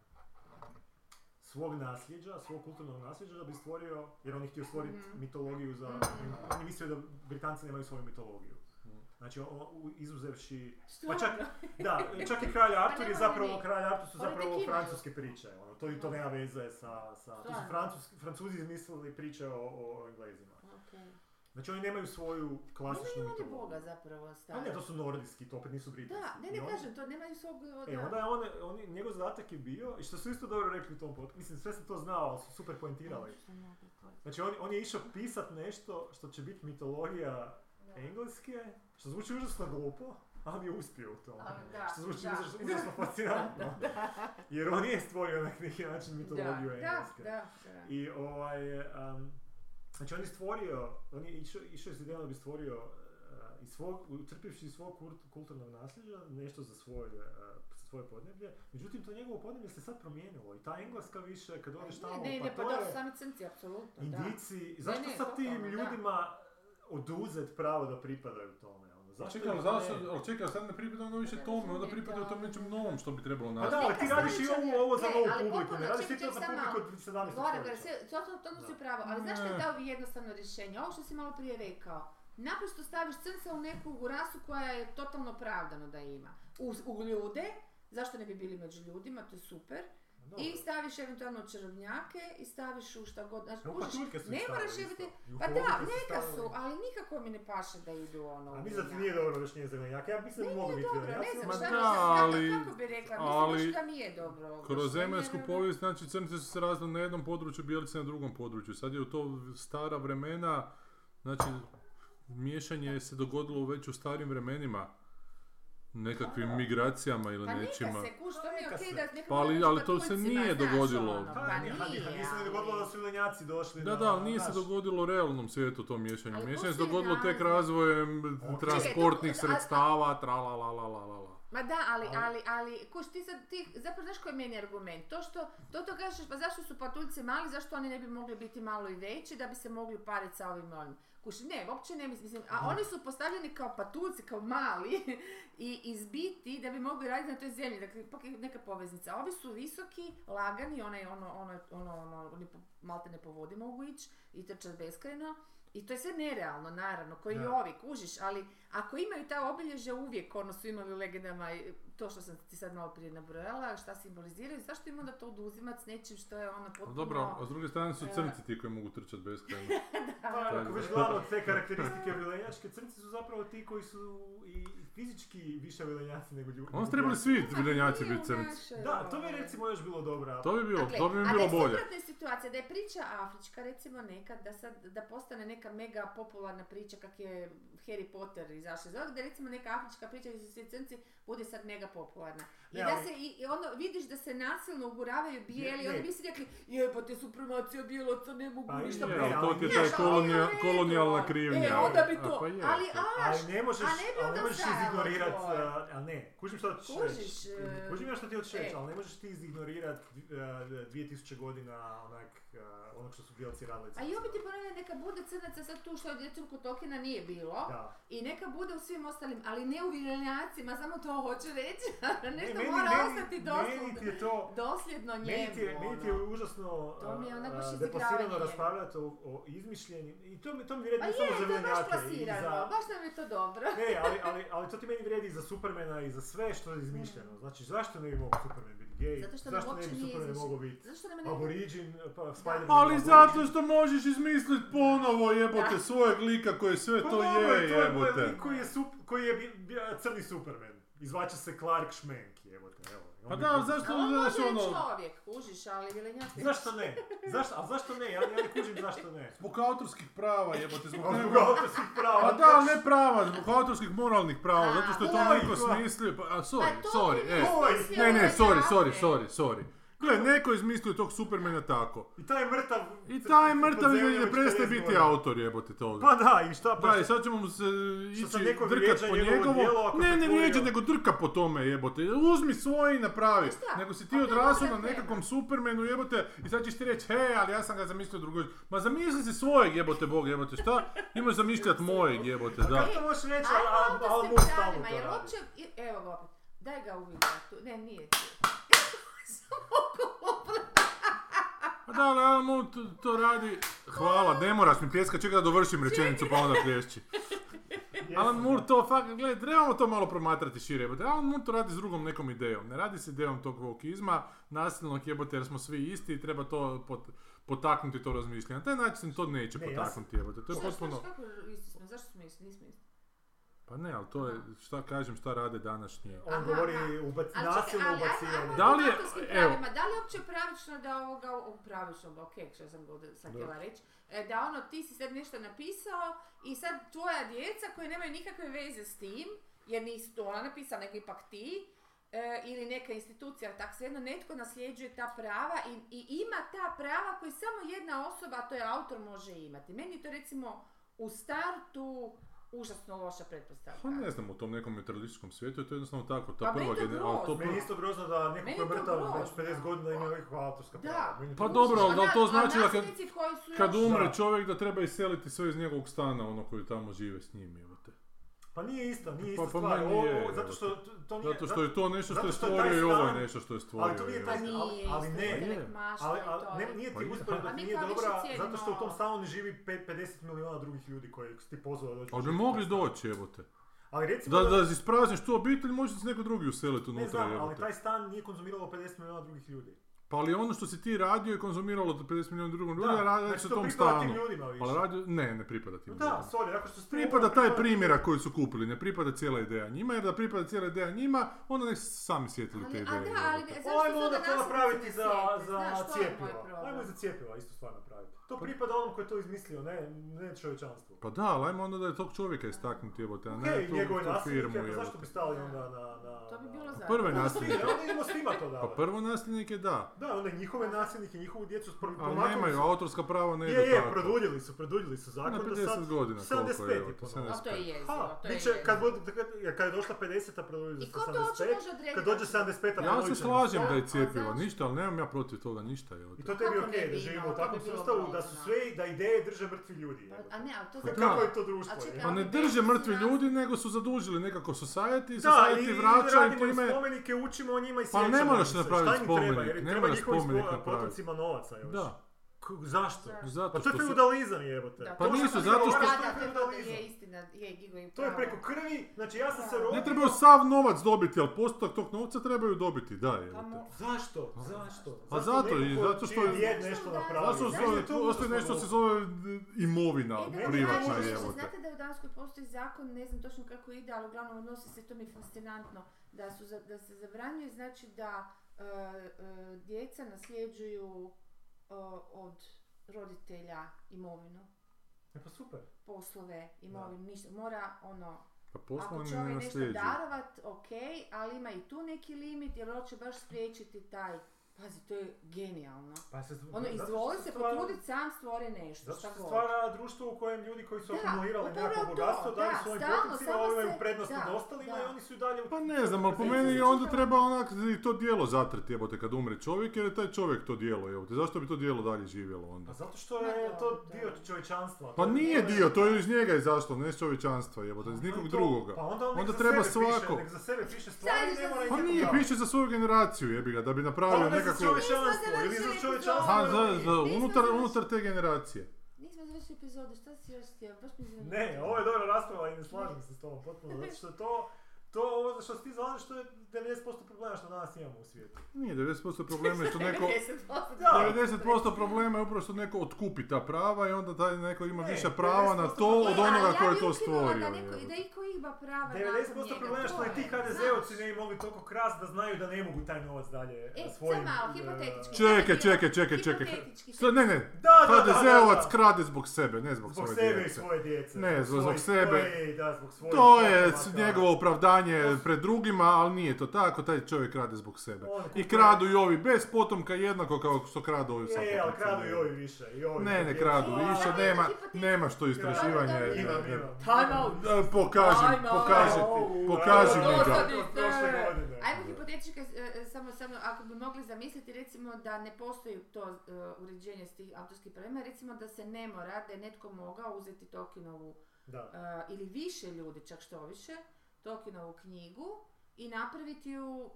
S2: svog nasljeđa, svog kulturnog nasljeđa da bi stvorio, jer on je htio stvoriti
S1: Mhm.
S2: mitologiju za,
S1: Mhm.
S2: on je mislio da Britanci nemaju svoju mitologiju.
S3: Mhm.
S2: Znači, on, u- izuzevši,
S1: Što?
S2: Pa čak-
S1: ono?
S2: da, čak i kralj Artur je
S1: nemoj
S2: zapravo,
S1: meni.
S2: kralj Artur su
S1: Pa Oni tek
S2: zapravo
S1: imaju.
S2: francuske priče, ono, to, i to nema veze sa, sa, to su
S1: Stvarno?
S2: francuski, francuzi izmislili priče o, o, o englezima.
S1: Okej.
S2: Znači oni nemaju svoju klasičnu
S1: Nemaju oni
S2: mitologiju.
S1: Boga zapravo
S2: A ne,
S1: stavili.
S2: to su nordijski, to opet nisu britanski.
S1: Da, ne,
S2: I
S1: ne
S2: oni-
S1: kažem, to nemaju svog...
S2: E,
S1: Pa da.
S2: onda je on, on, njegov zadatak je bio, i što su isto dobro rekli u tom podcastu, mislim, sve sam to znao, ali su super poentirali.
S7: Što ne mogu pojesti.
S2: Znači, on, on je išao pisat nešto što će biti mitologija engleske, što zvuči užasno glupo, ali je uspio u tome.
S1: A, da,
S2: što zvuči
S1: da.
S2: užasno, užasno fascinantno. Jer on je stvorio na neki način mitologiju
S1: da,
S2: engleske.
S1: da, da, da.
S2: I ovaj, um, znači on je stvorio, on je išao, išao je s idejom da bi stvorio uh, iz svog, utrpivši iz svog kurt- kulturnog nasljeđa nešto za svoje, uh, svoje podneblje. Međutim, to njegovo podneblje se sad promijenilo i ta engleska više, kad odeš tamo,
S1: Ne, ne, ne,
S2: pa
S1: pa
S2: to
S1: da,
S2: je
S1: sami crnci, apsolutno, da.
S2: indici, zašto
S1: ne,
S2: sad tim
S1: totalno, da.
S2: ljudima oduzet pravo da pripadaju tome? Ono?
S3: Ali
S2: Zašto
S3: čekaj, ali
S2: ih
S3: zašto,
S2: ne-
S3: ali čekaj, ali sad ne pripadaju onda više
S1: Ne
S3: tome, onda
S1: razumijem,
S3: pripadaju
S1: da.
S3: tom nečem novom što bi trebalo
S2: Pa da,
S3: nastati.
S2: ali ti
S1: Slika
S2: radiš i
S1: stoličarja.
S2: ovo, ovo za
S1: Ne,
S2: novu
S1: ali
S2: publiku,
S1: potpuno,
S2: ne radiš ti
S1: čekaj,
S2: to za
S1: čekaj, samo
S2: publiku od 17.
S1: Gore, gore,
S2: stoljeća.
S1: sve, to, to, to si
S2: Da.
S1: pravo, ali zašto je
S3: Ne.
S1: dao jednostavno rješenje? Ovo što si malo prije rekao, naprosto staviš crnca u neku rasu koja je totalno opravdano da ima. U, u ljude, zašto ne bi bili među ljudima, to je super,
S2: Ma Pa dobro.
S1: i staviš eventualno čarovnjake i staviš u šta god, znači,
S2: E, u
S1: kužiš,
S2: patuljke su ih
S1: ne
S2: stavili
S1: moraš
S2: isto.
S1: jebiti,
S2: I u
S1: pa
S2: kovike
S1: da,
S2: su
S1: neka
S2: stavili.
S1: su, ali nikako mi ne paše da idu ono
S2: A
S1: u
S2: mislim da ti
S1: linjak.
S2: nije dobro objašnjenje za Grenjaka, ja mislim da mogu biti
S1: Dobro,
S2: Grenjak.
S1: ne
S3: Ma
S1: znam šta
S3: da,
S1: bi sad-
S3: ali-
S1: kako bi rekla,
S3: ali-
S1: mislim baš da nije dobro.
S3: Kroz
S1: objašnjenje,
S3: zemaljsku
S1: jer-
S3: povijest, znači crnci su se razili na jednom području, bijelice na drugom području. Sad je u to stara vremena, znači miješanje se dogodilo već u starim vremenima. Nekakvim migracijama ili
S1: Pa
S3: nečima.
S1: neka se, kuš, to mi je
S2: neka
S1: okej
S2: se.
S1: da neka
S3: Pa ali-
S1: moraš
S3: ali to se
S1: patuljcima,
S3: nije
S1: znaš,
S3: dogodilo.
S1: ono,
S2: Pa,
S1: Pa
S2: nije,
S1: nije,
S2: a nije, nije se
S1: ali-
S2: dogodilo da su lenjaci došli
S3: Da,
S2: na...
S3: da, ali nije se
S2: znaš.
S3: dogodilo u realnom svijetu to miješanje.
S1: Ali
S3: Miješanje se
S1: postoji
S3: dogodilo tek
S1: razlog.
S3: razvojem transportnih
S1: Čekaj, to- a-
S3: sredstava, tra la la la la la la.
S1: Ma da, ali,
S2: Ali-
S1: ali, ali, kuš, ti sad, ti, zapravo znaš koji je meni argument? To što, to to kažeš, pa zašto su patuljci mali, zašto oni ne bi mogli biti malo i veći da bi se mogli pariti sa ovim i onim? Kuš, ne, uopće ne mislim, mislim, a oni su postavljeni kao patuljci, kao mali i izbiti da bi mogli raditi na toj zemlji, dakle, ipak je neka poveznica. A Ovi su visoki, lagani, onaj, ono, ono, ono, ono, oni po- malte ne povodi mogu ići i trče beskrajno. I to je sve nerealno, naravno, koji i
S2: Da.
S1: ovi, kužiš, ali ako imaju ta obilježja uvijek, ono su imali u legendama, i to što sam ti sad malo prije nabrojala, šta simboliziraju, zašto im onda to oduzimat s nečim što je ono
S3: Ali
S1: potpuno...
S3: Dobro, a s druge strane su
S1: e,
S3: crnci ti koji mogu trčati beskrajno.
S2: Pa, ako već
S3: Tako.
S2: gledamo te karakteristike vilenjačke, crnci su zapravo ti koji su i i fizički više vilenjaci nego ljudi.
S3: Onda su trebali svi
S1: Pa
S3: biljenjaci
S1: nije u
S3: biti crnci.
S1: našoj,
S2: Da, to bi
S1: ovaj,
S2: recimo još bilo dobra.
S3: To bi bilo,
S1: Dakle,
S3: to bi mi
S1: a da
S3: bilo
S1: je
S3: bolje.
S1: suprotna je situacija, da je priča afrička recimo nekad, da sad, da postane neka mega popularna priča kak je Harry Potter izašao iz ovog, da recimo neka afrička priča gdje su svi crnci bude sad mega popularna. I
S2: Ne,
S1: da
S2: ali-
S1: se, i, i ono, vidiš da se nasilno uguravaju bijeli,
S2: Ne,
S1: onda
S2: ne.
S1: bi si rekli, je pa te supremacija bijelaca ne mogu
S2: Pa
S1: ništa
S2: je,
S3: Je,
S1: protiv."
S3: ali to ti je
S2: Znaš,
S3: taj
S1: ali
S3: kolonija-
S1: ono je
S3: kolonijalna
S1: dobro.
S3: krivnja.
S1: E, onda bi
S3: A,
S1: to,
S3: pa je.
S1: ali a,
S2: Ali ne možeš,
S1: a ne bi
S2: ali ne
S1: onda
S2: možeš
S1: stajalo
S2: izignorirat,
S1: to.
S2: a- ali ne, kužim šta ti
S1: Kužiš,
S2: reći.
S1: e,
S2: Kužim ja šta ti hoćeš reći,
S1: e.
S2: ali ne možeš ti izignorirat e, 2000 godina onak, e, onog što su bijelci radili.
S1: a i opet ti ponavljam, neka bude crnaca sad tu što je dječom kod Tolkiena nije bilo.
S2: Da.
S1: I neka bude u svim ostalim, ali ne u viljanjacima, samo to hoću reći.
S2: Ne,
S1: Nešto
S2: meni-
S1: mora
S2: meni-
S1: ostati
S2: Meni ti
S1: dosljedno,
S2: je to,
S1: dosljedno
S2: Meni
S1: njemu.
S2: ti je, meni ti je
S1: ono.
S2: užasno
S1: To mi je onak baš
S2: a,
S1: izigravanje
S2: deplasirano
S1: njega.
S2: raspravljati o, o izmišljenim, i to mi, to mi
S1: Pa
S2: vrijedi
S1: je,
S2: samo za
S1: to je baš
S2: Vilenjake i
S1: plasirano,
S2: za-
S1: baš nam je to dobro.
S2: Ne, ali, ali, ali to ti meni vrijedi i za Supermana i za sve što je izmišljeno. Znači, zašto ne bi mogao Superman biti gej?
S1: Mm. Zato što nam
S2: zašto ne
S1: uopće
S2: bi
S1: nije
S2: Superman
S1: izmišljeno.
S2: mogao biti
S1: Zašto nam ne...
S2: aboriđin, pa Spider-Man
S3: Ali
S2: aboriđin?
S3: zato što možeš izmislit ponovo jebote
S1: Da.
S3: svojeg lika koji sve
S2: Pa
S3: to
S2: dobro,
S3: je
S2: to moj
S3: jebote.
S2: lik koji je, sup, koji je bi- bi- crni Superman. Izvaća se Clark Schmenk, jebote, evo. On
S3: Pa
S2: bi-
S3: da, zašto
S1: Ali on
S3: znaš
S1: može ono...
S3: ono...
S1: čovjek, kužiš, ali viljanjaci...
S2: Zašto ne? Zašto, a zašto ne? Ja, ja ne kužim zašto ne.
S3: Zbog autorskih prava jebote, zbog
S2: Zbog
S3: nekog...
S2: autorskih prava.
S3: Pa da, ali ne prava, zbog autorskih moralnih prava,
S1: A,
S3: zato što je
S2: oj,
S3: to neko
S2: oj.
S3: smislio, pa, a
S1: Pa
S3: sorry,
S1: to
S3: sorry,
S1: ti
S3: e.
S2: Oj,
S1: smislio
S3: Ne, ne, sorry,
S1: viljanjake.
S3: sorry, sorry, sorry. Gle, neko je izmislio tog Supermana tako.
S2: I taj mrtav...
S3: I taj
S2: pod
S3: mrtav
S2: zemljom
S3: ne
S2: već
S3: prestaje
S2: 50
S3: biti
S2: godina.
S3: autor jebote toga.
S2: Pa da, i šta pa?
S3: Da, i sad ćemo mu se e, ići
S2: Što sad neko
S3: drkat
S2: vrijeđa
S3: po
S2: njegovo
S3: njegovom.
S2: djelo ako
S3: Ne, ne
S2: pretvorio.
S3: vrijeđa, nego drka po tome jebote. Uzmi svoje i napravi.
S1: Pa šta?
S3: Nego si
S1: Pa
S3: ti
S1: to
S3: odrasao
S1: je
S3: na
S1: dobra tema.
S3: nekakvom Supermanu jebote i sad ćeš ti reći, hej, ali ja sam ga zamislio drugo. Ma zamisli si svojeg jebote bog jebote, šta? Imaš zamišljat mojeg jebote,
S2: Da.
S3: da.
S2: Kako možeš reći, ali-
S1: Ajmo
S2: ali
S1: onda
S2: ali
S1: se
S2: mu stalno
S1: pravima,
S2: to
S1: jer
S2: radi.
S1: uopće... i- Evo ga opet, daj ga uviga tu, ne, nije tu.
S3: Pa da, ali Alan Moore to, to radi... Hvala, ne moraš mi pljeska, čekaj da dovršim rečenicu pa onda plješći.
S2: Jesam,
S3: Alan Moore to fakt, gledaj, trebamo to malo promatrati šire, jebote. Alan Moore to radi s drugom nekom idejom. Ne radi se idejom tog vokizma, nasilnog jebote jer smo svi isti i treba to pot, potaknuti to razmišljanje. Na taj način to neće
S2: Ne, ja
S3: potaknuti, evo te. To je
S8: Šta, šta,
S3: potpuno...
S8: šta, kako isti smo, zašto smo isti, nismo isti?
S3: Pa ne, ali to je, šta kažem, šta rade današnje.
S2: On
S1: Aha,
S2: govori
S1: aha.
S2: ubac,
S1: Ali čekaj,
S2: nasilno
S1: ali ajmo-
S2: ubacivanje.
S1: ajmo
S3: Da li je-
S1: o autorskim
S3: evo.
S1: pravima. Da li je uopće pravično da ovoga, o, pravično, ba, okej, što sam god sad
S2: Da.
S1: htjela reći, e, da ono ti si sad nešto napisao i sad tvoja djeca koja nemaju nikakve veze s tim, jer nisi to ona napisala, nego ipak ti, e, ili neka institucija, tak svejedno, netko nasljeđuje ta prava i, i ima ta prava koje samo jedna osoba, a to je autor, može imati. Meni je to recimo u startu užasno loša pretpostavka.
S3: Pa ne znam, u tom nekom materialističkom svijetu je to jednostavno tako. Ta
S1: Pa meni
S3: prva
S1: to
S3: generacija, ali to
S1: grozno.
S2: Meni je isto grozno da neko
S1: Meni
S2: ko je
S1: je to
S2: mrtav
S1: grozno.
S2: već 50 godina ima nekakva autorska
S1: Da.
S2: prava. Meni je to
S3: Pa
S2: grozno.
S3: dobro, ali da li to
S1: A na-
S3: znači da kad-
S1: A nasljednici koji su još-
S3: Kad umre
S2: Da.
S3: čovjek da treba iseliti sve iz njegovog stana, ono koji tamo žive s njim, evo te.
S2: Pa nije isto, nije
S3: Pa- pa
S2: ista stvar.
S3: meni
S2: Ovo-
S3: je,
S2: ovo- zato što to to nije...
S3: Zato što je to nešto što
S2: zato
S3: je
S2: što je taj
S3: stvorio i ovo je
S2: stan-
S3: nešto što je stvorio.
S2: ali to nije
S3: evo
S2: taj
S3: te.
S2: stan, ali-
S1: Pa Nije,
S2: ali
S1: isto
S2: ne.
S1: intelekt
S3: Je.
S1: mašta
S2: Ali,
S1: i
S2: ali
S1: to
S2: ne,
S1: je.
S2: nije
S3: Pa
S2: ti
S3: je.
S2: usporedba
S1: A mi
S2: nije
S1: kao više
S2: dobra,
S1: cijenimo
S2: zato što u tom
S1: ovo.
S2: stanu ne živi pe- 50 milijuna drugih ljudi koji si ti pozvao da dođu.
S3: Ali bi
S2: živjeti
S3: mogli
S2: u taj stan.
S3: doći, evo te.
S2: Ali recimo
S3: Da, da isprazniš tu obitelj, može se neko drugi useliti
S2: Ne
S3: unutra,
S2: znam,
S3: evo
S2: ali
S3: te.
S2: taj stan nije konzumiralo 50 milijuna drugih ljudi.
S3: Pa ali ono što si ti radio je konzumiralo od 50 milijuna drugom ljudi, a radi
S2: znači
S3: se u
S2: to
S3: tom
S2: pripada
S3: stanu.
S2: tim ljudima više.
S3: Ali radio, ne, ne pripada
S2: No
S3: tim ljudima.
S2: da, sorry, ako što ste...
S3: Pripada taj primjera koji su kupili, ne pripada cijela ideja njima, jer da pripada cijela ideja njima, onda nek su sami sjetili te
S1: Ali,
S3: ideje.
S1: a da, ali
S3: jebote.
S1: E, zašto
S2: Ajmo
S1: su onda
S2: onda to
S1: nasljednici
S2: napraviti
S1: ne
S2: za,
S1: sjete?
S2: za
S1: Znaš, to je moj
S2: cjepiva.
S1: problem.
S2: Ajmo i za cjepiva istu stvar napraviti. To pripada onom koji je to izmislio, ne, ne čovječanstvu.
S3: Pa da, ali ajmo onda da je tog čovjeka istaknuti, evo te, a Pa, ne
S2: Okej,
S3: tu,
S2: njegove
S3: tu firmu,
S2: nasljednike, pa
S3: evo
S2: zašto
S3: te.
S2: bi stali onda na... na
S1: To bi
S2: na-
S1: bilo za...
S3: Prve
S2: Pa svima,
S3: nasljednike,
S2: onda idemo svima to
S3: pa
S2: davati.
S3: prvo nasljednike da,
S2: Da, onda njihove nasljednike, njihovu djecu s
S3: ali nemaju, autorska prava ne
S2: Je,
S3: idu
S2: je,
S3: tako.
S2: produljili su, produljili su
S3: Na
S2: zakon do
S3: 50
S2: sad.
S3: godina, koliko je, evo
S2: 75
S3: te,
S2: je
S1: A to je
S3: 75.
S1: jezivo,
S2: Ha,
S1: to je
S2: bit će, kad,
S1: jezivo.
S2: bude, kad, kad je došla 50-a produljili
S1: I
S2: su
S1: ko
S2: 75.
S1: to uopće može odrediti?
S2: Kad dođe 75-a
S3: Ja se
S2: produljit ćemo.
S3: slažem da je
S1: Da, a
S3: cjepivo,
S1: zašto?
S3: ništa, ali nemam ja protiv toga ništa, evo
S2: I
S3: te.
S2: to tebi
S1: Kako
S2: ok,
S1: ne bi
S2: da živimo
S1: imao,
S2: u
S1: to
S2: takvom
S1: bi bilo
S2: sustavu, da
S1: grozno.
S2: su sve, da ideje drže mrtvi ljudi.
S1: Pa- A ne, ali to
S2: Pa
S1: se...
S3: Da.
S2: Kako je to društvo?
S1: A čekaj,
S2: je?
S3: Pa ne
S1: Ali
S3: drže
S1: neki su
S3: mrtvi
S1: nas-
S3: ljudi, nego su zadužili nekako society, i
S2: Da, i
S3: society vraća i
S2: radimo im
S3: time...
S2: spomenike, učimo o njima i
S3: Pa ne
S2: sjećamo.
S3: moraš
S2: im se.
S3: napraviti
S2: Šta im treba?
S3: spomenik,
S2: Jer im
S3: ne
S2: treba
S3: moraš
S2: njihovim
S3: spomenik
S2: spo-
S3: napraviti.
S2: Potomcima novaca još.
S3: Da,
S2: K- zašto?
S3: zato
S2: Pa to je
S3: što su-
S2: feudalizam jebote.
S1: Da,
S3: Pa
S1: to-
S3: nisu,
S1: to-
S3: zato što-
S1: Da,
S2: je
S1: da, to je-
S2: feudalizam.
S1: je istina, je Gigo i
S2: To je
S1: pravo.
S2: preko krvi, znači ja sam se
S1: Da.
S2: rodio...
S3: Ne trebaju sav novac dobiti, ali postotak tog novca trebaju dobiti, da, evo
S1: Pa
S3: te.
S1: mo-
S2: Zašto? Zašto?
S3: Pa zato, i
S2: neko ko-
S3: zato što
S2: čiji
S3: je-
S2: djed
S1: Zašto
S2: nešto
S1: da-
S2: napravio.
S3: Zato
S2: Meni je
S3: što
S2: to
S3: postoji
S2: užasno
S3: nešto
S2: dobro.
S3: se zove e, imovina,
S1: E, da,
S2: je
S3: privatna
S1: da,
S2: kažem,
S3: evo te.
S1: Znate da je u Danskoj postoji zakon, ne znam točno kako ide, ali uglavnom odnosi se, to mi je fascinantno, da, su, za- da se zabranjuje, znači da e, e, djeca nasljeđuju e, od roditelja imovinu,
S2: E pa super.
S1: poslove, imovinu, ništa. Mora ono,
S3: Pa
S1: ako
S3: poslovni
S1: će
S3: ne
S1: ovaj nešto
S3: nasljeđuju.
S1: darovat, ok, ali ima i tu neki limit jer hoće baš spriječiti taj, pazi, to je genijalno.
S2: Pa se,
S1: Ono,
S2: zato
S1: izvoli
S2: što
S1: se
S2: stvara-
S1: potrudit, sam stvori nešto,
S2: Zato
S1: šta
S2: što se
S1: god.
S2: stvara društvo u kojem ljudi koji su
S1: Da,
S2: akumulirali
S1: upravo
S2: nekako
S1: to,
S2: bogatstvo daju
S1: da,
S2: svojim
S1: stalno,
S2: potomcima,
S1: samo
S2: oni imaju
S1: se-
S2: prednost
S1: da,
S2: od ostalima
S1: da.
S2: i oni su i dalje u
S3: Pa ne znam, ali po meni onda treba onak i to dijelo zatrti, evo te, kad umre čovjek, jer je taj čovjek to dijelo, evo te. Zašto bi to dijelo dalje živjelo onda?
S2: Pa zato što
S1: Ma
S2: je
S1: dobro,
S2: to
S1: da.
S2: dio čovječanstva.
S3: Pa
S2: To je-
S3: nije
S2: to je-
S3: dio, to je iz njega izašlo, ne iz čovječanstva, evo te, iz
S2: to je
S3: nikog
S2: to.
S3: drugoga.
S2: Pa onda, on nek
S3: Onda
S2: za
S3: treba
S2: sebe piše,
S3: svako.
S2: Nek za sebe piše stvari,
S1: Sad
S2: ne
S1: je
S2: mora
S1: za-
S2: ići
S3: Pa
S1: Nikako
S3: nije,
S2: dalje.
S3: piše za svoju generaciju, jebi ga, da bi
S2: Pa
S3: napravio
S2: onda za
S3: nekakvu...
S2: čovječanstvo ili
S1: Nismo
S2: za
S1: završili
S2: čovječanstvo.
S3: Aha, za,
S2: ili-
S3: za,
S1: Nismo
S3: unutar,
S1: završili.
S3: unutar te generacije.
S1: Nismo završili epizodu, šta si još htio? Baš mi je
S2: Ne, ovo je dobra rasprava i ne slažem se s tobom potpuno, zato što to... To ovo za što se ti zalažeš, to je 90% problema što danas imamo u svijetu.
S3: Nije, 90% problema je što neko...
S1: 90%.
S2: Da.
S3: 90% problema je upravo što neko otkupi ta prava i onda taj neko ima
S2: Ne,
S3: više prava na to od
S1: E, ali
S3: onoga
S1: ja
S3: ko je
S1: bi
S3: to
S1: ukinula
S3: stvorio.
S1: Da, neko,
S3: jebote.
S1: da iko ima prava nakon
S2: 90%
S1: njega,
S2: problema što
S1: to
S2: ni ti
S1: je,
S2: HDZ-ovci
S1: znaš.
S2: ne bi mogli toliko krast da znaju da ne mogu taj novac dalje e,
S1: E,
S2: svojim...
S1: sad malo,
S2: e,
S1: hipotetički.
S3: Čekaj, čekaj, čekaj, čekaj.
S1: Hipotetički.
S3: Sve, ne, ne,
S2: Da, da, da,
S3: HDZ-ovac
S2: da, da.
S3: krade zbog sebe, ne zbog,
S2: Zbog
S3: svoje
S2: sebe i
S3: djece.
S2: svoje djece.
S3: Ne, zbog-
S2: Svojih-
S3: zbog sebe.
S2: svoje- da, zbog svojih
S3: To je
S2: potomaka.
S3: s- njegovo opravdanje pred drugima, ali nije to tako, taj čovjek krade zbog sebe.
S2: On
S3: I
S2: kupuje-
S3: kradu i ovi bez potomka jednako kao što kradu ovi sa
S2: Je, E, ali
S3: potomcima.
S2: kradu i ovi više. I ovi
S3: Ne, ne kradu
S1: A,
S3: više,
S1: da,
S3: nema,
S1: to je hipotetički.
S3: nema što istraživanje.
S1: Dobro, dobro.
S2: Imam, imam.
S1: Time out.
S3: E, Pokaži,
S1: Ajmo,
S3: pokaži,
S2: ajmo.
S3: pokaži mi
S1: Dosta
S3: ga.
S2: Dosadno.
S1: bi-
S2: Od prošle godine.
S1: Ajmo
S3: Da.
S1: hipotetički, e, samo, samo ako bi mogli zamisliti recimo da ne postoji to e, uređenje s tih autorskih problema, recimo da se ne mora, da je netko mogao uzeti Tolkienovu
S2: Da.
S1: e, ili više ljudi, čak što više, Tolkienovu knjigu i napraviti ju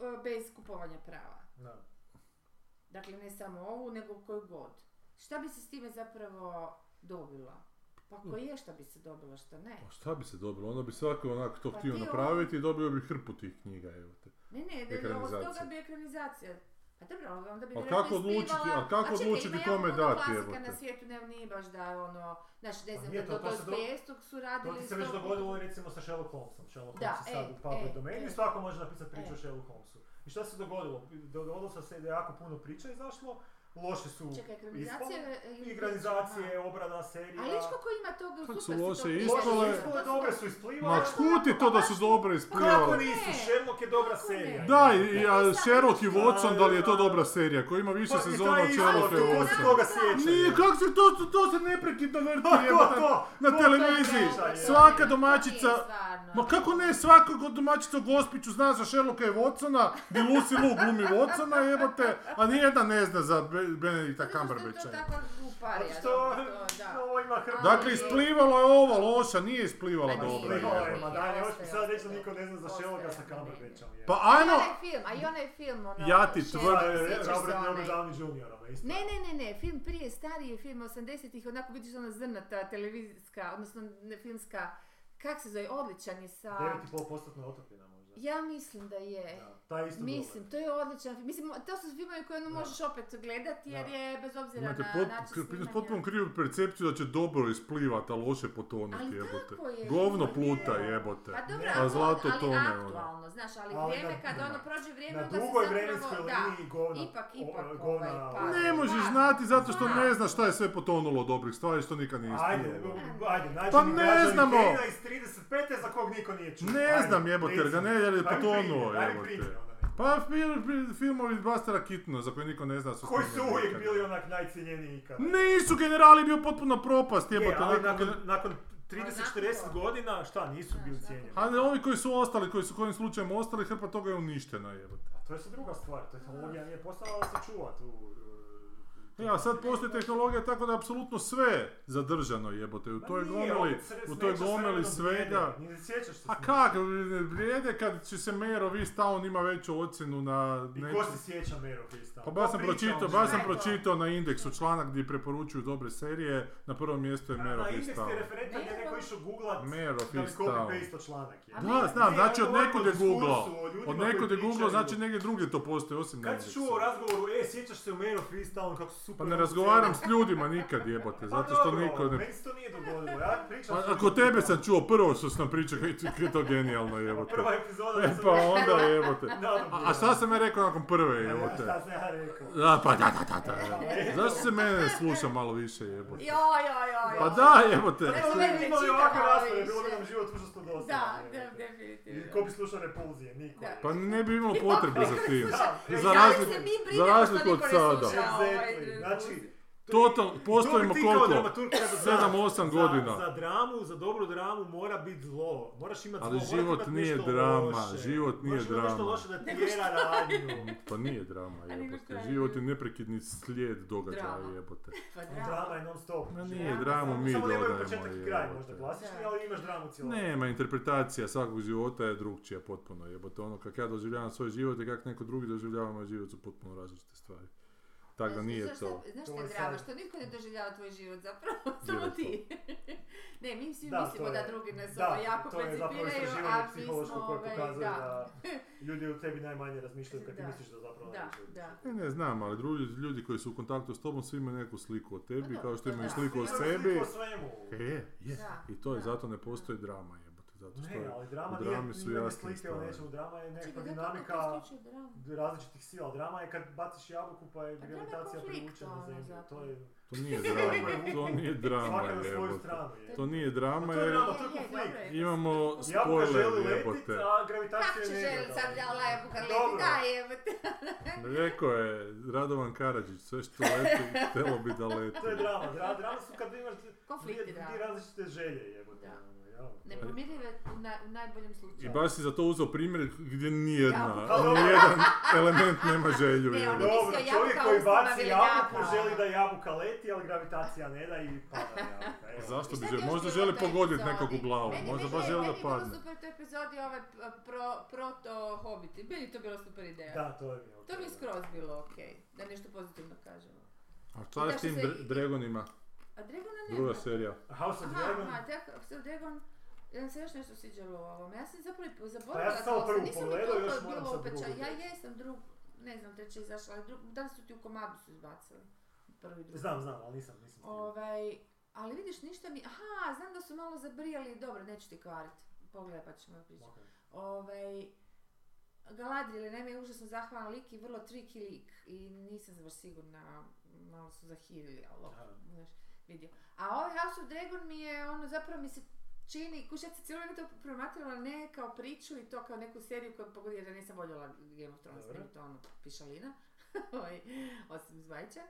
S1: e, bez kupovanja prava.
S2: Da.
S1: Dakle, ne samo ovu, nego koju god. Šta bi se s time zapravo dobilo? Pa ako
S2: Hm.
S1: je šta bi se dobilo, šta ne?
S3: Pa šta bi se dobilo? Onda bi svako onako to
S1: Pa
S3: htio
S2: ono-
S1: ti ovo-
S3: napraviti i dobio bi hrpu tih knjiga, evo te.
S1: Ne, ne, da, ovo
S3: Ekranizacija.
S1: toga bi ekranizacija. Pa dobro, ali onda bi
S3: A
S1: vjerojatno
S3: kako odlučiti-
S1: ispivala-
S3: a kako
S1: čekaj,
S3: odlučiti
S1: ima
S3: kome
S1: jako puno
S3: dati,
S1: klasika
S3: jebote?
S1: na svijetu, ne, nije baš da je ono, znaš, ne
S2: Pa
S1: znam,
S2: nije
S1: da
S2: to,
S1: do
S2: to se do-
S1: 25. su
S2: To
S1: radili...
S2: ti se već
S1: sto puta.
S2: dogodilo recimo sa Sherlock Holmesom. Sherlock
S1: Da,
S2: Holmes je sad
S1: e,
S2: u public
S1: e,
S2: domainu
S1: e.
S2: i svako može napisati priču
S9: E.
S2: o Sherlock Holmesu. I šta se dogodilo? Dogodilo se da je jako puno priča izašlo, loše su
S1: Čekaj, ekranizacija...
S2: ispale,
S1: je- je-
S2: igranizacije, obrada, serija.
S1: A ličko ko ima toga,
S3: Kako
S1: super
S3: su
S1: si to
S3: loše
S1: pričala,
S2: Loše su
S3: ispale-
S1: nisam, to
S2: ispale,
S1: su-
S2: dobre su
S3: Ma
S2: isplivale.
S3: skuti to da su dobro
S2: Kako
S3: isplivale.
S2: nisu?
S1: Ne.
S2: Sherlock je dobra
S1: Kako ne?
S2: serija.
S3: Da, i, i- a
S1: Nisam.
S3: Sherlock i Watson, da li je to
S2: A,
S3: dobra serija koja ima više
S2: Pa, i to
S3: sezona
S2: je
S3: od
S2: isto,
S3: Sherlocka i
S2: to se
S3: Watsona?
S2: toga sjeća.
S3: Nije, kak se to, to, to se neprekidno vrti
S2: To, to,
S3: jebote,
S2: to.
S3: na televiziji.
S2: to je.
S3: Svaka
S1: To
S3: domaćica...
S1: nije stvarno.
S3: Ma kako ne, svaka god domaćica u Gospiću zna za Sherlocka i Watsona, di Lucy Liu glumi Watsona jebote, a nijedna ne zna za Be- Benedikta
S1: Zato što je to
S3: Cumberbatcha.
S1: takva gluparija,
S2: Zato
S1: dobro,
S2: Pa što
S1: to, da.
S2: ovo ima hrpu.
S3: Dakle, isplivala je ova loša, nije isplivala
S1: Pa nije.
S3: dobra.
S1: Isplivala je.
S3: jebote.
S2: Ma da, ne možeš mi sad reći da
S1: Ostaje,
S2: niko ne zna za
S1: ostaje,
S2: Sherlocka sa
S1: ostaje.
S2: Cumberbatchom. je.
S3: Pa
S1: I
S3: ajmo,
S1: onaj film, a i onaj film, ono...
S3: Ja ti
S1: Sherlock,
S3: tvrdim-
S2: E,
S1: sjećaš se
S2: Robert
S1: onaj?
S2: Robert Downey Jr. ono, isto.
S1: Ne, ne, ne, ne, film prije, stariji je film 80-ih, onako vidiš ona zrnata televizijska, odnosno ne, filmska, kak se zove, odličan je sa...
S2: 9,5% otopina možda.
S1: Ja mislim da je.
S2: Da, taj isto
S1: Mislim, to je odličan film. Mislim, to su filmovi koje ono
S2: Da.
S1: možeš opet gledati jer
S2: Da.
S1: je bez obzira
S3: imate
S1: na
S3: pot,
S1: način
S3: kri-
S1: snimanja.
S3: potpuno krivu percepciju da će dobro isplivat, a loše potonuti
S1: Ali
S3: jebote.
S1: tako je,
S3: Govno
S1: to je.
S3: pluta jebote.
S1: Pa dobro,
S2: Ne.
S1: ali,
S3: A zlato
S1: ali
S3: tone, ono.
S1: aktualno, znaš, ali,
S2: Ali
S1: vrijeme
S2: na-
S1: kad
S2: da.
S1: ono prođe vrijeme,
S2: Na
S1: onda se
S2: drugoj
S1: zapravo-
S2: vremenskoj
S1: da.
S2: liniji govna.
S1: ipak, ipak,
S2: o-
S1: ovaj, pa-
S3: Ne možeš
S1: Pa,
S3: znati zato što
S1: pa.
S3: ne znaš šta je sve potonulo dobrih stvari što nikad nije
S2: Ajde,
S3: isplivalo.
S2: ajde, nađi
S3: Pa
S2: mi
S3: ne
S2: građani
S3: znamo.
S2: Kejna iz 35. za kog niko nije čuo.
S3: Ne
S2: Ajde,
S3: znam jebote, jer ga ne, jer je
S2: Daj mi primjer,
S3: potonuo
S2: daj
S3: ono,
S2: mi
S3: jebote.
S2: primjer ono, onda neki.
S3: Pa fil- fil- filmovi Bastera Kitna za koje niko ne zna su
S2: Koji su
S3: snimljeni
S2: uvijek
S3: nekad.
S2: bili onak najcijenjeniji ikada.
S3: Nisu generali bio potpuno propast
S2: Je,
S3: jebote.
S2: E,
S3: dakle,
S2: ali
S3: nakon-
S2: nakon, nakon
S1: Ali Pa, nakon
S2: 30-40
S1: toga.
S2: godina, šta, nisu
S1: Znaš,
S2: bili
S1: nakon
S2: cijenjeni.
S3: Ali ovi koji su ostali, koji su kojim slučajem ostali, hrpa toga je uništena jebote.
S2: A to je sad druga stvar, tehnologija nije postala da se čuva tu. e,
S3: E, a sad postoji tehnologija tako da je apsolutno sve zadržano jebote. U
S2: Ma
S3: toj
S2: nije,
S3: gomeli,
S2: opet se
S3: u toj
S2: smeća s
S3: gomeli
S2: vremenom
S3: svega.
S2: vrijede, Ne sjećaš se. s
S3: A
S2: njim.
S3: kak, vrijede kad će se Mero Town ima veću ocjenu na...
S2: I ko
S3: nečem.
S2: se sjeća Mero Krista?
S3: Pa baš sam pročitao, baš sam
S1: Šta je to?
S3: pročitao na indeksu članak gdje preporučuju dobre serije, na prvom mjestu je Mero
S2: Na indeks ti je
S3: Town.
S2: referentan gdje je neko
S1: Mero-
S2: išao googlat
S3: Mero
S2: da bi
S3: Fist
S2: copy
S3: Town.
S2: paste članak. je.
S1: A
S3: Da, znam,
S2: Ne,
S3: znači
S2: ja
S3: od
S2: govorim
S3: nekud
S2: o
S3: je googlao.
S2: diskursu, o ljudima
S3: Od nekud je
S2: koji
S3: googlao,
S2: pričaju.
S3: znači negdje drugdje to postoji, osim na
S2: Kad si
S3: indeksu.
S2: čuo u razgovoru, e, sjećaš se u Mero Freestyle kako su super...
S3: Pa ne razgovaram s ljudima nikad jebote,
S2: Pa
S3: zato što niko ne...
S2: Meni se to nije dogodilo, ja pričam...
S3: A,
S2: s
S3: a kod
S2: ono, ljudima.
S3: tebe sam čuo prvo što sam pričao, kako je to genijalno jebote.
S2: Prva epizoda...
S3: E
S2: da sam-
S3: pa onda jebote.
S2: Nadam
S3: A, a šta sam ja rekao nakon prve
S2: Ja,
S3: jebote?
S2: Šta sam ja rekao?
S3: Da, pa da, da, da, da. Zašto se mene ne sluša malo više jebote?
S1: Joj, joj, joj,
S3: Pa
S1: joj.
S3: da jebote.
S2: Evo,
S1: meni
S2: ne bi imali
S1: većina
S2: ovakve
S1: mala
S2: rasprave,
S1: više.
S2: bilo bi nam život užasno dosadno.
S1: Da,
S2: je.
S1: da, definitivno.
S2: I ko bi slušao Repulzije? Niko.
S1: Da.
S3: Pa ne bi imao potrebe za tim.
S2: Da.
S3: Za
S1: Da li
S3: razliku,
S1: se mi
S3: za
S1: brinemo
S3: razliku
S1: što
S3: od
S1: niko ne
S3: sada.
S1: sluša?
S2: Exactly.
S1: ovaj,
S2: Znači,
S3: Total, postojimo
S2: to bi ti kao
S3: koliko?
S2: dramaturg trebao znati.
S3: 7-8
S2: Za-
S3: godina.
S2: Za dramu, za dobru dramu mora biti zlo. Moraš imati zlo,
S3: Ali
S2: moraš
S3: život
S2: imati
S3: nije
S2: nešto
S3: drama,
S2: loše.
S3: život nije
S2: Moraš imati nešto
S3: drama.
S2: loše da tjera radnju.
S3: Pa nije drama
S1: Ali nego šta
S3: jebote.
S1: je?
S3: Život je neprekidni slijed događaja
S1: Drama.
S3: jebote.
S1: Pa
S2: Drama je non stop.
S3: Ma
S2: Život.
S3: nije, dramu mi
S2: Samo nemaju
S3: dodajemo,
S2: početak i kraj, možda
S3: jebote.
S2: klasični,
S1: Da.
S2: ali imaš dramu cijelu.
S3: Nema, interpretacija svakog života je drugčija potpuno jebote. Ono kak ja doživljavam svoj život i kak neko drugi doživljava moj život su potpuno različite stvari. Tako da
S1: Znaš-
S3: nije
S1: znaš
S3: to.
S1: šta- Znaš
S2: To
S1: što je
S2: je
S1: drama?
S2: sad.
S1: Što nitko ne doživljava tvoj život zapravo, samo
S3: je to.
S1: ti. ne, mi svi
S2: Da,
S1: mislimo
S2: to
S1: da
S2: je-
S1: drugi nas
S2: da,
S1: ovo jako
S2: to je zapravo
S1: percipiraju,
S2: istraživanje
S1: a mi smo...
S2: psihološko koje
S1: ovaj,
S2: pokazuje
S1: da.
S2: da ljudi u tebi najmanje razmišljaju kad ti
S1: Da.
S2: misliš da zapravo
S1: Da,
S2: najviše
S1: da.
S2: razmišljaju.
S3: Ne, ne znam, ali drugi ljudi koji su u kontaktu s tobom svi imaju neku sliku o tebi,
S1: Pa
S3: kao što
S1: dobro,
S3: imaju
S1: da.
S3: sliku o
S2: Imaš
S3: sebi.
S2: sliku o svemu.
S3: E, je.
S1: Da,
S3: I to je,
S1: da.
S3: zato ne postoji drama jebote. Zato što
S2: Ne,
S3: je
S2: ali drama
S3: u drami
S2: nije
S3: su
S2: imanje
S3: jasne
S2: slike o
S3: stvari.
S2: nečemu, drama je nekakva
S1: Čekaj,
S2: dinamika
S1: kako isključuje dramu?
S2: različitih sila. Drama je kad baciš jabuku pa je
S1: Pa drama je
S2: gravitacija
S1: konflikt,
S2: privuče na
S1: ono,
S2: zemlju. To
S1: zapravo.
S2: je
S3: To nije drama, to nije drama
S2: svaka na svoju
S3: jebote.
S2: stranu. je.
S3: To nije
S2: Pa
S3: drama
S2: to je
S3: jer
S2: drama, to
S1: Je,
S2: je
S1: je, dobro
S2: konflikt.
S1: je.
S3: imamo
S2: Jabuka
S3: spoiler
S2: želi letit,
S3: jebote.
S2: a gravitacija
S1: Kako će
S2: ne
S1: želim sad ja lajbu kad leti,
S2: Dobro.
S1: da jebote.
S3: Rekao je Radovan Karadžić, sve što leti, htjelo bi da leti.
S2: To je drama. Dra- Drama su kad imaš dvije-
S1: Konflikti, da.
S2: dvije različite želje jebote.
S1: Da.
S2: ono, jao.
S1: Nepomirljive u, naj, u najboljem slučaju.
S3: I baš si za to uzeo primjer gdje nijedna,
S1: Jabuka.
S2: Pa dobro.
S3: nijedan element nema želju.
S1: Ne,
S3: jebote.
S1: ono-
S2: Dobro,
S1: mislio
S2: čovjek
S1: jabuka
S2: koji
S1: ustima
S2: baci
S1: velikaka.
S2: jabuku želi da jabuka leti, ali gravitacija ne da i pada jabuka. Evo.
S3: Zašto bi
S1: Šta ti
S3: želio?
S1: još
S3: Možda
S1: bilo u
S3: želi
S1: toj
S3: pogoditi
S1: epizodi?
S3: nekog u glavu,
S1: Meni-
S3: možda
S1: meni
S3: baš
S1: je-
S3: želi da
S1: Meni je
S3: padne.
S1: bilo super u toj epizodi ove p- pro, proto hobiti. Meni je to bilo super ideja.
S2: Da, to je mi je
S1: To mi je
S2: okej.
S1: skroz bilo okej, da nešto pozitivno kažemo.
S3: A šta je s
S1: Zašto
S3: tim
S1: se
S3: dra-
S1: i-
S3: dragonima?
S1: A Dragona nema.
S3: Druga serija.
S2: House of
S1: Aha,
S2: Dragon,
S1: aha, tako, se Dragon, ja se još nešto sviđalo u ovom. Ja sam zapravo i zaboravila
S2: Pa ja sam samo
S1: sam,
S2: prvu
S1: nisam mi
S2: pogledao,
S1: toliko
S2: još moram
S1: bilo
S2: sad
S1: upeča-
S2: drugu
S1: Ja
S2: gledat.
S1: jesam drugu, ne znam, treća je izašla, ali dru- da li su ti u komadu su izbacili? Prvi, drugi.
S2: Znam, znam, ali nisam, nisam stigao.
S1: Ovaj, ali vidiš, ništa mi, aha, znam da su malo zabrijali, dobro, neću ti kvarit, pogledaj pa ćemo pričati.
S2: Ok.
S1: Ovaj, Galadriel je naime užasno zahvalan lik i vrlo triki lik i nisam baš sigurna, malo su zahirili, ali ok,
S2: Aha.
S1: znaš, vidio. A ovaj House of Dragon mi je, ono, zapravo mi se čini, kuš, ja se cijelo vrijeme to promatrala ne kao priču i to kao neku seriju koju pogodi, jer ja nisam voljela Game of Thrones,
S2: Dobro.
S1: nego to ono, pišalina, ovaj, osim zmajića.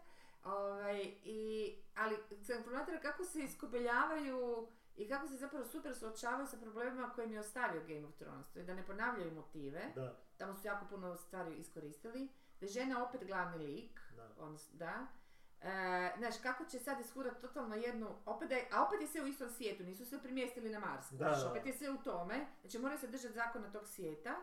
S1: Ovaj, i, ali sam promatrala kako se iskobeljavaju i kako se zapravo super suočavaju sa problemima koje mi je ostavio Game of Thrones. To je da ne ponavljaju motive,
S2: Da,
S1: tamo su jako puno stvari iskoristili, da je žena opet glavni lik,
S2: da.
S1: odnosno da. E, znaš, kako će sad ishurat totalno jednu, opet da je- a opet je sve u istom svijetu, nisu se primjestili na Mars,
S2: Da,
S1: znaš,
S2: da.
S1: opet je sve u tome, znači moraju se držati zakona tog svijeta,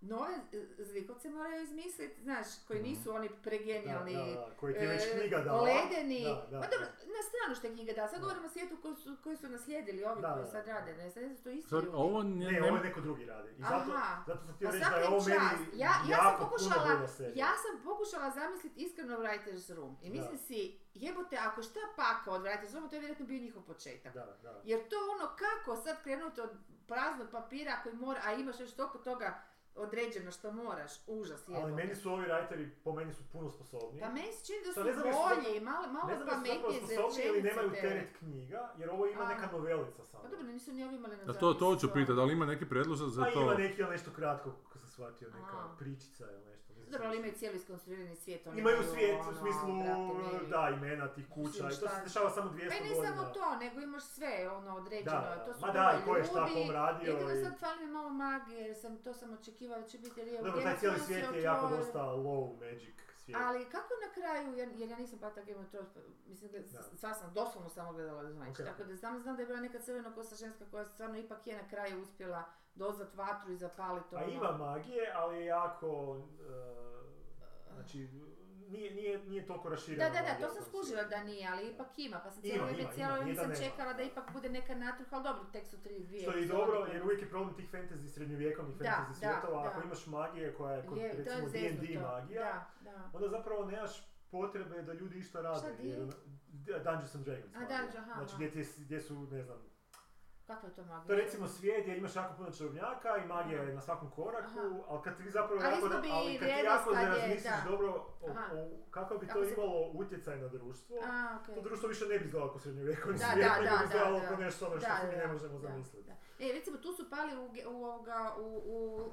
S1: nove e, zlikovce moraju izmisliti, znaš, koji
S3: Mhm.
S1: nisu oni pregenijalni,
S2: Da, da, da, koji ti je već
S1: e,
S2: knjiga dala.
S1: Ledeni.
S2: Da, da,
S1: pa dobro, na stranu što je knjiga dala. Sad
S2: Da.
S1: govorimo o svijetu koji su, koji su naslijedili ovi
S2: Da,
S1: koji
S2: da.
S1: sad rade. Ne, sad nisu to isti
S3: Zar
S1: ljudi.
S3: ovo
S2: Ne,
S3: nije...
S2: ovo je neko drugi radi. I zato,
S1: Aha.
S2: zato sam htio
S1: Pa
S2: reći da je
S1: svaka
S2: ovo
S1: im
S2: meni
S1: čast. Ja, ja sam
S2: jako puno
S1: pokušala,
S2: bolja serija.
S1: ja sam pokušala zamisliti iskreno Writer's Room. I mislim
S2: Da.
S1: si, jebote, ako šta paka od Writer's Room, to je vjerojatno bio njihov početak.
S2: Da, da.
S1: Jer to ono kako sad krenuti od praznog papira koji mora, a imaš još toliko toga određeno što moraš, užas
S2: Ali
S1: jebote.
S2: meni su ovi writeri, po meni su puno sposobniji.
S1: Pa meni se čini da su
S2: Sad ne znam jesu
S1: bolji, malo, malo
S2: ne znam da su zapravo
S1: pametnije za
S2: sposobniji ili nemaju
S1: rečenice te.
S2: teret knjiga, jer ovo ima
S1: A.
S2: neka novelica samo.
S1: Pa dobro, nisu ni ovi imali ono. na
S3: Da to, to
S1: zapisi,
S3: ću pitati, da li ima neki prijedlog za
S2: A ima
S3: to?
S2: neki, ali nešto kratko, kako sam shvatio, neka
S1: A.
S2: pričica ili nešto. ne znam
S1: Dobro, ali
S2: što.
S1: imaju cijeli iskonstruirani svijet. Oni
S2: Imaju
S1: imaju
S2: svijet u
S1: ono,
S2: smislu,
S1: brate mili.
S2: da, imena tih kuća i to
S1: šta-
S2: se dešava samo 200
S1: Pa i
S2: godina.
S1: ne samo to, nego imaš sve ono
S2: Da,
S1: određeno,
S2: da,
S1: to su
S2: ma da,
S1: ljudi,
S2: i ko je šta kom radio
S1: Jedino
S2: i...
S1: sad fali mi malo magije, jer sam to sam očekivala da će biti jer je u
S2: Dobro,
S1: Game
S2: taj
S1: of
S2: cijeli
S1: Thrones
S2: svijet je jako
S1: otvoren.
S2: dosta low magic svijet.
S1: Ali kako na kraju, jer, jer ja nisam pata Game of Thrones, pa mislim da,
S2: Da.
S1: sva sam doslovno samo gledala da znači,
S2: Ok.
S1: tako da samo znam da je bila neka crvena kosa ženska koja stvarno ipak je na kraju uspjela dozvat vatru i zapaliti
S2: A
S1: ono.
S2: Pa ima magije, ali je jako... e, znači, nije, nije, nije toliko
S1: Da,
S2: raširena.
S1: da, da,
S2: magija
S1: to sam
S2: u tom
S1: skužila da
S2: svijetu.
S1: nije, ali ipak ima, pa sam
S2: Ima,
S1: cijelo
S2: ima,
S1: vrijeme cijelo
S2: ima,
S1: vrijeme
S2: nije da
S1: sam
S2: nema.
S1: čekala da ipak bude neka natruha, ali dobro, tek su tri, dvije.
S2: Što je i
S1: epizode,
S2: dobro,
S1: pa-
S2: jer uvijek je problem tih fantasy srednjovjekovnih
S1: Da,
S2: fantasy
S1: da,
S2: svjetova,
S1: da.
S2: ako imaš magije koja je kod,
S1: Je, to je
S2: recimo D&D
S1: zeznuto.
S2: magija,
S1: Da, da.
S2: onda zapravo nemaš potrebe da ljudi išta rade.
S1: Šta di?
S2: jer D- Dungeons and Dragons.
S1: A,
S2: magija.
S1: Dungeon, aha,
S2: Znači
S1: aha.
S2: gdje, ti- gdje su, ne znam,
S1: Kakva je to magija?
S2: to je recimo svijet gdje imaš jako puno čarobnjaka i magija je na svakom koraku,
S1: Aha.
S2: ali kad ti zapravo
S1: Ali
S2: jako,
S1: isto bi
S2: ali kad ti
S1: vrijednost
S2: jako ne
S1: kad je,
S2: razmisliš
S1: da.
S2: dobro o,
S1: Aha.
S2: o- kako bi
S1: Kako
S2: to
S1: se-
S2: imalo utjecaj na društvo,
S1: A, okej.
S2: to društvo više ne bi izgledalo kao srednjovjekovni
S1: Da,
S2: svijet,
S1: da,
S2: nego
S1: da,
S2: bi izgledalo
S1: da,
S2: kao
S1: da.
S2: nešto ono što
S1: Da,
S2: si mi
S1: da,
S2: ne možemo
S1: da,
S2: zamisliti.
S1: da. E, recimo tu su pali u, ge- u, ovoga, u,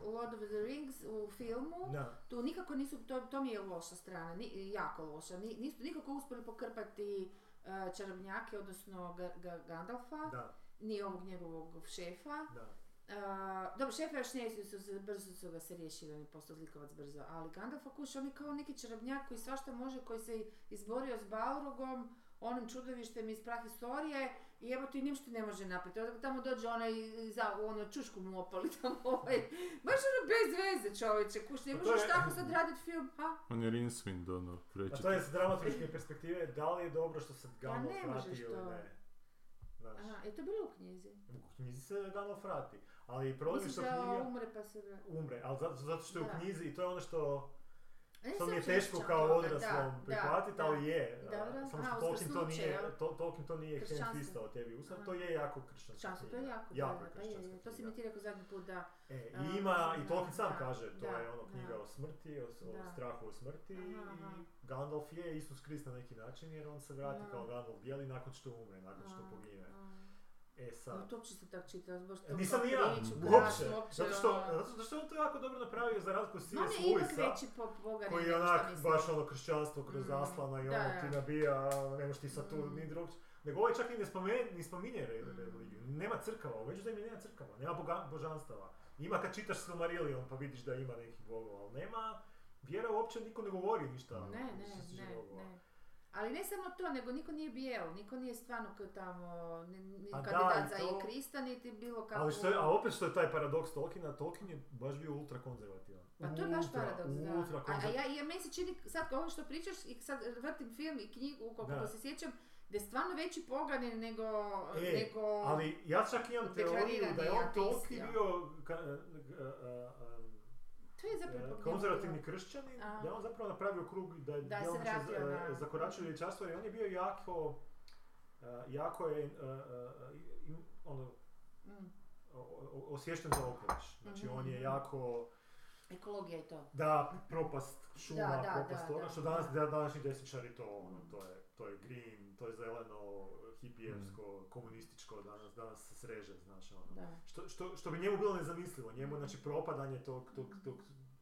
S1: u Lord of the Rings, u filmu,
S2: Da.
S1: tu nikako nisu, to, to mi je loša strana, ni, jako loša, Ni- nisu nikako uspjeli pokrpati e, čarobnjake, odnosno Ga- Ga- Gandalfa,
S2: Da,
S1: ni ovog njegovog šefa.
S2: da.
S1: E, dobro, šefa još ne, su, se- brzo su ga se riješili, on je postao zlikovac brzo, ali Gandalfa kuš, on je kao neki čarobnjak koji svašta može, koji se izborio s Balrogom, onim čudovištem iz prahistorije, i evo ti ništa ne može napraviti. Onda tamo dođe onaj, za, ono, čušku mu opali tamo ovaj. Baš ono bez veze čovječe, kuš, ne
S2: Pa to
S1: možeš
S2: je-
S1: tako sad raditi film, ha?
S3: On je Rinswind, ono, reći
S2: A to je
S3: ću.
S2: s dramaturške perspektive, da li je dobro što se Gandalf
S1: Pa ne
S2: vrati
S1: možeš
S2: ili
S1: to.
S2: ne. Znaš,
S1: Aha, je to bilo u knjizi?
S2: u knjizi se Gandalf vrati, ali problem je što
S1: Mislim da
S2: knjiga
S1: umre pa se vrati.
S2: umre, ali zato, zato što je
S1: Da.
S2: u knjizi i to je ono što,
S1: E,
S2: što mi je
S1: sjećam se
S2: teško
S1: čak
S2: kao
S1: toga, da,
S2: odraslom
S1: da,
S2: prihvatiti,
S1: da.
S2: ali je.
S1: Dobro.
S2: a, Samo
S1: A,
S2: što
S1: uzgred
S2: Tolkien to
S1: slučaj,
S2: nije,
S1: jel?
S2: to, Tolkien to nije
S1: Kršćanstvo.
S2: hemfistao tebi usad,
S1: Aha.
S2: to je jako kršćanska
S1: Času, to je
S2: knjiga.
S1: jako,
S2: jako
S1: da, da,
S2: je
S1: pa je,
S2: kršćanska
S1: je. to si
S2: knjiga.
S1: mi ti rekao zadnji put, da.
S2: E,
S1: A,
S2: i ima, i
S1: da,
S2: Tolkien sam
S1: da,
S2: kaže, to
S1: da,
S2: je ono knjiga
S1: da.
S2: o smrti, o, o
S1: Da.
S2: strahu od smrti
S1: Aha, aha.
S2: i Gandalf je Isus Krist na neki način jer on se vrati
S1: Da.
S2: kao Gandalf bijeli nakon što umre, nakon što
S1: A,
S2: pogine.
S1: a.
S2: E
S1: No,
S2: sad,
S1: to uopće se tako čitala, baš
S2: e,
S1: to
S2: nisam
S1: kao
S2: ni ja,
S1: priču,
S2: uopće,
S1: krasno, uopće,
S2: zato što, e,
S1: ono.
S2: zato što je on to jako dobro napravio za razliku od
S1: Ma
S2: C.S.
S1: on je ipak
S2: Lewisa,
S1: veći pop boga
S2: koji je onak baš ono kršćanstvo kroz
S1: Mm,
S2: zaslana i
S1: da,
S2: ono
S1: da.
S2: ti nabija, ne možeš ti sad tu
S1: Mm.
S2: ni drugče. Nego ovaj čak i ne, spomen, ni spominje re-
S1: Mm.
S2: religiju, nema crkava, u međutim nema crkava, nema boga- božanstava. Ima kad čitaš Silmarillion pa vidiš da ima nekih bogova, ali nema, vjera uopće niko ne govori ništa.
S1: Ne, ne,
S2: što se tiče
S1: ne,
S2: bogova.
S1: ne. Ali ne samo to, nego niko nije bijel, niko nije stvarno kao tamo ni, ni
S2: Pa da,
S1: kandidat
S2: i
S1: za
S2: to-
S1: i Krista, niti bilo kako...
S2: Ali što je, a opet što je taj paradoks Tolkiena, Tolkien je baš bio ultra konzervativan.
S1: Pa to je baš
S2: Ultra,
S1: paradoks, da.
S2: Ultra
S1: A, a
S2: konzervativan.
S1: ja, ja meni se čini, sad ovo što pričaš, i sad vrtim film i knjigu, koliko
S2: Da.
S1: to se sjećam, da je stvarno veći poganin nego...
S2: E,
S1: nego...
S2: Ali ja čak imam teoriju da je
S1: Deklarirani
S2: on toliki
S1: ateist, ja.
S2: bio ka- e, e, e, e,
S1: To je ili
S2: e,
S1: po-
S2: konzervativni kršćanin,
S1: A.
S2: da je on zapravo napravio krug i da je
S1: Da se
S2: djelomično
S1: vratio
S2: za-
S1: na-
S2: e, zakoračio u ljevičarstvo jer on je bio jako, e, jako je, e, e, im- ono,
S1: Mm.
S2: o- o- osviješten za okoliš. Znači on je
S1: Mhm.
S2: jako,
S1: Ekologija je to.
S2: da, propast šuma,
S1: Da, da,
S2: propast
S1: da,
S2: toga,
S1: da.
S2: što danas, da, današnji desničari to, ono, to je, to je green, to je zeleno, hipijevsko, komunističko, danas, danas se sreže, znaš, ono.
S1: Da.
S2: Što, što, što bi njemu bilo nezamislivo, njemu, znači, propadanje tog, tog, tog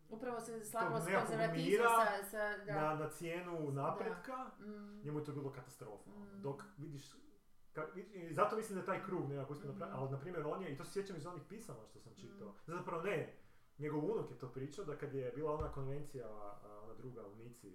S1: Upravo se slagalo s
S2: nekakvog
S1: konzervatizmom
S2: mira
S1: sa, sa, da.
S2: na, na cijenu napretka,
S1: Mm.
S2: njemu je to bilo katastrofa. ono.
S1: Mm.
S2: Dok vidiš, ka, vidi- i zato mislim da je taj krug nekako uspio
S1: Mhm.
S2: napraviti, ali na primjer on je, i to se sjećam iz onih pisama što sam
S1: Mm.
S2: čitao, zapravo ne, njegov unuk je to pričao da kad je bila ona konvencija, a, ona druga u Nici,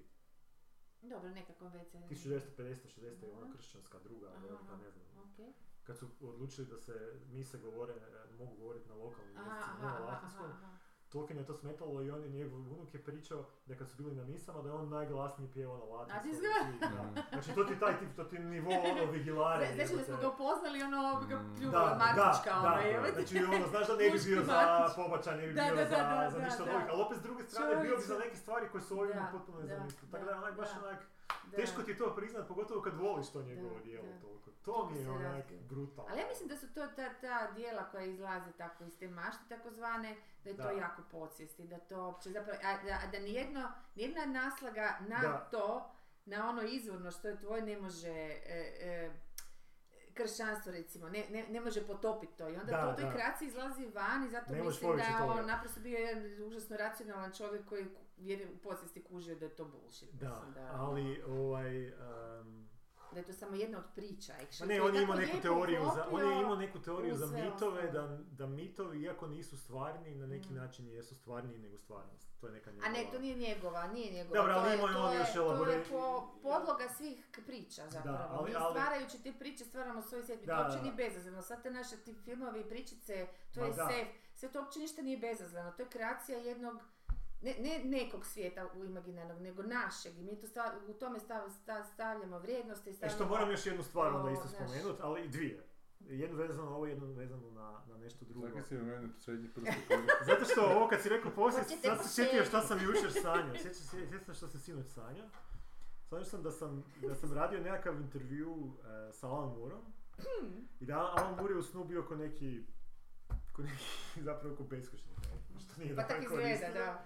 S1: Mm. Dobro, neka konvencija.
S2: 1950-60 je ona
S1: Aha.
S2: kršćanska druga,
S1: Mm. Aha,
S2: velika,
S1: aha.
S2: ne znam,
S1: Okej.
S2: kad su odlučili da se mise govore, e, mogu govoriti na lokalnim
S1: Aha,
S2: mjesecima,
S1: aha,
S2: ne na
S1: aha,
S2: latinskom,
S1: aha.
S2: Tolkien je to smetalo i on je njegov unuk je pričao da kad su bili na misama da je on najglasnije pjevao na
S1: A ti
S2: latinskom.
S1: zgra-
S2: Da. Znači to ti je taj tip, to ti je nivo ono vigilare.
S1: Zna- Znači da smo ga upoznali, ono, ga
S3: Mm.
S1: pljuvao
S2: da,
S1: Martićka,
S2: da,
S1: ono,
S2: da,
S1: jebote.
S2: Znači ono, znaš da ne bi
S1: Muški
S2: bio za
S1: Martić.
S2: pobačaj, ne bi
S1: Da,
S2: bio
S1: da,
S2: za,
S1: da,
S2: za
S1: da,
S2: ništa
S1: da.
S2: novih, ali opet s druge strane bio bi za
S1: Čovječe.
S2: neke stvari koje su ovima
S1: Da,
S2: potpuno
S1: da,
S2: nezamislive. Tako da je onak baš
S1: da.
S2: onak,
S1: Da.
S2: Znači, teško ti je to priznat, pogotovo kad voliš to njegovo
S1: Da,
S2: djelo
S1: da.
S2: toliko. To mi je
S1: se
S2: onak
S1: razbije.
S2: brutalno.
S1: Ali ja mislim da su to ta, ta dijela koja izlaze tako iz te mašte takozvane, da je
S2: Da.
S1: to jako podsvijesti, da to uopće zapravo, a, da, a da nijedno, nijedna naslaga na
S2: Da.
S1: to, na ono izvorno što je tvoje ne može e, e, kršćanstvo recimo, ne, ne, ne može potopiti to i onda
S2: Da,
S1: to u toj
S2: da.
S1: kraci izlazi van i zato
S2: Ne možeš
S1: mislim da
S2: povući
S1: je
S2: toga.
S1: on naprosto bio jedan užasno racionalan čovjek koji ku- je u podsvijesti kužio da je to bullshit.
S2: Da,
S1: mislim, da,
S2: ali ovaj... em,
S1: da je to samo jedna od priča.
S2: Ma
S1: actually.
S2: Pa ne,
S1: To je
S2: on je imao
S1: tako
S2: neku
S1: lijepo
S2: teoriju za, on je
S1: uklopio-
S2: imao neku teoriju
S1: u
S2: za
S1: sve
S2: mitove,
S1: ostalo.
S2: da, da mitovi, iako nisu stvarni, na neki
S1: Mm.
S2: način jesu stvarniji nego stvarnost. To je neka njegova...
S1: A ne, to nije njegova, nije njegova.
S2: Dobro,
S1: to
S2: ali
S1: je-
S2: imao je
S1: to
S2: on
S1: je-
S2: još
S1: To je
S2: elabore-
S1: po, podloga svih k- priča zapravo.
S2: Da, ali-
S1: Mi
S2: ali-
S1: stvarajući te priče stvaramo svoj svijet. Mi
S2: Da,
S1: to uopće
S2: da.
S1: nije bezazleno. Sad te naše ti filmove i pričice, to
S2: Ma
S1: je
S2: da.
S1: sef, sve to uopće ništa nije bezazleno. To je kreacija jednog ne, ne nekog svijeta u imaginarnog, nego našeg. I mi to stav- u tome stav, sta- stavljamo vrijednosti.
S2: E
S1: Stavljamo...
S2: što moram još jednu stvar onda
S1: Ovo,
S2: isto
S1: znaš.
S2: spomenuti, ali i dvije. Jednu vezanu na ovo, jednu vezanu na, na nešto drugo.
S3: Tako si na mene srednji prst pokazao.
S2: Zato što ovo kad si rekao posjet,
S1: Hoćete
S2: sad se sjetio
S1: posjet?
S2: šta sam jučer sanjao. Sjećam se sjećam se što sam sinoć sanjao. Sanjao sam da sam, da sam radio nekakav intervju eh, sa Alan Moorom.
S1: Hmm.
S2: I da Alan Moore je u snu bio ko neki, ko neki zapravo ko beskućnik. Što nije
S1: Pa
S2: da
S1: tako izgleda, da.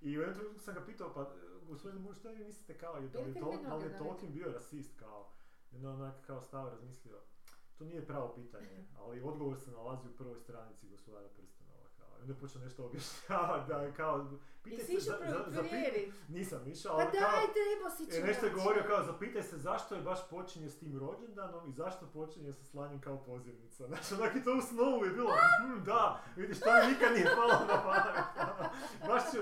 S2: I u jednom trenutku sam ga pitao, pa e, gospodine Moore, šta vi mislite kao, je da li,
S1: Bili
S2: Tol-
S1: filmi
S2: da li je
S1: novi, da.
S2: Tolkien bio rasist kao? I onda onak kao stav razmislio, to nije pravo pitanje, ali odgovor se nalazi u prvoj stranici gospodara prstenova. Kao. I onda je počeo nešto objašnjavati, da kao,
S1: I
S2: pitaj
S1: si
S2: se,
S1: išao
S2: za, za, za, pit-
S1: provjeriti.
S2: nisam išao,
S1: Pa
S2: ali
S1: daj,
S2: kao,
S1: treba si
S2: E, nešto je
S1: čovječe.
S2: govorio kao, zapitaj se zašto je baš počinje s tim rođendanom i zašto počinje sa slanjem kao pozivnica. Znači, onak i to u snovu je bilo, hm, da, vidiš, to mi nikad nije palo na pamet. baš ću,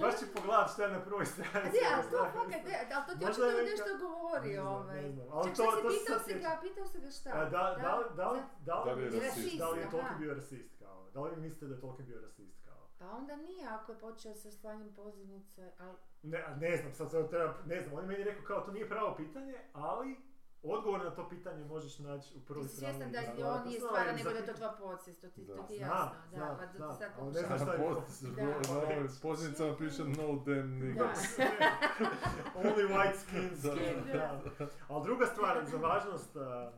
S2: baš ću pogledat šta je na prvoj
S1: A
S2: stranici.
S1: ne, ali to fakat, ne, ali to ti očito
S2: Možda je neka-
S1: nešto govori,
S2: Ne znam,
S1: ovaj.
S2: ne znam, ali
S1: Čak
S2: to-
S1: šta si pitao
S2: to se sad
S1: si ga,
S2: sjećam.
S1: pitao si ga šta?
S2: A, da, da, da, li- da, li- da, li-
S3: Da li je rasist?
S2: da li je
S1: Rasist,
S2: Tolkien
S1: aha.
S2: bio rasist, kao? Da li vi mislite da je Tolkien bio rasist, kao?
S1: Pa onda nije, ako je počeo sa slanjem pozivnice, ali...
S2: Ne, a ne znam, sad, sad treba, ne znam, on je meni rekao kao, to nije pravo pitanje, ali odgovor na to pitanje možeš naći u prvoj
S1: Ti si
S2: strani.
S1: svjestan da
S2: Gospodara
S1: on nije
S2: prstenova
S1: stvaran,
S2: i
S1: nego da je to
S2: zapitaj-
S1: tvoja podsvijest, to ti, to
S3: Da.
S1: ti je
S2: Znam,
S1: jasno. Da,
S2: znam,
S1: pa da
S2: znam,
S1: ti sad
S2: ali ne
S1: pokušavam.
S2: znam šta je to.
S1: Da.
S3: Poznicama ono, piše no damn nigga.
S1: Da.
S2: Only white skin.
S3: Da.
S1: Skin, da.
S2: Ali druga stvar za važnost, a,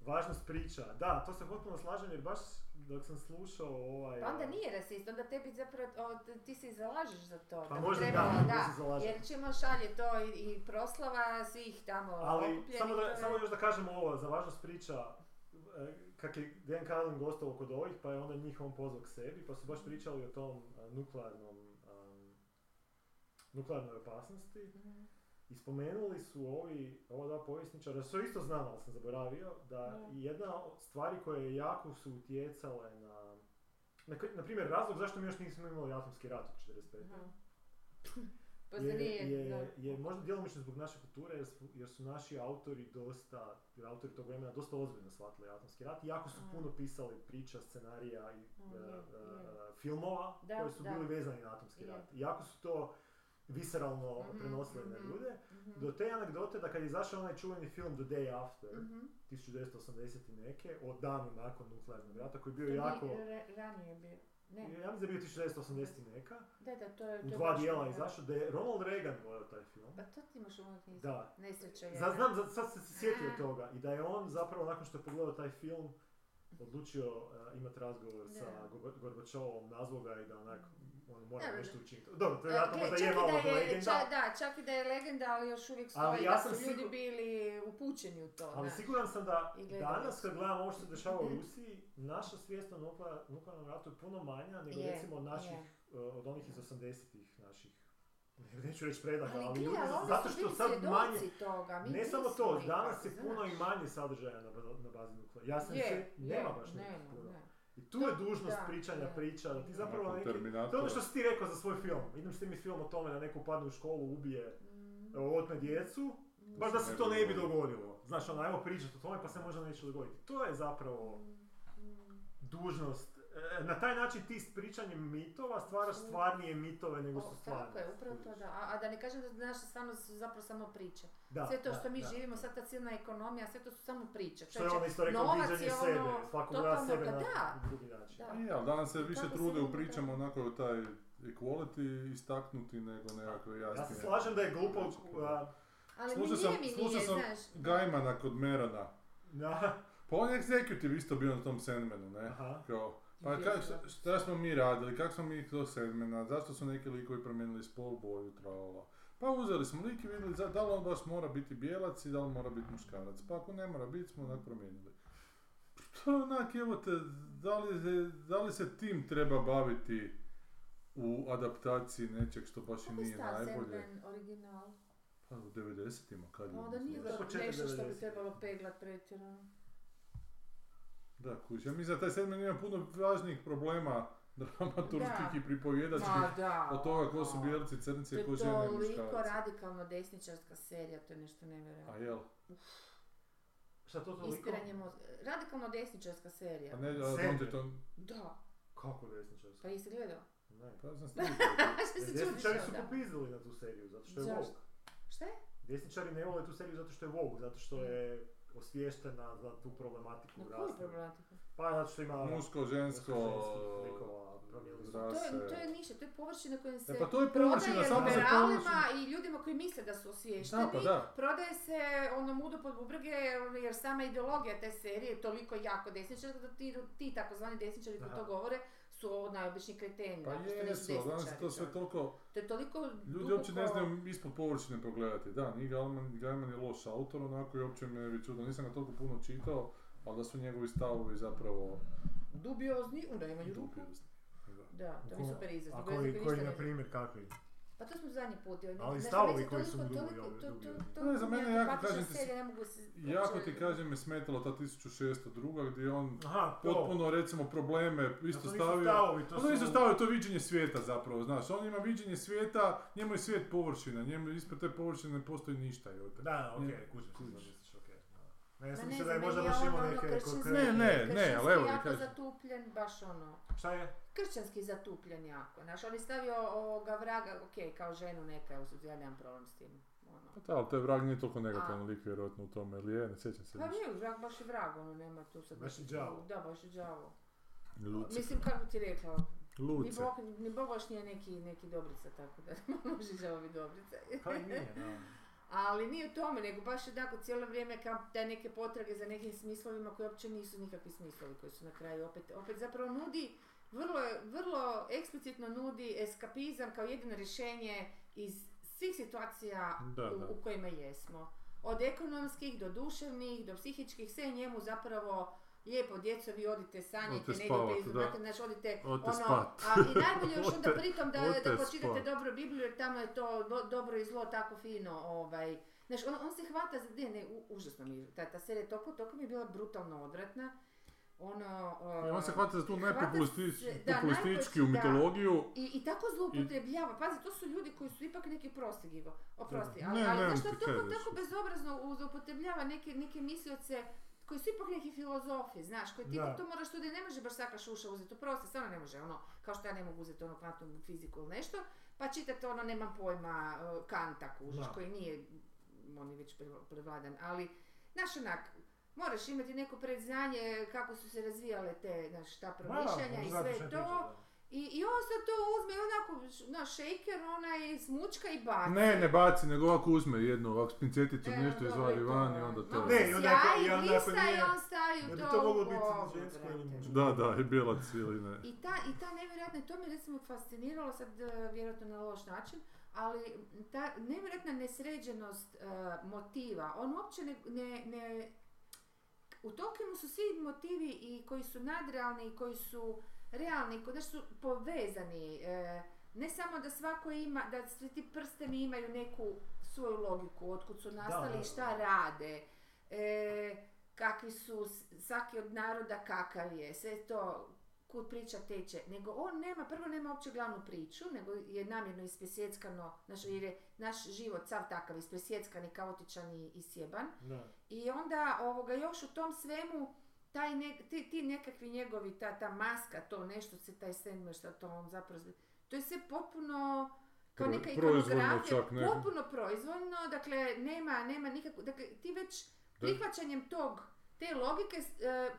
S2: važnost priča. Da, to se potpuno slažem jer baš dok sam slušao ovaj...
S1: Pa onda
S2: a,
S1: nije rasist, onda tebi zapravo, o, t- ti se i zalažeš za to.
S2: Pa
S1: bi
S2: možda da,
S1: trebalo,
S2: možda se zalažem.
S1: jer čim on šalje to i, i proslava svih tamo
S2: Ali
S1: okupljenih,
S2: samo,
S1: to
S2: da,
S1: je-
S2: samo još da kažemo ovo, za važnost priča, e, kak je Dan Carlin gostovao kod ovih, pa je onda njih on pozvao k sebi, pa su baš pričali o tom e, nuklearnom, em, nuklearnoj opasnosti.
S1: Mhm.
S2: I spomenuli su ovi, ova dva povjesničara, što isto znam, ali sam zaboravio, da
S1: Da.
S2: jedna od stvari koje jako su utjecale na... Na, k- na primjer, razlog zašto mi još nismo imali atomski rat od 45.
S1: Aha. Pa se
S2: Je,
S1: nije, da.
S2: je, je možda djelomično zbog naše kulture, jer su, jer su naši autori dosta, autori tog vremena dosta ozbiljno shvatili atomski rat i jako su
S1: Mm.
S2: puno pisali priča, scenarija i
S1: Mm,
S2: e,
S1: je,
S2: e,
S1: je.
S2: filmova
S1: Da,
S2: koji su
S1: da.
S2: bili vezani na atomski
S1: Je.
S2: rat. I jako su to visceralno
S1: Mhm,
S2: prenosili na
S1: mhm.
S2: ljude.
S1: Mhm.
S2: Do te anegdote da kad je izašao onaj čuveni film The Day After,
S1: Mhm.
S2: 1980 i neke, o danu nakon nuklearnog rata, koji je bio
S1: To nije
S2: jako...
S1: ra- ranije bio. Ne,
S2: Ja mislim da je bio 1980 neka.
S1: da, da, to je...
S2: U
S1: to je
S2: dva
S1: baš
S2: dijela
S1: ono.
S2: izašao da je Ronald Reagan gledao taj film.
S1: Pa to ti imaš u ovoj knjizi.
S2: Da.
S1: Nesreća je.
S2: Za, znam, za- sad sam se sjetio
S1: A.
S2: toga i da je on zapravo nakon što je pogledao taj film odlučio uh, imati razgovor sa
S1: Da.
S2: Gorba- Gorbačovom, nazvao ga i da onak, on mora
S1: Dobro.
S2: nešto učiniti. Dobro, to
S1: E,
S2: je vjerojatno
S1: gle,
S2: možda je
S1: čak i
S2: malo ono
S1: da je,
S2: legenda,
S1: ča- da, čak i da je legenda, ali još uvijek stoji
S2: Ali ja
S1: da
S2: sam
S1: su ljudi
S2: sigur-
S1: bili upućeni u to.
S2: ali
S1: znaš.
S2: siguran sam da
S1: I Mhm. gledali
S2: danas
S1: su.
S2: kad gledamo ovo što se dešava u Rusiji, naša svijest o nukle- nuklearnom ratu je puno manja nego
S1: Je,
S2: recimo od naših,
S1: je.
S2: uh, od onih iz 80-ih naših, neću reći predaka, ali,
S1: Ali gle,
S2: ljudi,
S1: ali oni su
S2: zato što
S1: bili
S2: sad
S1: svjedoci
S2: manje,
S1: toga. Pa Mi
S2: Ne samo
S1: nismo
S2: to,
S1: nikako,
S2: danas je
S1: znaš.
S2: puno i manje sadržaja na, ba- na bazi nuklearne. Ja sam
S1: Je,
S2: se, nema
S1: je,
S2: baš nekih
S1: nema,
S2: puno.
S1: ne.
S2: I tu je
S1: To-
S2: dužnost
S1: da,
S2: pričanja
S1: da.
S2: priča, da ti zapravo
S3: Nakon
S2: neki... To je ono
S3: Terminatora.
S2: što si ti rekao za svoj film. Idem s mi film o tome da neko upadne u školu, ubije,
S1: Mm,
S2: e, otme djecu. Baš da se
S3: Ne
S2: to
S3: bi
S2: ne bi
S3: dogodilo.
S2: dogodilo. Znaš, ono, ajmo pričati o tome pa se možda neće dogoditi. To je zapravo
S1: mm.
S2: dužnost. E, Na taj način ti s pričanjem mitova stvaraš stvarnije mitove nego
S1: O,
S2: su stvarni.
S1: tako je, upravo to da. A, a da ne kažem da naše stvarno su zapravo samo priče.
S2: Da,
S1: sve to
S2: da,
S1: što mi
S2: da.
S1: živimo, sad ta silna ekonomija, sve to su samo priče.
S2: Što je ono
S1: Čovječe,
S2: isto rekao,
S1: novac
S2: viđenje
S1: je
S2: sebe.
S1: ono
S2: Svako gleda
S1: totalno,
S2: sebe
S1: pa
S2: na
S1: da.
S2: drugi način.
S1: Da.
S3: Je, Pa ali danas se
S1: I
S3: više
S1: kako se
S3: trude u
S1: vidi,
S3: pričama
S1: da.
S3: onako taj equality istaknuti nego nekakve jasne.
S2: Ja se slažem da je glupo...
S3: Znači,
S2: a,
S1: Ali mi
S3: Slušao
S1: nije
S3: sam,
S1: mi
S3: slušao
S1: nije,
S3: sam
S1: znaš.
S3: Gajmana kod Merana.
S2: na-
S3: Pa on je executive isto bio na tom Sandmanu, ne?
S2: Aha.
S3: Kao, pa
S1: Bio
S3: kak,
S1: je, da.
S3: šta smo mi radili, kako smo mi to Sandmana, zašto su neki likovi promijenili spol, boju, trala. Pa uzeli smo lik i vidjeli za- da li on baš mora biti bijelac i da li mora biti muškarac. Pa ako ne mora biti, smo onak promijenili. To je onak, evo te, da li, se- da li se tim treba baviti u adaptaciji nečeg što baš i
S1: Kako je
S3: znači, nije
S1: star
S3: najbolje?
S1: Sandman original?
S3: Pa u 90-ima, kad je?
S1: Pa Onda nije
S2: Za
S1: to
S2: početak
S1: nešto što bi
S2: 90-ih.
S1: trebalo peglat pretjerano.
S3: Da, kuć. Ja mislim da taj Sandman ima puno važnijih problema dramaturških
S1: Da.
S3: i pripovjedačkih
S1: Ma da.
S3: od toga ko su
S1: ono.
S3: bijelci, crnci,
S1: To
S3: a
S1: je
S3: ko žene i
S1: toliko
S3: muškarci.
S1: radikalno desničarska serija, to je nešto
S3: A
S1: nevjerojatno.
S3: jel?
S2: Šta to toliko?
S1: Ispiranje mozga. Radikalno desničarska
S3: A
S1: serija.
S3: Pa ne, a
S2: Sandman.
S3: on ti to...
S1: Da,
S2: Kako desničarska?
S1: pa jesi gledao?
S2: Ne.
S3: Pa sam snimio.
S1: A što se čudiš
S2: Desničari su
S1: onda?
S2: popizdili na tu seriju, zato što je
S1: Zašto?
S2: woke.
S1: Šta je?
S2: Desničari ne vole tu seriju zato što je woke, zato što je osviještena za tu problematiku
S1: Na koju
S2: rasne.
S1: problematiku?
S2: Pa zato što ima
S3: Muško,
S2: muško-ženskih
S3: žensko...
S2: likova, promijenili su.
S1: To je, to
S3: rase.
S1: je ništa, to je površina kojim se
S3: E pa to je površina,
S1: prodaje
S3: samo se
S1: liberalima
S3: površina.
S1: i ljudima koji misle da su osviješteni.
S3: Da, pa da.
S1: Prodaje se ono mudo pod bubrege ono, jer sama ideologija te serije je toliko jako desničarska da ti, ti takozvani desničari koji
S2: Aha.
S1: to govore su ovo najobičniji kreteni.
S3: Pa
S1: naprosto nisu
S3: jesu, ali danas je
S1: desničari,
S3: to sve
S1: da.
S3: toliko...
S1: To je toliko
S3: Ljudi
S1: duboko-
S3: uopće ne znaju ispod površine pogledati. Da, ni Gaiman, Gaiman je loš autor, onako i uopće me bi čudo. Nisam ga toliko puno čitao, ali da su njegovi stavovi zapravo...
S1: Dubiozni u najmanju ruku.
S3: dubiozni. Da.
S1: Da, to mi je super izraz.
S2: A
S1: dubiozni koji
S2: koji, koji,
S1: ništa
S2: na
S1: ne-
S2: primjer, kakvi?
S1: Pa to smo zadnji put. Ali,
S2: Ali
S1: znači,
S2: stavovi
S1: meni se
S2: koji
S1: toliko-
S2: su mu
S1: toliko-
S2: dubiozni,
S1: to- to-
S2: dubiozni.
S1: to-
S3: Ne znam,
S1: to
S3: mene
S1: mi je
S3: jako,
S1: antipatična
S3: kažem ti,
S1: serija, ne mogu se
S3: Jako
S1: uopće-
S3: ti kažem me smetalo ta 1602. gdje je on
S2: Aha, to.
S3: potpuno recimo probleme
S2: A to
S3: isto
S2: nisu
S3: stavio.
S2: stavovi,
S3: Pa to isto stavio to viđenje svijeta zapravo, znaš, on ima viđenje svijeta, njemu je svijet površina, njemu ispred te površine ne postoji ništa, jel te.
S2: Da, okej,
S3: Ne.
S2: kužim što
S3: Kužiš.
S2: misliš, okej. da. Ne, ja sam
S1: Ma ne
S2: mislio da
S1: znam,
S2: je možda
S1: meni je
S2: baš
S1: ono,
S2: imao
S1: ono,
S2: neke
S1: kršćanski-
S2: konkretne...
S3: Ne, ne.
S1: kršćanski
S3: evo,
S1: jako
S3: kažem.
S1: zatupljen, baš ono,
S2: Šta je?
S1: kršćanski zatupljen jako. Znaš, on je stavio ovoga vraga, ok, kao ženu neka, ja nemam problem s tim. Ono.
S3: Pa da, ali taj vrag nije toliko negativan
S1: A.
S3: lik vjerojatno u tome, ili je, ne sjećam se
S1: Pa
S3: više.
S1: nije, vrag baš je vrag, ono, nema tu sad.
S2: Baš je
S1: nekih-
S2: đavo.
S1: Da, baš je đavo.
S3: Luce,
S1: Mislim, kako bi ti rekla, ni
S3: luce.
S1: Bog, ni Bog baš nije neki, neki dobrica, tako da može đavo biti dobrica.
S2: Pa nije, da.
S1: Ali nije u tome, nego baš je tako cijelo vrijeme kao te neke potrage za nekim smislovima koji uopće nisu nikakvi smislovi, koji su na kraju opet, opet zapravo nudi, vrlo, je- vrlo eksplicitno nudi eskapizam kao jedino rješenje iz svih situacija
S3: Da,
S1: u,
S3: da.
S1: u kojima jesmo. Od ekonomskih do duševnih, do psihičkih, sve je njemu zapravo lijepo, djeco, vi odite sanjajte,
S3: Odite
S1: negdje
S3: spavat,
S1: te izumate, znači odite,
S3: Odite
S1: ono,
S3: spat.
S1: a i najbolje još onda
S3: Odite-
S1: pritom da,
S3: odite
S1: da pročitate
S3: spat.
S1: dobro Bibliju jer tamo je to do- dobro i zlo tako fino, ovaj, Znaš, on, on se hvata za... Ne, ne, u- užasno mi je. Ta, ta serija je toliko, toliko mi je bila brutalno odvratna. Ono...
S3: I on se
S1: eh,
S3: hvata za tu
S1: hvata se- da,
S3: najpopulistički
S1: najpopulisti- da.
S3: mitologiju,
S1: I, I tako zloupotrebljava. Pazi, to su ljudi koji su ipak neki prostigivo. Oprosti, ali,
S3: Ne,
S1: ali
S3: nemam
S1: znaš što
S3: ti kaj
S1: tako,
S3: reći.
S1: tako bezobrazno u- zloupotrebljava neke, neke mislioce koji su ipak neki filozofi, znaš, koji ti
S2: Da.
S1: to moraš tu da ne može baš svaka šuša uzeti, oprosti, stvarno ne može, ono, kao što ja ne mogu uzeti ono kvantnu fiziku ili nešto, pa čitati ono, nemam pojma, eh, Kanta kužiš,
S2: Da.
S1: koji nije, on je već prevla- prevladan, ali, znaš, onak, moraš imati neko predznanje kako su se razvijale te, znaš, ta
S2: Ma Pa da,
S1: promišljanja i
S2: možda
S1: sve
S2: završena
S1: to,
S2: priča, da.
S1: I, i on sad to uzme i onako š- na šejker onaj smučka i baci.
S3: Ne, ne baci, nego ovako uzme jednu ovako s pinceticu
S1: E,
S3: nešto
S1: dobro,
S3: izvadi
S1: i to ono,
S3: van i
S1: je.
S3: onda to.
S1: Malo
S2: Ne, i onda ako-
S1: sjaji,
S2: i onda ako
S1: blista i
S2: nije-
S1: on stavi u
S2: ne
S1: to.
S2: bi to moglo
S1: u
S2: biti
S1: vodu,
S2: žensko ili
S1: brate.
S2: muško.
S3: Da, da, i bijelac ili ne.
S1: I ta, I ta nevjerojatna, to me recimo fasciniralo sad e, vjerojatno na loš način, ali ta nevjerojatna nesređenost e, motiva, on uopće ne, ne, ne- u Tolkienu su svi motivi i koji su nadrealni i koji su realni, koji da su povezani, e, ne samo da svako ima, da svi ti prsteni imaju neku svoju logiku, otkud su
S2: da,
S1: nastali
S2: da.
S1: i šta rade. E, kakvi su, s- svaki od naroda kakav je, sve to kud priča teče, nego on nema, prvo nema uopće glavnu priču, nego je namjerno ispresjeckano, znaš, jer je naš život sav takav, ispresjeckan i kaotičan i, i sjeban.
S2: Da.
S1: I onda ovoga, još u tom svemu, taj ne- ti, ti nekakvi njegovi, ta, ta maska, to nešto se taj Sandman, šta to on zapravo, zbi- to je sve potpuno kao
S3: Pro-
S1: neka
S3: proizvoljno
S1: ikonografija,
S3: čak, ne?
S1: potpuno proizvoljno, dakle nema, nema nikakvu, dakle ti već prihvaćanjem tog, te logike s- e,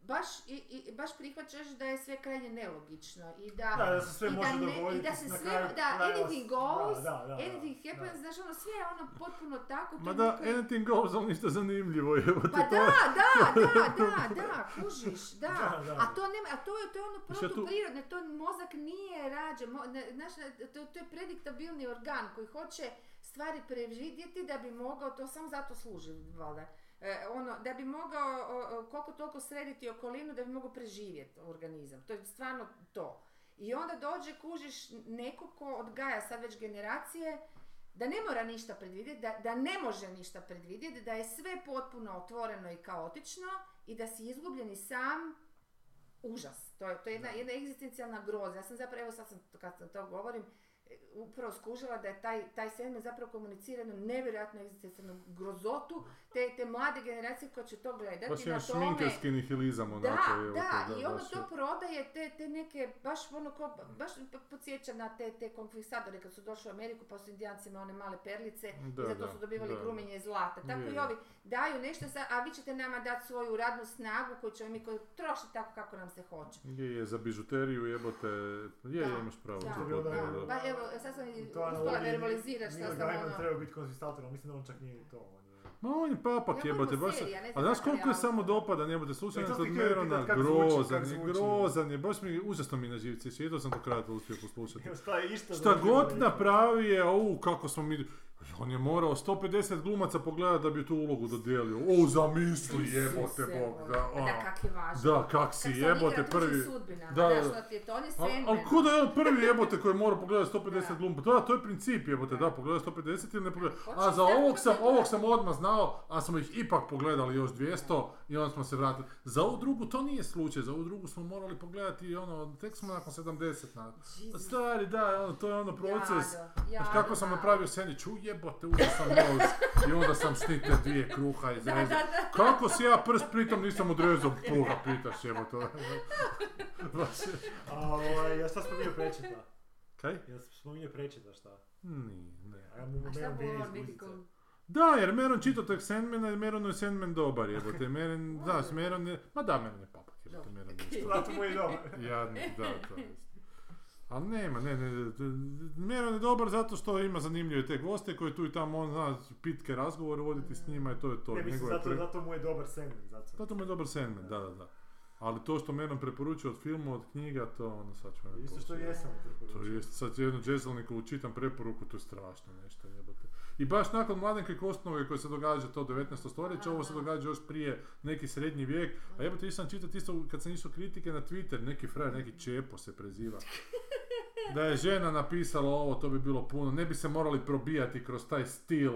S1: baš, i, i- baš prihvaćaš da je sve krajnje nelogično i da,
S2: Da, da se sve
S1: i da
S2: može
S1: ne-
S2: dogoditi.
S1: i da se
S2: na
S1: sve-
S2: kraju
S1: da,
S2: kraja
S1: да, anything
S2: s-
S1: goes,
S2: da, da, da, da,
S1: anything happens, znaš ono sve je ono potpuno tako, to
S3: Ma
S1: je
S3: da,
S1: neka-
S3: anything goes, ali ništa zanimljivo je. evo
S1: pa
S3: ti to je.
S1: da, da, da, da, da, kužiš, da.
S2: Da, da.
S1: A to nema, a to je, to je ono
S3: I sad tu-
S1: protuprirodno, to mozak nije rađen, mo, ne- znaš, to, to je prediktabilni organ koji hoće stvari preživjeti da bi mogao, to samo zato služi, valjda. E, ono, da bi mogao o, o, koliko toliko srediti okolinu da bi mogao preživjeti organizam. To je stvarno to. I onda dođe, kužiš, neko ko odgaja sad već generacije, da ne mora ništa predvidjeti, da, da ne može ništa predvidjeti, da je sve potpuno otvoreno i kaotično i da si izgubljen i sam, užas. To je, to je jedna, jedna egzistencijalna groza. Ja sam zapravo, evo sad sam, kad sam to govorim, e, upravo skužila da je taj, taj segment zapravo komunicira jednu nevjerojatnu egzistencijalnu grozotu te, te mlade generacije koja će to gledati.
S3: Baš
S1: Pa, na
S3: jedan
S1: tome-
S3: šminkerski nihilizam
S1: da,
S3: onako. evo te,
S1: da, i ono
S3: baš
S1: to
S3: je.
S1: prodaje te, te neke, baš ono ko, baš p- podsjeća na te, te konkvistadore kad su došli u Ameriku pa su indijancima one male perlice
S3: Da,
S1: i zato
S3: da,
S1: su dobivali
S3: da.
S1: grumenje zlata. Tako
S3: Je,
S1: i
S3: je.
S1: ovi daju nešto, sa, a vi ćete nama dati svoju radnu snagu koju ćemo mi ko- trošiti tako kako nam se hoće.
S3: Je, je, za bižuteriju jebote, je, je,
S1: Da,
S3: imaš pravo.
S1: da,
S3: to
S2: je
S3: potpuno,
S2: bilo
S1: Da,
S2: da.
S1: ba, evo, sad sam i
S2: To je
S1: uspjela
S3: ono,
S2: analogija,
S1: verbalizirati
S2: Neil
S1: što sam
S2: Gaiman
S1: ono...
S2: trebao biti konzistator, ali mislim da on čak nije ni to. On je...
S3: Ma on je papak
S1: Ja
S3: jebote,
S1: govorim o
S3: baš...
S1: seriji, a ne
S3: A znaš
S1: znam
S3: koliko je
S1: materijala.
S3: samo dopadan jebote, slušaj
S2: E, to
S3: nas
S2: sam
S3: od
S2: ti htio pitat
S3: Merona,
S2: kak zvuči, kak
S3: grozan je,
S2: zvuči.
S3: grozan je, baš mi užasno mi na živci, išao, jedva sam do kraja to uspio poslušati.
S2: Evo, Šta je išta
S3: Šta
S2: zanimljivo
S3: god
S2: rekao.
S3: napravi je, au, kako smo mi... On je morao 150 glumaca pogledati da bi tu ulogu dodijelio. O, zamisli jebote
S1: Isuse,
S3: bog, da,
S1: ono. Da,
S3: ono.
S1: kak je važno.
S3: Da, kak si
S1: Kak se on
S3: jebote
S1: igra tuđim
S3: prvi...
S1: sudbinama,
S3: Da,
S1: znaš,
S3: da.
S1: Pa što ti je- to on je
S3: A- Ali
S1: Sandman.
S3: ko da je on prvi jebote koji mora pogledati 150
S1: Da.
S3: glumba? Da, to je princip jebote, da, pogleda 150 ili ne pogleda.
S1: Hoćeš
S3: A za
S1: sad to
S3: ovog sam,
S1: pogledat?
S3: ovog sam odmah znao, a smo ih ipak pogledali još 200 i onda smo se vratili. Za ovu drugu to nije slučaj, za ovu drugu smo morali pogledati ono, tek smo nakon 70 na...
S1: Jesus.
S3: Stari, da, ono, to je ono proces.
S1: Jado,
S3: Znaš
S1: jado,
S3: kako sam
S1: malo.
S3: napravio sandvič, u jebote, uzeo sam nož i onda sam štite dvije kruha iz
S1: Da, da, da.
S3: Kako si ja prst pritom nisam odrezao, boga pitaš jebote. Baš je-
S2: A ovaj, ja šta spominje prečeta?
S3: Kaj?
S2: Ja spominje prečeta šta?
S3: Nije, ne.
S2: A ja mu
S1: A šta
S2: nemam
S1: bi
S2: vini
S1: on
S2: iz
S1: biti
S2: guzice.
S1: kom-
S3: Da, jer Meron čita tog Sandmana jer Meronu je Sandman dobar jebote. Meron, da, s Meron je, ma da, Meron je papak jebote,
S1: Dobro.
S3: Meron je isto.
S2: Zato mu je dobro.
S3: Jadnik, da, to je. Ali nema, ne, ne, ne, Meron je dobar zato što ima zanimljive te goste koje tu i tamo on zna pitke razgovore voditi s njima i to je to.
S2: Ne mislim,
S3: Njegova je
S2: zato,
S3: pre-
S2: zato mu je dobar Sandman, zato.
S3: Zato mu je dobar Sandman, da, da, da. Ali to što Meron preporučuje od filma, od knjiga, to ono sad ću vam
S2: Isto što
S3: reći.
S2: jesam
S3: To
S2: preporučio.
S3: je sad jednu Jezelnikovu čitam preporuku, to je strašno nešto jebote. I baš nakon Mladenke Kostnove koje se događa to 19. stoljeće, ovo se
S1: Aha.
S3: događa još prije neki srednji vijek. A jebote, išao sam čitati isto kad sam išao kritike na Twitter, neki frajer, neki Čepo se preziva. Da je žena napisala ovo, to bi bilo puno. Ne bi se morali probijati kroz taj stil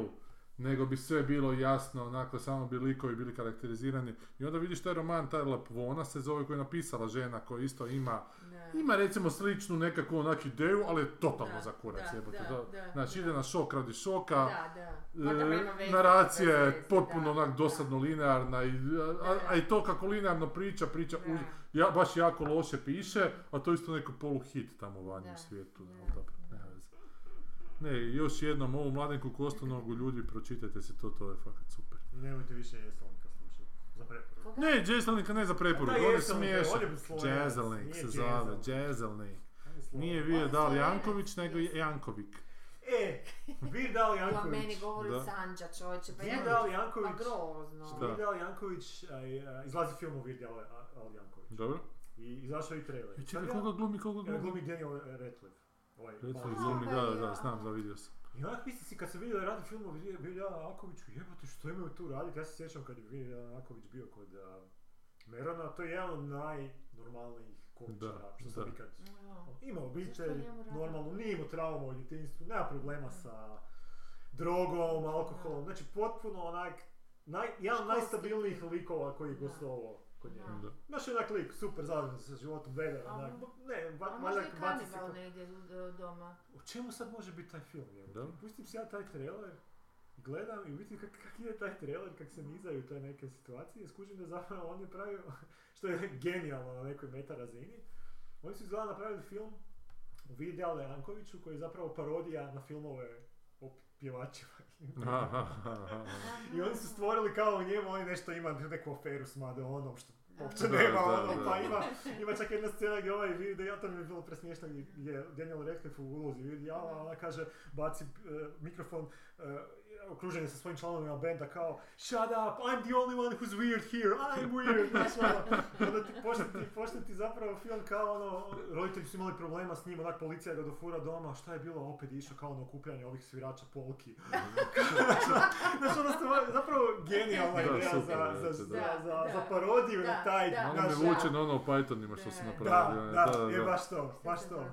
S3: nego bi sve bilo jasno, onako, samo bi likovi bili karakterizirani. I onda vidiš taj roman, taj Lapvona se zove, koji je napisala žena, koja isto ima
S1: Ne.
S3: ima recimo sličnu nekakvu onak ideju, ali je totalno
S1: Da,
S3: za kurac
S1: da,
S3: jebote.
S1: da,
S3: Da,
S1: da,
S3: znači
S1: da.
S3: ide na šok radi šoka,
S1: Da, da.
S3: e,
S1: Pa da nema veze,
S3: naracija
S1: nema
S3: je
S1: veze,
S3: potpuno
S1: da,
S3: onak dosadno linearna, i, a, a- a i to kako linearno priča, priča
S1: Da.
S3: u, ja, baš jako loše piše, a to je isto neko poluhit tamo u vanjem
S1: Da,
S3: svijetu.
S1: da,
S3: ali dobro, nema veze. Ne, još jednom ovu mladenku Kostonogu ljudi pročitajte si to, to je fakat super.
S2: I nemojte više jesalnika slušati. Za preporuku.
S1: Koga?
S3: Ne, Jazzelnik ne za
S1: Pa
S3: preporuku,
S2: Da,
S3: on je
S2: Jazzelnik, on je
S3: smiješan.
S2: bio Slovenac,
S3: Jazzelnik
S2: nije
S3: se zove,
S2: Jazzel.
S3: Jazzelnik.
S10: Pa
S2: Ajde, slovo.
S3: Nije
S10: On
S3: bio
S10: je
S3: Dal
S10: Slovenac,
S3: Janković, nego
S10: jest.
S3: Jankovik.
S2: E, Virdal
S10: Ja Pa meni
S2: Janković.
S10: govori
S3: Da.
S10: Sanđa čovječe, pa ja
S2: Virdal
S10: pa
S2: Janković.
S10: grozno.
S3: Da.
S2: Virdal Janković, a, je- izlazi film o Virdal Al Janković.
S3: Dobro.
S2: I izašao je i trailer.
S3: I E, čekaj,
S2: Sad ja-
S3: koga glumi, koga
S2: Ja,
S3: glumi?
S2: glumi Daniel Radcliffe. Ovaj,
S3: Recimo
S2: mali.
S3: glumi, da, da, da,
S10: ja.
S3: znam, da vidio sam.
S2: I onak mislim si kad sam vidio da radi film o Vilja Akoviću, jebote što imaju tu raditi, ja se sjećam kad je Vilja Aković bio kod a, Merona, to je jedan od najnormalnijih komičara
S3: Da,
S2: što sam
S3: da.
S2: ikad...
S1: Ja.
S2: Ima
S1: Zašto
S2: obitelj,
S1: njemu radi?
S2: normalno, nije imao trauma u djetinjstvu, nema problema sa drogom, alkoholom, znači potpuno onak, naj, jedan od
S1: Školski.
S2: najstabilnijih likova koji je
S1: Da.
S2: gostovao kod njega.
S1: Da.
S3: Da.
S2: Znaš onak lik, super zadovoljan sa životom, vedar,
S1: A
S2: onak,
S1: on-
S2: ne, va-
S1: A
S2: valjda
S1: možda i
S2: baci se
S1: kanibal
S2: kao-
S1: negdje d- doma.
S2: o čemu sad može biti taj film? jebote?
S3: Da.
S2: Pustim si ja taj trailer, gledam i vidim kak, kak ide taj trailer, kak se nizaju te neke situacije, skužim da zapravo on je pravio, što je genijalno na nekoj meta razini, oni su izgleda napravili film o Vidi Jankoviću koji je zapravo parodija na filmove o pjevačima.
S3: Aha, aha, aha.
S2: I oni su stvorili kao u njemu, oni nešto ima neku aferu s Madonom, što uopće
S3: Da,
S2: nema
S3: da,
S2: ono,
S3: da.
S2: pa ima, ima čak jedna scena gdje ovaj vidi, ja to mi je bilo presmiješno, gdje je Daniel Radcliffe u ulozi vidi, ja, a ona kaže, baci eh, mikrofon, eh, okružen je sa svojim članovima benda kao Shut up, I'm the only one who's weird here, I'm weird, znaš ono, i onda ti počne ti, počne ti zapravo film kao ono, roditelji su imali problema s njim, onak policija ga dofura doma, šta je bilo, opet je išao kao na okupljanje ovih svirača polki, Znaš, ono stvar, zapravo genijalna
S3: Da,
S2: ideja
S3: super,
S2: za, za,
S3: da,
S2: za,
S1: da.
S2: za, za
S1: Da,
S2: parodiju
S1: da,
S2: na taj
S1: da.
S2: naš...
S3: Malo me vuče na ono o Pythonima što se
S1: Da,
S2: da,
S3: napravio.
S2: da, je baš to, baš to.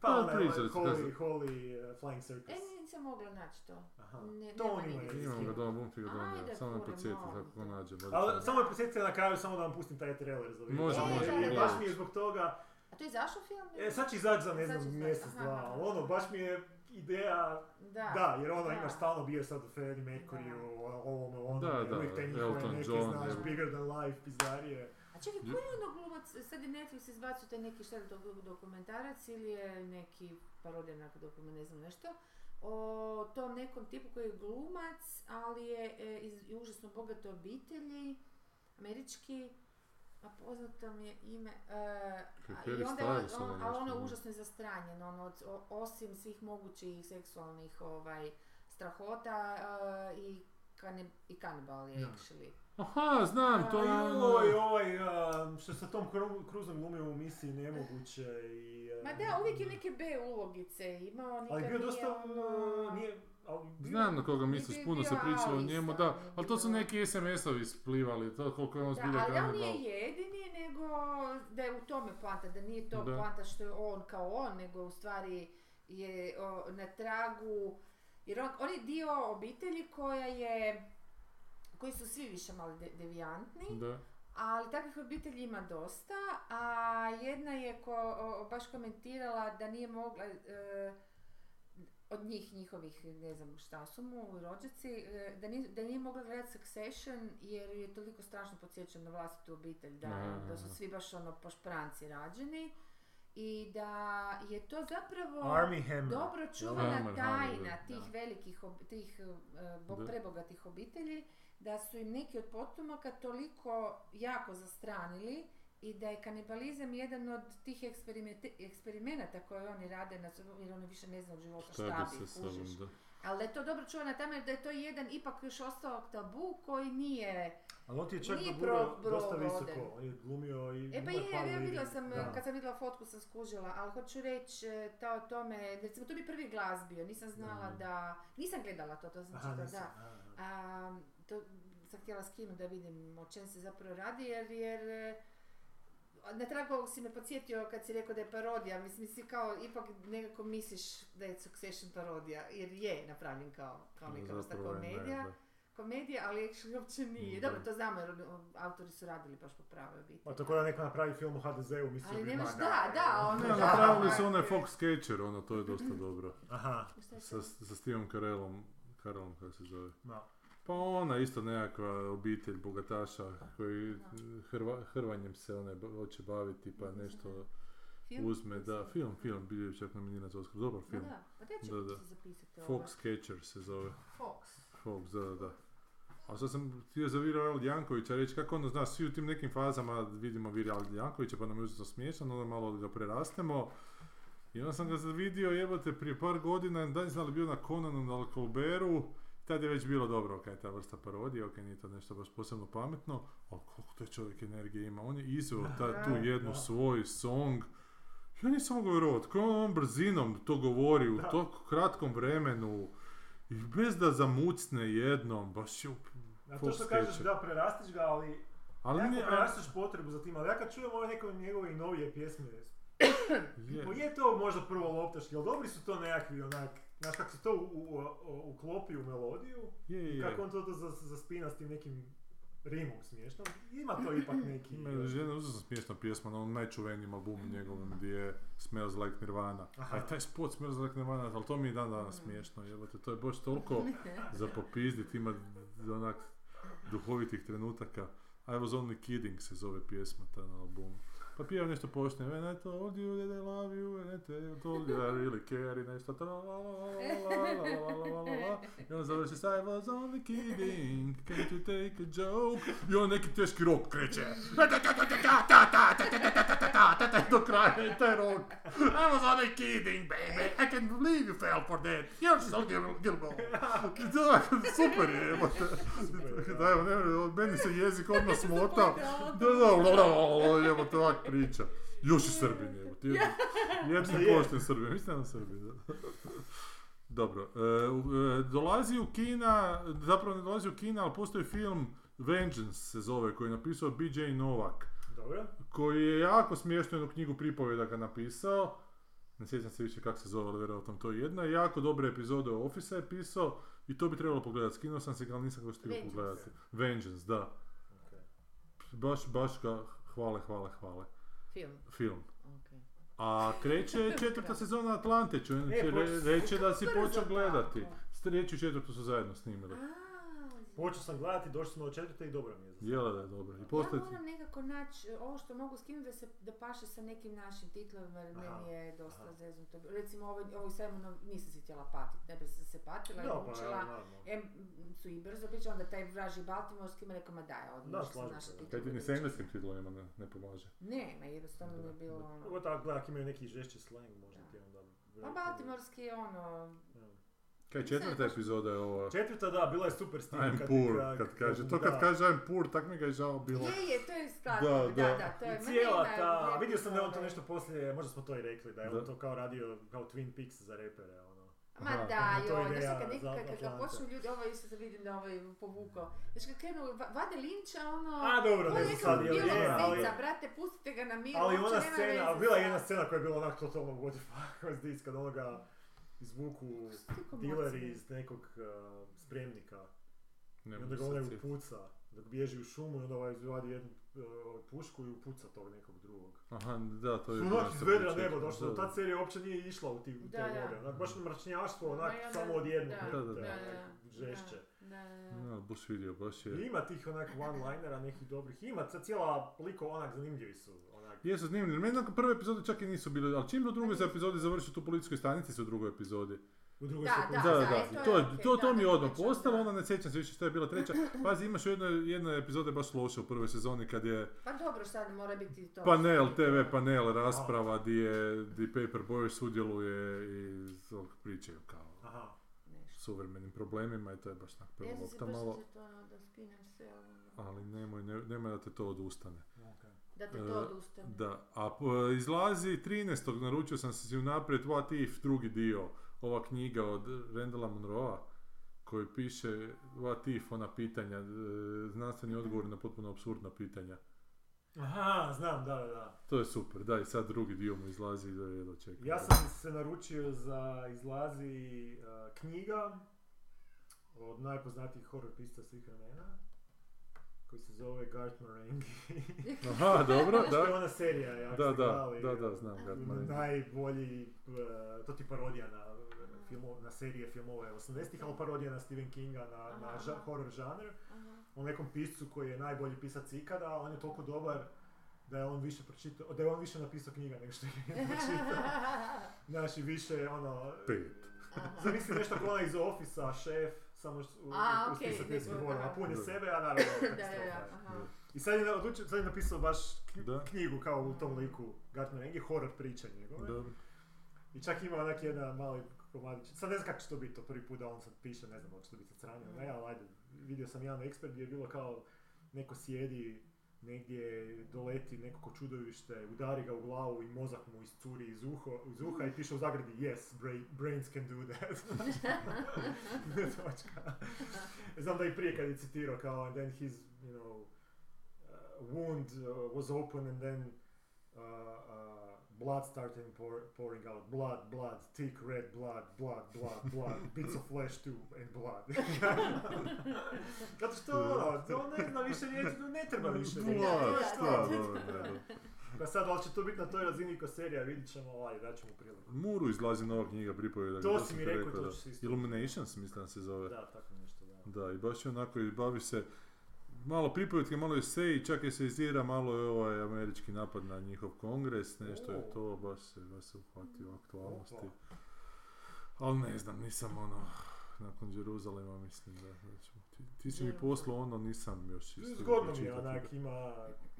S2: Pa
S3: Da,
S2: onaj,
S3: pričali smo, da.
S2: Holy, Holy uh, Flying
S1: E,
S2: Circus.
S1: nisam mogla naći to.
S2: Aha.
S1: Ne,
S2: To
S1: nema
S2: on ima
S1: nigdje.
S2: je.
S3: Imam ga doma, bum ti ga donio.
S1: Ajde,
S3: Samo me
S1: fure,
S3: podsjeti
S1: molim
S3: kako ga
S1: te.
S3: nađe. možda
S2: Ali
S3: sam-
S2: samo je posjetite na kraju samo da vam pustim taj trailer za video.
S3: Može,
S2: E,
S1: može,
S2: e,
S1: može.
S2: Baš mi je zbog toga,
S1: A to je izašao film?
S2: e, sad će izaći za ne
S1: Sad će
S2: znam
S1: izaći,
S2: mjesec,
S1: aha,
S2: dva,
S1: aha.
S2: ali ono, baš mi je ideja,
S1: Da.
S2: da, jer ono
S1: da.
S2: imaš stalno bio sad u Freddie Mercuryu, ovome,
S3: Da, da,
S2: onome, uvijek te njihove
S3: Elton
S2: neke,
S3: John,
S2: znaš,
S1: je.
S2: bigger than life, pizdarije.
S1: A čekaj, koji je ono glumac, sad je Netflix izbacio taj neki šta je to bio dokumentarac ili je neki parodija na dokument, ne znam nešto, o tom nekom tipu koji je glumac, ali je e, iz i užasno bogate obitelji, američki, a poznato mi je ime, e,
S3: Kaj,
S1: a- i
S3: Harry
S1: onda je on,
S3: Styles, ono
S1: on-
S3: nešto,
S1: ali ono je
S3: ne?
S1: užasno je zastranjen, ono, od- o- osim svih mogućih seksualnih ovaj, strahota e, i, kanib- i kanibal je
S2: Da.
S1: actually.
S3: Aha, znam, to je... ono-
S2: Joj, ovaj, a, što sa Tom Cru- Cruiseom glumio u misiji nemoguće i... a,
S1: Ma da, uvijek je neke B ulogice imao, nikad
S2: Ali bio
S1: nije
S2: dosta,
S1: ono-
S2: a, nije... Ali bio,
S3: Znam na koga misliš,
S1: bio-
S3: puno se
S1: bio
S3: priča o
S1: Alisa,
S3: njemu, da,
S1: je
S3: ali to su
S1: bio-
S3: neki SMS-ovi isplivali, to koliko je on
S1: Da,
S3: zbilja
S1: ali on
S3: kanibal.
S1: nije jedini, nego da je u tome poanta, da nije to
S3: Da.
S1: poanta što je on kao on, nego u stvari je o, na tragu, jer on, on je dio obitelji koja je, koji su svi više malo de- devijantni,
S3: Da,
S1: ali takvih obitelji ima dosta, a jedna je ko, o, baš komentirala da nije mogla e, od njih, njihovih, ne znam šta su mu, rođaci, e, da, nije, da nije mogla gledati Succession jer ju je toliko strašno podsjećan na vlastitu obitelj, da,
S3: Aha.
S1: da su svi baš ono po špranci rađeni i da je to zapravo
S2: Army Hammer.
S1: dobro čuvana
S3: Hammer,
S1: tajna
S3: Hammer, da.
S1: tih
S2: Da.
S1: velikih, ob- tih eh, bo-
S3: Da.
S1: prebogatih obitelji, da su im neki od potomaka toliko jako zastranili i da je kanibalizam jedan od tih eksperimente- eksperimenata koje oni rade na sobom, jer oni više ne znaju od života šta,
S3: šta
S1: bi,
S3: bi se
S1: kužiš.
S3: sobom, da.
S1: Ali da je to dobro čuvana tajna, jer da je to jedan ipak još ostao tabu koji nije...
S2: Ali on ti je čak
S1: Nije
S2: dobro,
S1: pro-
S2: dosta
S1: provoden.
S2: visoko, on je glumio i...
S1: E pa
S2: ima
S1: je,
S2: par
S1: ja
S2: leading.
S1: vidjela sam, eh,
S2: Da.
S1: kad sam vidjela fotku sam skužila, ali hoću reći eh, ta o tome, recimo to bi prvi glas bio, nisam znala
S3: Mhm.
S1: da, nisam gledala to, to sam
S2: Aha,
S1: čitala,
S2: nisam,
S1: da.
S2: aha, aha.
S1: A, to sam htjela skinuti da vidim o čem se zapravo radi, jer, jer e, na tragu ovog si me podsjetio kad si rekao da je parodija, mislim si kao ipak nekako misliš da je Succession parodija, jer je napravljen kao, kao
S2: Ono
S1: neka vrsta
S3: Zapravo ne,
S1: komedija,
S3: da.
S1: komedija, ali actually uopće nije.
S3: Da.
S1: Dobro, to znamo jer o, autori su radili baš po pravoj
S2: Ma
S1: obitelji.
S2: to kada neko napravi film o HDZ-u, mislim...
S1: Ali
S2: bi,
S1: nemaš,
S2: ma
S1: da, da, ono
S3: Ne,
S1: da.
S3: napravili su
S1: da,
S3: onaj
S1: da.
S3: Fox Catcher, ono, to je dosta dobro.
S2: Aha,
S1: Šta je to?
S3: Sa, sa Steveom Carellom, Carellom kako se zove.
S2: no.
S3: Pa ona isto nekakva obitelj bogataša koji hrva- hrvanjem se one ba- hoće baviti pa nešto
S1: Film?
S3: uzme, da, film, film, bio je čak nominiran za Oscar, dobar
S1: Ma
S3: film.
S1: da, pa da ću
S3: Da, da.
S1: zapisati ovo.
S3: Fox Catcher se zove,
S1: Fox.
S3: Fox, da, da, da. A sad sam htio za Viral Jankovića reći, kako onda, znaš, svi u tim nekim fazama vidimo Viral Jankovića, pa nam je užasno smiješan, onda malo ga prerastemo. I onda sam ga vidio, jebote, prije par godina, da ne znam da li bio na Conanu, na Colbertu, tad je već bilo dobro, ok, ta vrsta parodije, ok, nije to nešto baš posebno pametno, ali koliko taj čovjek energije ima, on je izveo ta, tu
S2: Da,
S3: jednu
S2: da.
S3: svoj song, ja nisam mogao vjerovati, kako on brzinom to govori u
S2: Da.
S3: toliko kratkom vremenu, i bez da zamucne jednom, baš je up-
S2: A to što
S3: Full
S2: kažeš
S3: sketch.
S2: da prerastiš ga, ali
S3: Ali
S2: jako
S3: ne,
S2: prerastiš potrebu za tim, ali ja kad čujem ove neke njegove i novije pjesme,
S3: je,
S2: pa je to možda prvo loptaški, ali dobri su to nekakvi onak, znaš kako se to u, u, u- uklopi u melodiju,
S3: je, je.
S2: kako on to, to za- zaspina s tim nekim rimom smiješnom, ima to ipak neki...
S3: Ima još jedna užasno smiješna pjesma na onom najčuvenijem albumu njegovom gdje je Smells Like Nirvana.
S2: Aha.
S3: A i taj spot Smells Like Nirvana, ali to mi je i dan danas smiješno, jebote, to je baš toliko za popizdit, ima onak duhovitih trenutaka. I was only kidding se zove pjesma ta na albumu. Pa pjeva nešto pošteno, when I told you that I love you, and I tell- told you that I really care, i nešto tra la la la la la la la la la. I on završi sa I was only kidding, can't you take a joke? I on neki teški rok kreće. Do kraja je taj rok. I was only kidding, baby. I can't believe you fell for that. You're so gil- gilbo. Da, Super je, evo te. Da, evo, ne, vjerujem, meni se jezik odmah smota. Da, da, la, la, la, la, evo te ovak priča. Još je Srbin, evo ti. Jedni
S2: Je.
S3: pošten Srbin, mislim da je Srbin, da. Dobro, e, u- e, dolazi u Kina, zapravo ne dolazi u Kina, ali postoji film Vengeance se zove, koji je napisao BJ Novak
S2: Dobro.
S3: koji je jako smiješno jednu knjigu pripovjedaka napisao. Ne sjećam se više kako se zove, ali vjerojatno to je jedna. Jako dobre epizode Office je pisao i to bi trebalo pogledati. Skinuo sam se ga, ali nisam ga stigao
S1: Vengeance.
S3: pogledati. Vengeance, da.
S2: Ok.
S3: Baš, baš ga hvale, hvale, hvale.
S11: Film.
S3: Film.
S11: Ok.
S3: A kreće četvrta sezona Atlante, ću
S2: E, poč-
S3: reći da si
S1: brzo
S3: počeo gledati.
S1: tako.
S3: S treću i četvrtu su zajedno snimili.
S2: Počeo sam gledati, došli smo do četvrte i dobro mi je. za sad.
S3: Jela da je dobro. I
S1: Ja
S3: postoji...
S1: moram nekako naći e, ovo što mogu skinuti da se da paše sa nekim našim titlovima, jer
S2: Aha,
S1: meni je dosta
S2: aha.
S1: zeznuto. Recimo ovaj, ovaj Simonov nisam se htjela patiti, ne bi sam se patila
S2: Da,
S1: i
S2: pa
S1: učila.
S2: naravno.
S1: Em, su i brzo biće, onda taj vraži Baltimorski mi rekao, ma daj,
S2: Da,
S1: odmah sam
S2: slažem
S1: naša
S2: se, da.
S1: titula.
S3: Kad ni s engleskim titlovima ne, ne pomaže.
S1: Ne, ma jednostavno mi je bilo ono...
S2: Pogotovo ako gledak imaju neki žešći slang možda ti onda...
S1: Pa Baltimorski je ono...
S2: Evo.
S3: Kaj četvrta epizoda je ova?
S2: Četvrta da, bila je super stil.
S3: I'm poor, kad kaže, to kad kaže I'm poor, tak mi ga je žao bilo.
S1: Je, je, to je skladno,
S3: Da,
S1: da, da,
S3: da.
S1: to je...
S2: I
S1: ma
S2: cijela
S1: nema
S2: ta,
S1: lijepo
S2: vidio sam da je on to
S1: ovaj.
S2: nešto poslije, možda smo to i rekli, da je
S3: Da.
S2: on to kao radio, kao Twin Peaks za repere, ono.
S1: Ma
S3: Aha,
S1: da,
S2: to je
S1: joj,
S2: ideja
S1: znaš kad
S2: za
S1: nekak, kad ga
S2: Atlante.
S1: počnu ljudi, ovo isto sam vidim da ovaj povukao. Znaš kad krenu, va- vade linča, ono...
S2: A dobro,
S1: Ovo
S2: ne
S1: je
S2: znam
S1: nekog
S2: sad, je,
S1: bilog
S2: je, ali...
S1: zeca, brate, pustite ga na miru,
S2: Ali
S1: uopće
S2: ona
S1: nema
S2: scena,
S1: veze
S2: a bila je
S1: sa-
S2: jedna scena koja je bila onak totalno what the fuck was this, kad onoga izvuku
S1: Ti komaci.
S2: dileri iz nekog uh, spremnika.
S3: Ne
S2: I onda
S3: mogu
S2: ga onaj
S3: sad sjetiti.
S2: upuca, dok bježi u šumu i onda ovaj izvadi jednu uh, pušku i upuca tog nekog drugog.
S3: Aha, da, to je...
S2: Su
S3: bila
S2: onak iz
S3: sa
S2: vedra
S3: početka,
S2: nebo došlo,
S3: da,
S2: ta serija uopće nije išla u ti, u te
S1: Da, da.
S2: vode, onak baš mračnjaštvo,
S1: Ma ja
S2: onak
S1: ne-
S2: samo od jednog,
S1: Pa da,
S2: nekog,
S3: da,
S2: te,
S1: da,
S2: onak,
S1: da.
S2: žešće.
S1: Da, da, da.
S3: Da, baš vidio, baš
S2: I
S3: je.
S2: Ima tih onak one-linera nekih dobrih, ima sad cijela liko onak zanimljivi su, onak.
S3: Jesu zanimljivi, meni nakon prve epizode čak i nisu bile, ali čim do druge za epizodi završio tu u policijskoj stanici su u drugoj epizodi.
S2: U drugoj
S1: Da,
S2: se
S3: Da,
S1: Da,
S3: da,
S1: da, e,
S3: to,
S1: to
S3: je,
S1: je okej,
S3: to, to
S1: da,
S3: mi je
S1: da,
S3: odmah
S1: točno,
S3: postalo,
S1: da.
S3: onda ne sjećam se više što je bila treća. Pazi, imaš u jednoj, jednoj epizode baš loše u prvoj sezoni kad je
S1: Pa dobro, sad mora biti to.
S3: Panel, pa- TV panel, rasprava di je, di Paperboy sudjeluje i pričaju kao
S2: Aha,
S1: Nešto.
S3: suvremenim problemima i to je baš tako prvo
S1: Ja sam se
S3: lopta
S1: baš
S3: malo,
S1: sjetila da skinem sve ovo.
S3: ali nemoj, ne- nemoj da te to odustane.
S2: ok.
S1: Da te
S3: E,
S1: to odustane.
S3: Da, a p- izlazi 13. naručio sam si unaprijed What If, drugi dio, ova knjiga od Rendela Monroa koji piše What If, ona pitanja, e, znanstveni
S1: Mhm.
S3: odgovor na potpuno absurdna pitanja.
S2: Aha, znam, da, da, da.
S3: To je super, da i sad drugi dio mu izlazi i jedva čekam.
S2: Ja sam se naručio za izlazi uh, knjiga od najpoznatijih horror pista svih vremena koji se zove Garth Marenghi.
S3: Aha, dobro,
S2: to je
S3: da.
S2: ona serija, ja
S3: Da, da, da, da, znam ga.
S1: Mhm.
S2: Najbolji, uh, to ti parodija na, uh, filmo, na serije filmove 80-ih, ali parodija na Stephen Kinga, na, na
S1: Aha.
S2: ža- horror žanr.
S1: Aha.
S2: o nekom piscu koji je najbolji pisac ikada, on je toliko dobar da je on više pročitao, da je on više napisao knjiga nego što je pročitao. Znaš, i više ono...
S3: Pet.
S2: Zamisli nešto kao onaj iz ofisa, šef, samo što
S1: A,
S2: uspio
S1: okej,
S2: sa
S1: nego-
S2: pjesmom Warhol, a
S1: aha.
S2: pun
S3: Da.
S2: je ono, sebe, a naravno
S1: Da, da, da,
S2: katastrofa.
S1: aha.
S2: I sad je, odlučio, sad je napisao baš kn-
S3: Da.
S2: knjigu kao u tom liku Gartner Enge, horror priče njegove.
S3: Dobro.
S2: I čak ima onak jedan mali komadić. Sad ne znam kako će to biti, to prvi put da on sad piše, ne znam hoće to biti sa strane, ili ne, ali ajde. Vidio sam jedan ekspert gdje je bilo kao neko sjedi negdje, doleti neko ko čudovište, udari ga u glavu i mozak mu iscuri iz, uho, iz uha i piše u zagradi yes, bra- brains can do that. Točka. znam da i prije kad je citirao kao and then his, you know, uh, wound uh, was open and then uh, uh, blood started pour, pouring out. Blood, blood, thick red blood, blood, blood, blood, bits of flesh too, and blood. Zato što ono, to ne zna više riječi, no ne treba više riječi.
S3: Bla,
S1: da, da,
S3: šta,
S2: da.
S3: dobro, da, da.
S2: Pa sad, ali će to biti na toj razini ko serija, vidit ćemo, ovaj, daćemo priliku.
S3: Muru izlazi nova knjiga pripovjeda.
S2: To
S3: da
S2: si
S3: sam
S2: mi
S3: ti
S2: rekao, to
S3: da.
S2: ću se isto-
S3: Illuminations, mislim da se zove.
S2: Da, tako nešto, da.
S3: Da, i baš je onako, i bavi se malo pripovjetke, malo eseji, čak je se izira malo je ovaj američki napad na njihov kongres, nešto je
S2: O.
S3: to, baš se, baš se uhvatio aktualnosti.
S2: Opa.
S3: Ali ne znam, nisam ono, nakon Jeruzalema mislim da, da ćemo ti, ti si mi
S1: Jeruzalem.
S3: poslao ono, nisam još isto
S2: Zgodno mi je,
S3: pročitati
S2: onak, ima...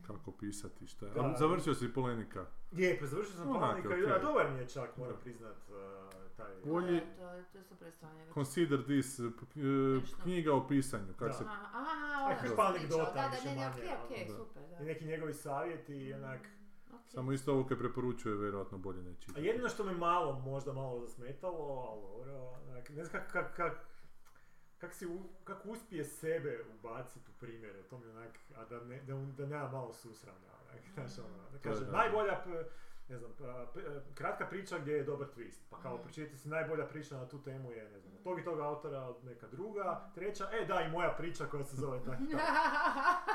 S3: kako pisati, šta je.
S2: Da,
S3: Ali
S2: da.
S3: završio si polenika.
S2: Je, pa završio sam
S3: Onak,
S2: Palanika, i- a
S3: okej.
S2: dobar mi je čak, moram
S3: Da.
S2: priznat, uh, taj...
S3: Bolje-
S12: Da, To, to su predstava njega.
S3: Consider this, eh, p- eh,
S12: Nešto.
S3: knjiga o pisanju, kako
S2: Da.
S3: se...
S12: Aha, aha,
S1: ono
S12: ona
S2: Tako je
S12: što
S2: pa
S12: si pričala.
S2: anegdota,
S12: Da, da,
S2: više
S12: ne, ne,
S2: manje,
S12: okej, okej,
S3: da.
S12: super,
S2: I
S12: da.
S2: neki njegovi savjeti, i onak...
S1: Mm,
S12: Okej.
S3: Samo isto ovo kaj preporučuje, vjerojatno bolje ne
S2: A
S3: čitati.
S2: jedino što me malo, možda malo zasmetalo, ali dobro, onak, ne znam kak, kak, kak, kak, si u- kak uspije sebe ubaciti u primjere, to mi onak, a da, ne, da, da nema malo susramlja, onak, znaš ono, da
S3: To je
S2: kaže,
S3: da.
S2: najbolja, p- ne znam, pa, p- kratka priča gdje je dobar twist, pa kao
S12: Mhm.
S2: pročitajte si najbolja priča na tu temu je, ne znam, od tog i tog autora, od neka druga, treća, e da, i moja priča koja se zove tako i tako.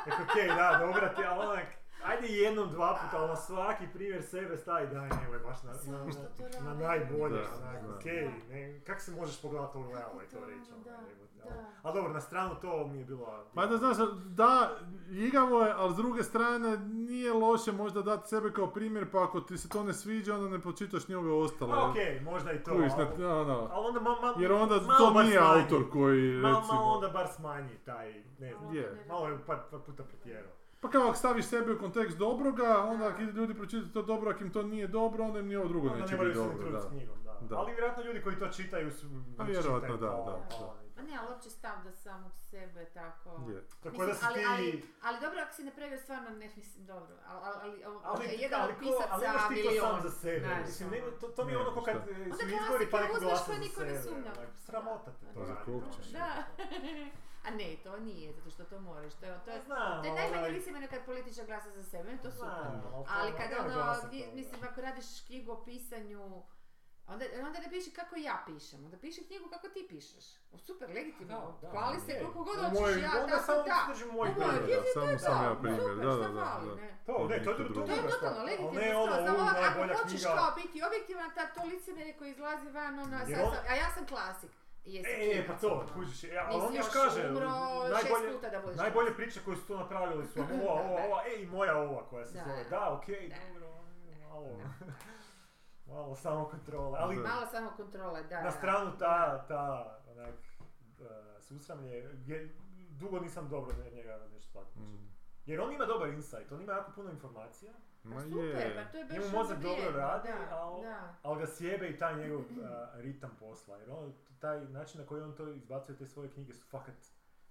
S2: Rekao, okej, da, dobra ti, ali onak, ajde jednom, dva puta, ali na svaki primjer sebe stavi, daj, nemoj baš na, na,
S12: Samo što to
S2: na, na
S12: rade.
S2: najbolje,
S3: Da,
S2: onak,
S3: da.
S2: okej, ne, kak se možeš pogledati u realno i to
S12: Da,
S2: reći, ono,
S12: da,
S2: jebote,
S12: da.
S2: ali- ali dobro, na stranu to mi je bilo...
S3: Ma Pa da znaš, da, ljigavo je, ali s druge strane nije loše možda dati sebe kao primjer, pa ako ti se to ne sviđa, onda ne počitaš ni ove ostale.
S2: Pa okej, možda i to,
S3: Kužiš, na-
S2: ali,
S3: ono,
S2: ali onda ma, ma,
S3: jer onda
S2: malo
S3: to
S2: bar
S3: nije
S2: smanji.
S3: autor koji,
S2: Malo,
S3: recimo,
S2: malo onda bar smanji taj, ne znam,
S3: Je.
S2: malo je par, par puta pretjerao.
S3: pa kao ako staviš sebe u kontekst dobroga, onda ako ljudi pročitati to dobro, ako im to nije dobro, onda im ni ovo drugo
S2: Onda ne
S3: neće
S2: moraju
S3: biti
S2: se ni
S3: dobro,
S2: truditi s
S3: da.
S2: knjigom, da.
S3: Da.
S2: Ali vjerojatno ljudi koji to čitaju su...
S3: Pa vjerojatno,
S2: čitaju
S3: da,
S2: to,
S3: da,
S2: pa-
S3: da.
S12: Ma ne, ali uopće stav da samog sebe tako...
S3: Je.
S2: Tako da si
S1: ali, ali,
S2: ti...
S1: ali dobro, ako si napravio stvarno, ne mislim, dobro, ali, ali, ali, ovo-
S2: Ali,
S1: je jedan
S2: ali
S1: od
S2: ko- ali imaš
S1: pisaca
S2: ti to
S1: milion.
S2: sam za sebe.
S1: Znaš,
S2: Mislim,
S1: ono.
S2: ne, to, to mi je
S3: Ne,
S2: ono ko kad
S3: šta.
S2: eh, e,
S1: Onda
S2: su izbori
S1: klasika,
S2: pa neko
S1: uzmeš
S2: glasa
S1: pa
S2: za
S1: niko ne
S2: sebe.
S1: sumnja.
S2: onak, Sramota te to
S3: Da.
S2: radi.
S3: Zakopčaš.
S2: Da.
S1: A ne, to nije, zato što to moraš, to je, to je,
S2: Znam,
S1: to je najmanje
S2: ovaj,
S1: licemjerno kad političar glasa za sebe, meni je to
S2: znam,
S1: super.
S2: ali to
S1: Ali
S2: ono,
S1: kad
S2: nema glasa
S1: ono, vi-
S2: toga.
S1: mislim, ako radiš knjigu o pisanju, onda, onda ne piši kako ja pišem, onda piši knjigu kako ti pišeš. O, super, legitimno,
S2: Da, da,
S1: hvali se
S2: je.
S1: koliko god
S2: U
S1: hoćeš,
S2: mojoj-
S1: ja,
S2: onda
S1: tako
S2: samo
S1: da.
S2: držim moj
S1: U
S2: primjer.
S1: mojoj-
S3: Da, da, samo sam ja
S1: Da,
S3: primjer,
S1: super,
S3: da,
S1: šta
S3: da, da,
S1: fali,
S3: da.
S1: ne.
S2: To, ne, to je
S3: To je
S2: druga
S1: To je
S2: stvar.
S1: totalno
S2: Ali ne
S1: legitimno
S2: ono,
S1: skroz,
S2: u,
S1: ali ovo,
S2: najbolja
S1: ako hoćeš
S2: knjiga.
S1: kao biti objektivan, ta, to licemjerje koje izlazi van, ona,
S2: Jer
S1: sad
S2: on-
S1: sam, a ja sam klasik. Jesi
S2: E,
S1: klinac,
S2: pa to,
S1: ono.
S2: kužiš, e, ali
S1: Nisi
S2: on još
S1: još
S2: kaže,
S1: umro šest
S2: najbolje,
S1: puta da budeš
S2: najbolje priče koje su to napravili su vam ova, ova, ova, e i moja ova koja se
S1: Da.
S2: zove, da, okej,
S1: Da.
S2: dobro, malo, malo samokontrole, ali
S3: Da.
S1: Malo samo kontrole, da.
S2: na
S1: da.
S2: stranu ta, ta, onak, e, susramlje, gdje dugo nisam dobro na njega nešto shvatio.
S3: Mm.
S2: Jer on ima dobar insight, on ima jako puno informacija,
S3: Ma
S1: Pa super, pa
S3: je,
S1: to je baš
S2: Njemu mozak dobro
S1: vrijedno,
S2: radi,
S1: da,
S2: ali-
S1: da.
S2: ali ga sjebe i taj njegov a, ritam posla, jer on, taj način na koji on to izbacuje te svoje knjige su fakat,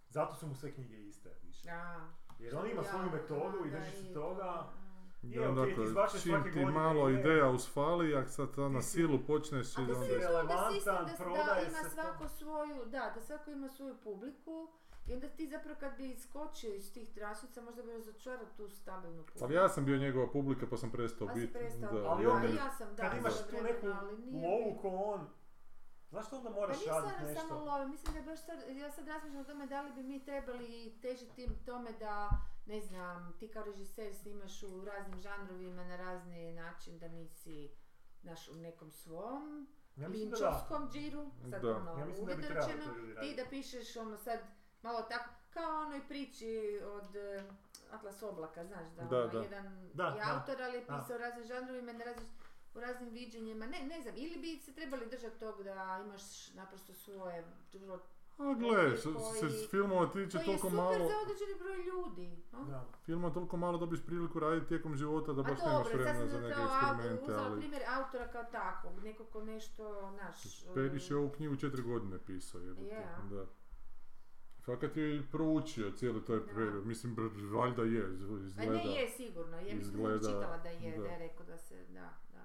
S2: zato su mu sve knjige iste više.
S1: Da.
S2: Jer on ima
S1: Ja,
S2: svoju metodu i
S1: da,
S2: drži se
S1: i-
S2: toga.
S3: i
S2: Je,
S3: onda
S2: okej, ti
S3: ako
S2: izbačeš
S3: dakle, čim
S2: svake
S3: ti
S2: godine
S3: malo
S2: ideje.
S3: ideja usfali, ako sad to na
S2: Ti si-
S3: silu počneš
S1: A
S3: i onda...
S1: mislim da je onda sistem da, da
S2: prodaje se
S1: ima
S2: to.
S1: svako svoju, da, da svako ima svoju publiku i onda ti zapravo kad bi iskočio iz tih trasica možda bi razočarao tu stabilnu publiku.
S3: Ali Pa ja sam bio njegova publika pa sam prestao
S1: Pa si
S3: biti.
S1: prestao,
S3: Da,
S1: da,
S2: Ali
S3: ja
S2: on
S3: ne-
S1: i ja sam, da,
S2: Kad imaš
S1: svoje
S2: tu
S1: vremena,
S2: neku
S1: ali nije
S2: lovu
S1: bilo.
S2: ko on, zašto onda
S1: Pa
S2: moraš
S1: nije
S2: raditi
S1: stvarno samo
S2: nešto?
S1: love, mislim da je baš stvar, ja sad razmišljam o tome da li bi mi trebali težiti tim tome da, ne znam, ti kao režiser snimaš u raznim žanrovima na razni način da nisi naš u nekom svom
S2: Ja mislim da da.
S1: linčovskom džiru, sad
S3: Da.
S1: ono,
S2: Ja mislim da bi
S1: uvjetno
S2: trebalo
S1: rečeno,
S2: to ljudi
S1: ti
S2: raditi.
S1: da pišeš ono sad malo tako, kao onoj priči od e, Atlas oblaka, znaš, da,
S3: Da,
S1: ono,
S3: da.
S1: jedan
S2: Da,
S1: je
S2: da.
S1: autor, ali je
S2: Da.
S1: pisao u raznim žanrovima, na različ- u raznim viđenjima, ne, ne znam, ili bi se trebali držati tog da imaš naprosto svoje vrlo
S3: A gle, se,
S1: Koji-
S3: se filmova tiče
S1: To je
S3: toliko
S1: super
S3: malo,
S1: za određeni broj ljudi. a?
S2: Da.
S3: filma toliko malo dobiš priliku raditi tijekom života da
S1: A
S3: baš nemaš
S1: dobro, sad
S3: vremena
S1: sam
S3: za neke
S1: kao au-
S3: eksperimente,
S1: uzela
S3: ali...
S1: primjer autora kao takvog, neko ko nešto, e, naš...
S3: Periš je ovu knjigu četiri godine pisao, jebote,
S1: Je,
S3: da. Fakat je proučio cijeli taj
S1: Da.
S3: period, mislim, br- valjda je,
S1: A
S3: izgleda.
S1: e, ne, je sigurno, ja mislim da
S3: Izgleda,
S1: sam čitala da je, da,
S3: da.
S1: je rekao da se, da, da.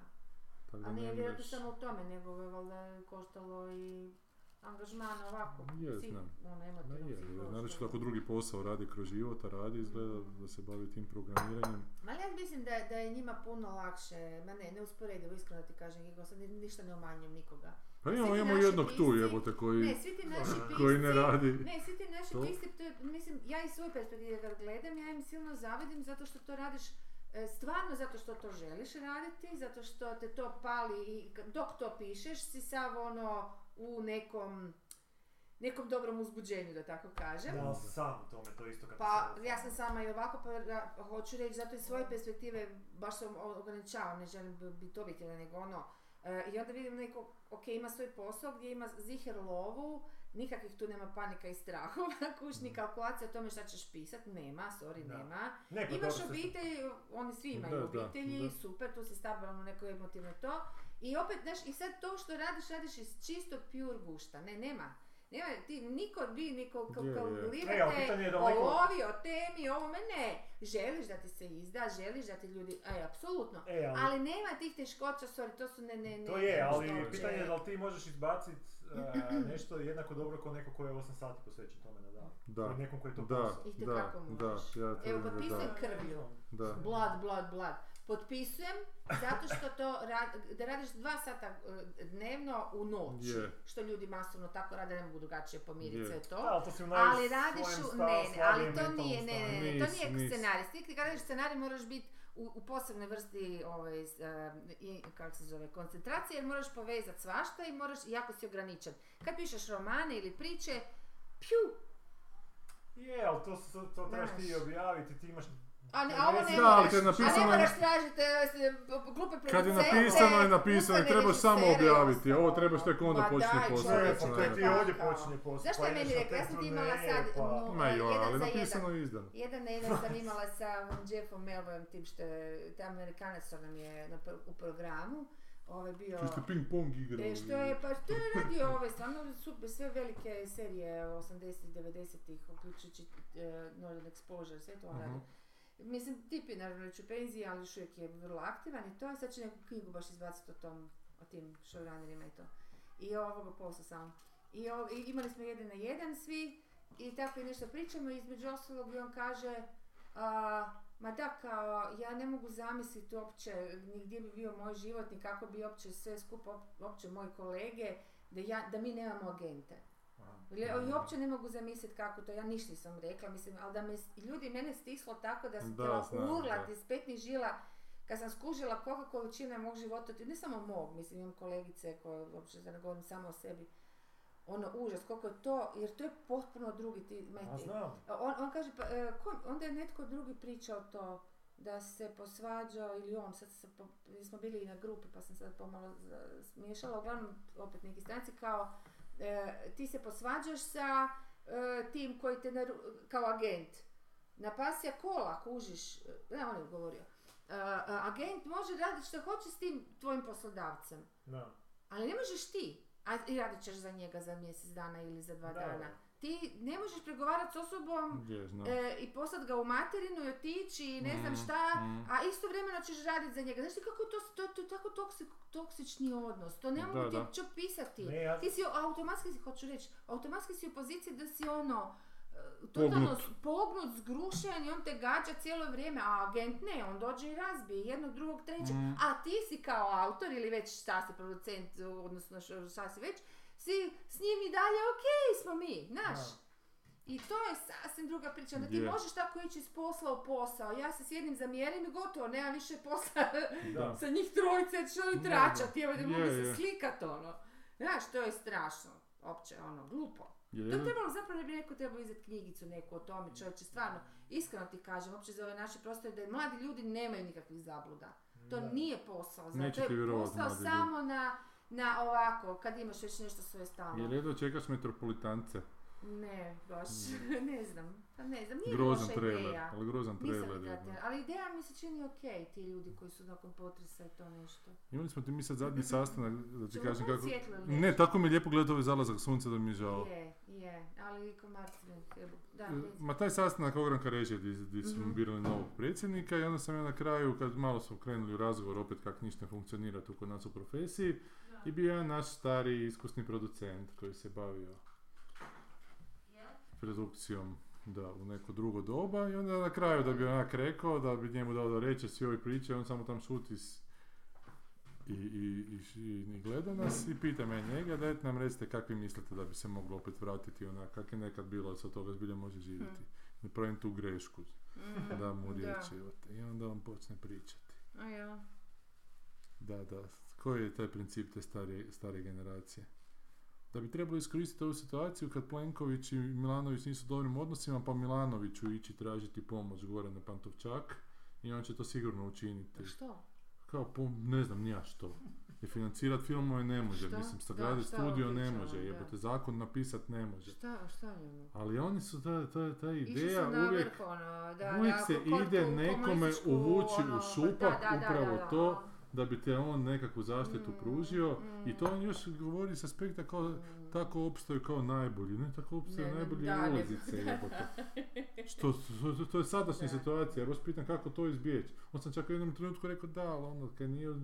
S3: Tako da
S1: A ne,
S3: nemaš-
S1: vjerojatno samo u tome, nego je valjda koštalo i angažman ovako,
S3: Je,
S1: psi-
S3: znam.
S1: ono,
S3: Ma
S1: emotivno,
S3: je,
S1: psihološko.
S3: znači kako drugi posao radi kroz život, a radi izgleda da se bavi tim programiranjem.
S1: Ma ja mislim da, da je njima puno lakše, ma ne, neusporedivo, iskreno ti kažem, Gigo, sad ni- ništa ne umanjujem nikoga.
S3: Pa
S1: Svi
S3: imamo,
S1: ti
S3: imamo
S1: naši
S3: jednog tu
S1: pisci-
S3: jebote koji,
S1: Ne, svi ti naši pisci,
S3: koji ne radi.
S1: Ne, svi ti naši
S3: To?
S1: pisci, to je, mislim, ja iz svoje perspektive kad gledam, ja im silno zavidim zato što to radiš e, stvarno zato što to želiš raditi, zato što te to pali i k- dok to pišeš si sav ono u nekom, nekom dobrom uzbuđenju, da tako kažem.
S2: Da, ali sam tome, to je isto kako
S1: Pa ja sam sama i ovako, pa ra- hoću reći, zato iz svoje perspektive baš sam o- ograničavam, ne želim bi- biti objektivna, nego ono, e, i onda vidim neko, ok, ima svoj posao gdje ima ziher lovu, nikakvih tu nema panika i strahova, kuš ni kalkulacija o tome šta ćeš pisat, nema, sorry,
S2: Da.
S1: nema.
S2: Ne, pa
S1: Imaš
S2: dobro, sve-
S1: obitelj, oni svi imaju
S3: Da, da,
S1: obitelji,
S3: da.
S1: super, tu si stabilan u neko emotivno to. I opet, znaš, i sad to što radiš, radiš iz čistog pure gušta, ne, nema. Nema, ti niko vi niko
S3: Je, je.
S2: E, ali
S1: kalkulirate
S2: pitanje je da
S1: o
S2: li neko-
S1: ovi, o temi, o ovome, ne. Želiš da ti se izda, želiš da ti ljudi, e, apsolutno.
S2: E, ali,
S1: Ali nema tih teškoća, sorry, to su ne, ne, ne.
S2: to je, ali
S1: što
S2: pitanje je
S1: će-
S2: da li ti možeš izbaciti nešto jednako dobro kao neko ko je 8 sati posvećen tome na dan.
S3: Da,
S2: Ili nekom koji je to
S3: da,
S2: posao.
S3: da,
S1: Itekako
S3: da,
S1: možeš.
S3: ja
S1: Evo,
S3: tvrdim da
S1: potpisujem
S3: da,
S1: krvlju.
S3: da.
S1: Blad, blad, blad. Potpisujem zato što to ra- da radiš dva sata e, dnevno u noći,
S3: Je.
S1: što ljudi masovno tako rade, ne mogu drugačije
S3: Je.
S1: pomiriti sve to.
S2: Da, ali to si u
S1: ali
S2: naj-
S1: radiš
S2: svojem
S1: u,
S2: stav-
S1: ne, ne, ali
S2: slabijem
S1: to
S2: mentalnom
S1: nije, ne, ne,
S2: stanju.
S1: ne, to
S3: Nis,
S1: nije
S3: nis.
S1: scenarij. Ti kad radiš scenarij moraš biti u, u posebnoj vrsti ovaj, s- e, i, kako se zove, koncentracije jer moraš povezati svašta i moraš, jako si ograničen. Kad pišeš romane ili priče, pju,
S2: Je, ali to, su- to trebaš ti
S1: Znaš.
S2: objaviti, ti imaš...
S1: A ne,
S2: Ja
S1: a ovo
S2: mislim-
S1: ne
S2: Da,
S3: ali
S1: moraš,
S3: kad je
S1: a ne
S3: napisano-
S1: moraš tražiti e, s- p- glupe e,
S3: Kad je
S1: producente,
S3: napisano je napisano i
S1: ustavne
S3: trebaš samo
S1: režisere i
S3: objaviti, ovo
S1: ostalo.
S3: trebaš tek onda
S1: Ma
S3: početi
S1: Pa daj,
S3: posao,
S1: čovječe,
S2: Ne,
S3: kad se
S2: pa
S1: to je
S3: najavi.
S2: tek ti
S1: tako.
S2: ovdje počinje posao.
S1: Zašto
S2: pa
S1: je meni
S2: ideš na
S1: rekla, ja sam ti
S2: turneje,
S1: imala sad
S2: pa-
S1: no,
S3: Ma jo,
S1: jedan
S3: ali
S1: za
S3: napisano
S1: jedan.
S3: je izdano.
S1: Jedan na jedan sam imala sa Jeffom Melvojem, tim što je, taj Amerikanac što nam je na pr- u programu, ovaj bio...
S3: Što ste ping pong igrali.
S1: E, što je, pa što je radio ove, stvarno super, sve velike serije 80-ih, 90-ih, uključujući e, Northern Exposure, sve to on
S3: Mhm.
S1: radi. Mislim, tip je naravno već u penziji, ali još uvijek je vrlo aktivan i to je, sad će neku knjigu baš izbaciti o tom, o tim showrunnerima i to. I ovoga posla samo. I, o- i imali smo jedan na jedan svi i tako i nešto pričamo i između ostalog i on kaže a, ma da kao ja ne mogu zamisliti uopće ni gdje bi bio moj život ni kako bi uopće sve skupa op- uopće moji kolege da, ja, da mi nemamo agente.
S2: Aha.
S1: Le- I uopće ne mogu zamisliti kako to, ja ništa nisam rekla, mislim, ali da me, s- ljudi mene stislo tako da sam
S3: Da,
S1: htjela
S3: znam, da.
S1: urlati iz petnih žila kad sam skužila kolika količina je mog života, ne samo mog, mislim imam kolegice koje uopće da ne govorim samo o sebi, ono užas, koliko je to, jer to je potpuno drugi ti, ma,
S2: A znam.
S1: on, on kaže, pa, e, ko- onda je netko drugi pričao to, da se posvađao ili on, sad se, po, mi smo bili i na grupi pa sam sad pomalo za- smiješala, uglavnom opet neki stranci kao, e, ti se posvađaš sa e, tim koji te, naru- kao agent, napasija kola, kužiš, e, ne, on je govorio, E, a- agent može raditi što hoće s tim tvojim poslodavcem,
S2: Da.
S1: ali ne možeš ti, a i radit ćeš za njega za mjesec dana ili za dva
S2: Da.
S1: dana. Ti ne možeš pregovarati s osobom
S3: Je, znam.
S1: E, i poslat ga u materinu i otići i ne znam
S3: Mm,
S1: šta,
S3: mm.
S1: a istovremeno ćeš raditi za njega. Znaš ti kako to, to, to je tako toksi- toksični odnos, to ne
S3: Da,
S1: mogu ti
S3: da.
S1: uopće opisati.
S2: Ne, ja-
S1: Ti si automatski, si, hoću reći, automatski si u poziciji da si ono, e, totalno s- pognut, zgrušen i on te gađa cijelo vrijeme, a agent ne, on dođe i razbije jednog, drugog, trećeg,
S3: Mm.
S1: a ti si kao autor ili već šta si producent, odnosno š- šta si već, si s njim i dalje okej smo mi, znaš.
S2: Da.
S1: I to je sasvim druga priča, onda ti
S3: Je.
S1: možeš tako ići iz posla u posao, ja se s jednim zamjerim i gotovo, nema više posla
S3: Da.
S1: sa njih trojice, što
S3: Da,
S1: oni
S3: da.
S1: tračati, evo da mogu
S3: Je,
S1: se
S3: je.
S1: slikat ono. Znaš, to je strašno, opće, ono, glupo.
S3: Je,
S1: To
S3: je,
S1: je trebalo, zapravo ne bi neko trebao izdati knjigicu neku o tome, čovječe, stvarno, iskreno ti kažem, uopće za ove naše prostore, da mladi ljudi nemaju nikakvih zabluda. To
S2: Da.
S1: nije posao, znači,
S3: Neće
S1: to
S3: ti
S1: je
S3: vjerovat
S1: posao
S3: mladi ljudi.
S1: samo na, na ovako, kad imaš već nešto svoje stalno.
S3: je redno čekaš metropolitance.
S1: Ne, baš, ne znam. Pa ne znam, nije
S3: Grozan
S1: loša
S3: trailer,
S1: ideja.
S3: ali grozan
S1: Nisam
S3: trailer.
S1: ga
S3: je, da.
S1: te- ali ideja mi se čini ok, ti ljudi koji su nakon potresa i to nešto.
S3: Imali smo ti mi sad zadnji sastanak, da ti
S1: Čemu
S3: kažem
S1: to
S3: kako...
S1: svjetlo ili
S3: Ne, tako mi je lijepo gledati ovaj zalazak sunca da mi je žao.
S1: Je, je, ali i komarci me jebu. Da,
S3: E,
S1: ne
S3: Ma taj sastanak Ogranka režije gdje, gdje su
S1: Mhm.
S3: birali novog predsjednika i onda sam ja na kraju, kad malo smo krenuli u razgovor opet kako ništa ne funkcionira tu kod nas u profesiji, i bio je jedan naš stari iskusni producent koji se bavio produkcijom da, u neko drugo doba i onda na kraju da bi onak rekao, da bi njemu dao da reče svi ovi priče, on samo tam šuti s- i, i, i, š- i, i gleda nas i pita me njega, dajte nam recite kakvi mislite da bi se moglo opet vratiti onak, kak je nekad bilo, sa toga zbilja može živjeti. Ne pravim tu grešku,
S1: znam.
S3: da mu
S1: Mm, Da.
S3: riječi i onda on počne pričati.
S1: A ja.
S3: Da, da. Koji je taj princip te stare, stare generacije? Da bi trebalo iskoristiti ovu situaciju kad Plenković i Milanović nisu u dobrim odnosima, pa Milanović će ići tražiti pomoć gore na Pantovčak i on će to sigurno učiniti.
S1: Pa Što?
S3: Kao, po, ne znam, nija što. Jer financirati filmove ne može,
S1: Šta?
S3: mislim,
S1: Da,
S3: sagraditi
S1: šta
S3: studio ne
S1: obično,
S3: može,
S1: da.
S3: jebote, zakon napisat ne može.
S1: Šta, šta njemu?
S3: Ali oni su, ta, ta, ta
S1: Išli
S3: ideja
S1: su na
S3: uvijek,
S1: vrh, ono, da,
S3: uvijek
S1: da,
S3: se
S1: ko- ko-
S3: ide
S1: tu
S3: nekome
S1: komunističku,
S3: uvući u
S1: ono, pa
S3: šupak
S1: da, da, da,
S3: upravo
S1: da,
S3: to,
S1: ono.
S3: da bi te on nekakvu zaštitu
S1: Mm,
S3: pružio
S1: mm.
S3: i to on još govori s aspekta kao
S1: Mm.
S3: tako opstaju kao najbolji, ne tako opstaju
S1: Ne, ne,
S3: najbolji
S1: da, ne,
S3: ulazice jebote. Što, to, to, to je sadašnja
S1: Da.
S3: situacija, ja vas pitam kako to izbjeći. On sam čak u jednom trenutku rekao da, ali ono, kad nije u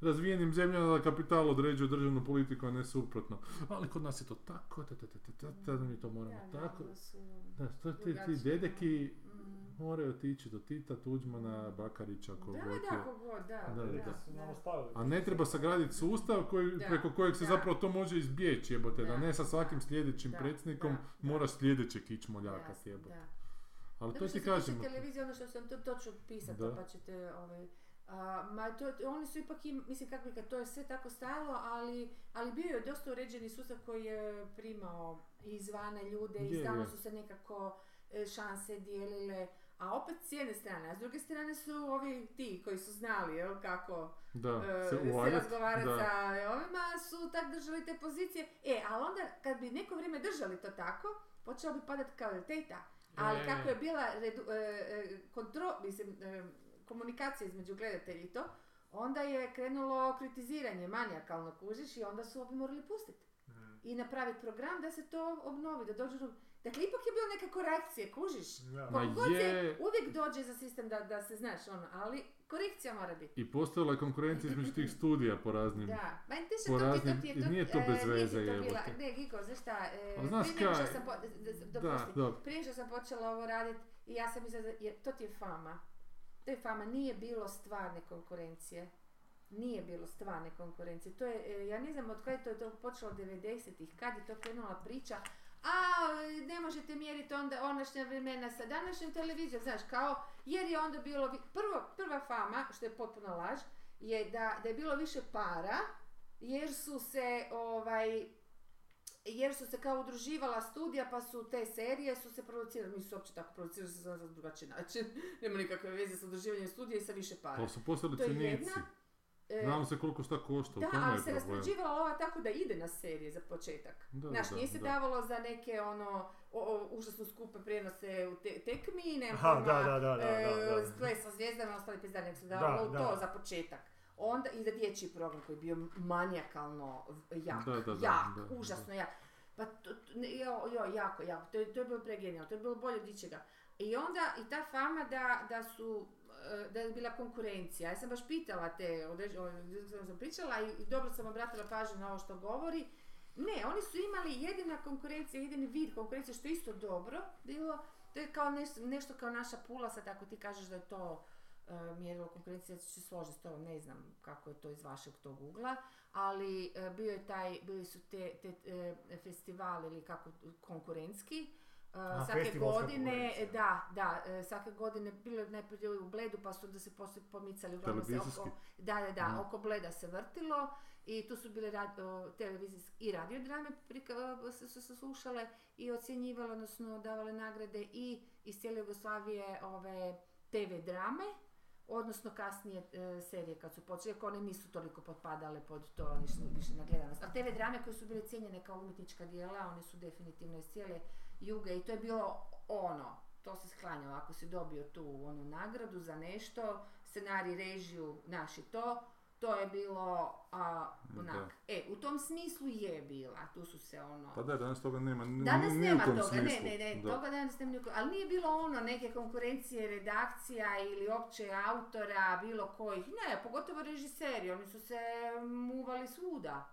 S3: razvijenim zemljama da kapital određuje državnu politiku, a ne suprotno. Ali kod nas je to tako, ta, ta, ta, ta, ta, ta, da mi to moramo
S1: Da,
S3: tako.
S1: da, su-
S3: Da, što ti, ti
S1: drugačije.
S3: dedeki
S1: Mm.
S3: moraju otići do Tita, Tuđmana, Bakarića,
S1: Da,
S3: kogod je.
S1: da, kogod, da,
S3: Da, da, da.
S2: su nam
S1: da.
S2: ostavili.
S3: A ne treba sagraditi sustav koji,
S1: Da,
S3: preko kojeg se
S1: da.
S3: zapravo to može izbjeći, jebote, da,
S1: Da,
S3: ne sa svakim sljedećim
S1: da,
S3: predsjednikom
S1: da, da.
S3: moraš sljedeće kić moljakat,
S1: Jasno,
S3: jebote.
S1: da.
S3: Ali
S1: Dobro
S3: to
S1: što se
S3: ti
S1: tiče
S3: kažem.
S1: televizije, ono što sam to, to ću pisat,
S3: Da.
S1: pa ćete, ovaj, a, ma to, to- oni su ipak, im, mislim kako bi kad to je sve tako stajalo, ali, ali bio je dosta uređeni sustav koji je primao izvana ljude
S3: Je,
S1: i stalno
S3: je.
S1: su se nekako e, šanse dijelile, a opet s jedne strane, a s druge strane su ovi ti koji su znali jel, kako
S3: Da,
S1: e,
S3: se
S1: se
S3: uvaljat,
S1: razgovarati
S3: da.
S1: sa ovima, su tak držali te pozicije. E, ali onda kad bi neko vrijeme držali to tako, počela bi padati kvaliteta. Ali
S3: E.
S1: kako je bila redu- e, e, kontro, mislim, e, komunikacija između gledatelja i to, onda je krenulo kritiziranje manijakalno kužiš i onda su ovi morali pustiti.
S2: Mm.
S1: I napraviti program da se to obnovi, da dođu... do- Dakle, ipak je bilo neka korekcije, kužiš?
S2: Da.
S3: Ma
S1: Koliko god
S3: je.
S1: se uvijek dođe za sistem da, da se znaš, ono, ali korekcija mora biti.
S3: I postojala je konkurencija između tih studija po raznim.
S1: Da, ma ti se
S3: Mm. po
S1: to, ti to
S3: raznim-
S1: ti
S3: i
S1: je to,
S3: nije to
S1: e,
S3: bez veze,
S1: ti to bila,
S3: jebote.
S1: ne Giko, znaš šta, e,
S3: Ali znaš
S1: prije nego što
S3: kaj?
S1: sam, po, d- d-
S3: Da,
S1: dopusti,
S3: dobro.
S1: prije nego što sam počela ovo radit, i ja sam mislila, da je, to ti je fama, to je fama, nije bilo stvarne konkurencije, nije bilo stvarne konkurencije, to je, e, ja ne znam od kada je to, to počelo 90-ih, kad je to krenula priča, a e, ne možete mjeriti onda onašnja vremena sa današnjom televizijom, znaš, kao, jer je onda bilo, vi- prvo, prva fama, što je potpuno laž, je da, da je bilo više para, jer su se, ovaj, jer su se kao udruživala studija, pa su te serije su se producirale, nisu uopće tako producirale, su se na drugačiji način, nema nikakve veze sa udruživanjem studija i sa više para.
S3: Ali su postali
S1: To je jedna,
S3: cenici.
S1: E,
S3: Znamo se koliko šta košta, u
S1: da,
S3: tome
S1: ali se
S3: je problem.
S1: raspoređivala ova tako da ide na serije za početak.
S3: Da,
S1: Znaš,
S3: da,
S1: nije se
S3: da.
S1: davalo za neke ono o, o, užasno skupe prijenose u te, tekmi, ne
S2: Aha,
S1: pojma,
S2: da, da, da, da, da, da.
S1: e, ples sa zvijezdama, ostali pizdarni, nego se
S2: Da,
S1: davalo u
S2: da.
S1: to za početak. Onda i za dječji program koji je bio manijakalno jak,
S3: Da, da, da,
S1: jak,
S3: da, da.
S1: užasno jak. Pa to, to- ne, jo, jo, jako, jako, to je, to je bilo pregenijalno, to je bilo bolje od ičega. I onda i ta fama da, da su e, da je bila konkurencija. Ja sam baš pitala te, određ- o- ljudi s kojima sam pričala i, i dobro sam obratila pažnju na ovo što govori. Ne, oni su imali jedina konkurencija, jedini vid konkurencije, što je isto dobro bilo. To je kao nešto, nešto kao naša pula, sad ako ti kažeš da je to e, mjerilo konkurencije, ja ću se složiti s tobom, ne znam kako je to iz vašeg tog ugla, ali e, bio je taj, bili su te, te e, festivali ili kako, konkurentski, e,
S2: A,
S1: svake
S2: festivalska
S1: godine,
S2: konkurencija.
S1: da, da, e, svake godine bilo je najprije u Bledu, pa su onda se poslije pomicali, uglavnom se
S3: Televizijski.
S1: oko, da, da, da,
S3: Mhm.
S1: oko Bleda se vrtilo i tu su bile rad, o, televizijske i radiodrame prika- o, se- su se slušale i ocjenjivale, odnosno davale nagrade i iz cijele Jugoslavije ove TV drame, odnosno kasnije e, serije kad su počele, iako one nisu toliko potpadale pod to ništa više na gledanost. Ali TV drame koje su bile cijenjene kao umjetnička dijela, one su definitivno iz cijele juge i to je bilo ono, to se sklanjalo, ako si dobio tu onu nagradu za nešto, scenarij, režiju, naši to, to je bilo a, onak. E, u tom smislu je bila, tu su se ono...
S3: Pa da, danas toga nema, ni,
S1: Danas
S3: ni u
S1: nema
S3: tom
S1: toga,
S3: smislu.
S1: ne, ne, ne,
S3: Da.
S1: toga danas nema niko- ali nije bilo ono neke konkurencije, redakcija ili opće autora, bilo kojih, ne, pogotovo režiseri, oni su se muvali svuda,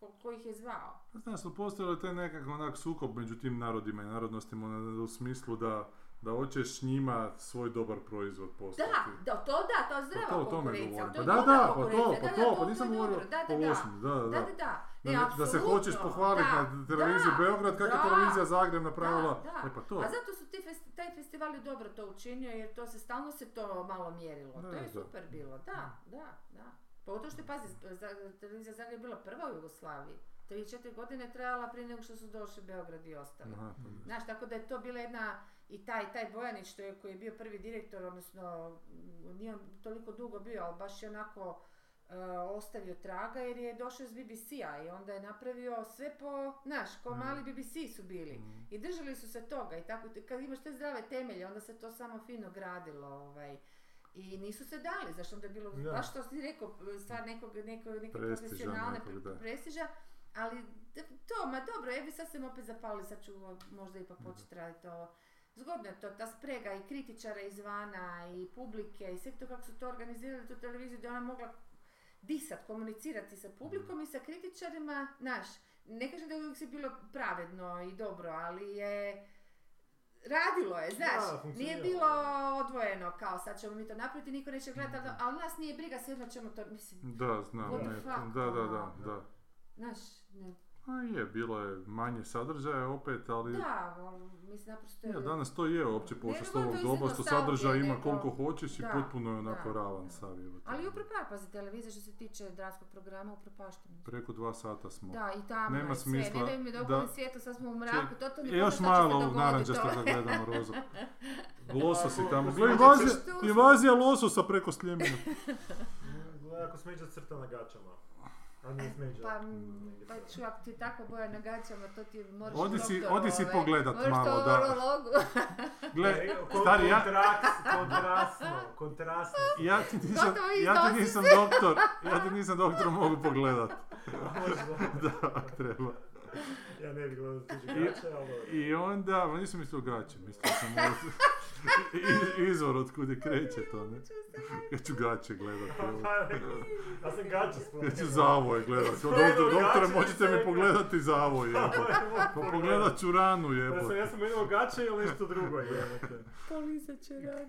S1: ko, ko ih je zvao.
S3: Pa Znaš, su postojali taj nekakav onak sukob među tim narodima i narodnostima ono, u smislu da, da hoćeš njima svoj dobar proizvod
S1: Da,
S3: postati.
S1: da, to da, to je
S3: Pa to
S1: zdrava
S3: o tome
S1: konkurencija,
S3: govorim.
S1: ali
S3: Pa
S1: to
S3: da,
S1: je
S3: da,
S1: dobra
S3: pa
S1: konkurencija, da,
S3: to, pa
S1: da,
S3: to, pa
S1: je
S3: nisam
S1: dobro,
S3: govorio
S1: da,
S3: po
S1: da, da.
S3: osmi, da, da,
S1: Da,
S3: da.
S1: da, da.
S3: Da,
S1: Ne,
S3: ne- da se hoćeš
S1: apsolutno,
S3: pohvaliti
S1: da,
S3: na televiziji
S1: da,
S3: Beograd kako je
S1: da,
S3: televizija Zagreb napravila.
S1: da, da.
S3: E pa to.
S1: A zato su ti fes- taj festival je dobro to učinio jer to se stalno se to malo mjerilo.
S3: Da,
S1: to je
S3: da. Mm.
S1: super bilo, da, da, da. Pogotovo što je, pazi, za- televizija Zagreb je bila prva u Jugoslaviji. Tri, četiri godine je trajala prije nego što su došli Beograd i ostali.
S3: Aha, pa da.
S1: Znaš, tako da je to bila jedna i taj, taj Bojanić što je, koji je bio prvi direktor, odnosno m, nije on toliko dugo bio, ali baš je onako e, ostavio traga jer je došao iz BBC-a i onda je napravio sve po, znaš, ko mali BBC su bili.
S3: Mm.
S1: I držali su se toga i tako, te- kad imaš te zdrave temelje, onda se to samo fino gradilo, ovaj. I nisu se dali, zašto onda je bilo,
S2: Da.
S1: baš to si rekao, stvar nekog, nekog, neke
S3: Prestiža
S1: profesionalne
S3: nekog, da.
S1: prestiža, ali d- to, ma dobro, evi sad sam opet zapali, sad ću o- možda ipak
S3: Mhm.
S1: početi raditi ovo. Zgodno je to, ta sprega i kritičara izvana i publike i sve to kako su to organizirali tu televiziju da je ona mogla disat, komunicirati sa
S3: Mhm.
S1: publikom i sa kritičarima, znaš, ne kažem da je uvijek se bilo pravedno i dobro, ali je radilo je,
S2: Da,
S1: znaš, nije
S2: funkcioniralo.
S1: bilo odvojeno kao sad ćemo mi to napraviti, niko neće gledati, ali,
S3: Mm-hmm.
S1: ali nas nije briga, svejedno ćemo to, mislim,
S3: Da, znam,
S1: What the
S3: ne,
S1: fuck,
S3: da, da, da,
S1: ono.
S3: da.
S1: znaš, ne,
S3: A je, bilo je manje sadržaja opet, ali...
S1: da, ono, mislim, naprosto je...
S3: Mm. Ja, danas to je opće
S1: Ne,
S3: posao s
S1: nego
S3: ovog
S1: to iz
S3: doba što
S1: jednostavnije
S3: sadržaja ima
S1: nego-
S3: koliko hoćeš i
S1: Da,
S3: potpuno je onako
S1: da,
S3: ravan
S1: da.
S3: sav jebote.
S1: Ali upropar, pazi, televizija što se tiče dramskog programa upropaštena.
S3: Preko dva sata smo. E,
S1: Da, i tamo
S3: Nema
S1: je sve,
S3: smisla,
S1: ne daju mi
S3: da.
S1: da svijetu, sad smo u mraku,
S3: Ček,
S1: totalno
S3: E, još malo znači, ovog naranđasta
S1: da
S3: da gledamo rozu. Losos je tamo.
S2: Pa,
S3: Gle,
S2: Ako- ako
S3: invazija,
S1: smeđa crta-
S3: invazija lososa preko sljemena.
S2: Gledaj mm, ako smeđa crta na gaćama. A ne smeđa.
S1: Pa,
S2: Negdje
S1: pa
S2: crta.
S1: ću, ako ti tako boja na gaćama, to ti moraš
S3: Odi si-
S1: doktoru,
S3: odi si
S1: ovaj,
S3: pogledat malo, da.
S1: Moraš to urologu.
S3: Gle,
S2: E, kon-
S3: stari, ja-
S2: kontraks- kontrasno, kontrasno.
S3: ja ti nisam,
S1: Gotovo i
S3: ja ti
S1: iznosi
S3: nisam doktor, ja ti nisam doktor, mogu pogledat.
S2: Možda.
S3: Da, ako treba.
S2: Ja ne bih gledao tuđe
S3: I-
S2: gaće, ali dobro.
S3: I onda, ma nisam mislio gaće, mislio sam ovo- i- izvor od kude kreće to, ne? Ja ću gaće gledat, evo.
S2: Pa, rekao sam, Ja sam gaće spomenuo.
S3: Ja ću zavoj gledat. Doktor, doktore, možete mi pogledati zavoj, jebote. Pa pogledat ću ranu,
S2: Ja sam,
S3: jebote.
S2: ja sam menuo gaće ili nešto drugo jebote.
S13: Polizat će rad.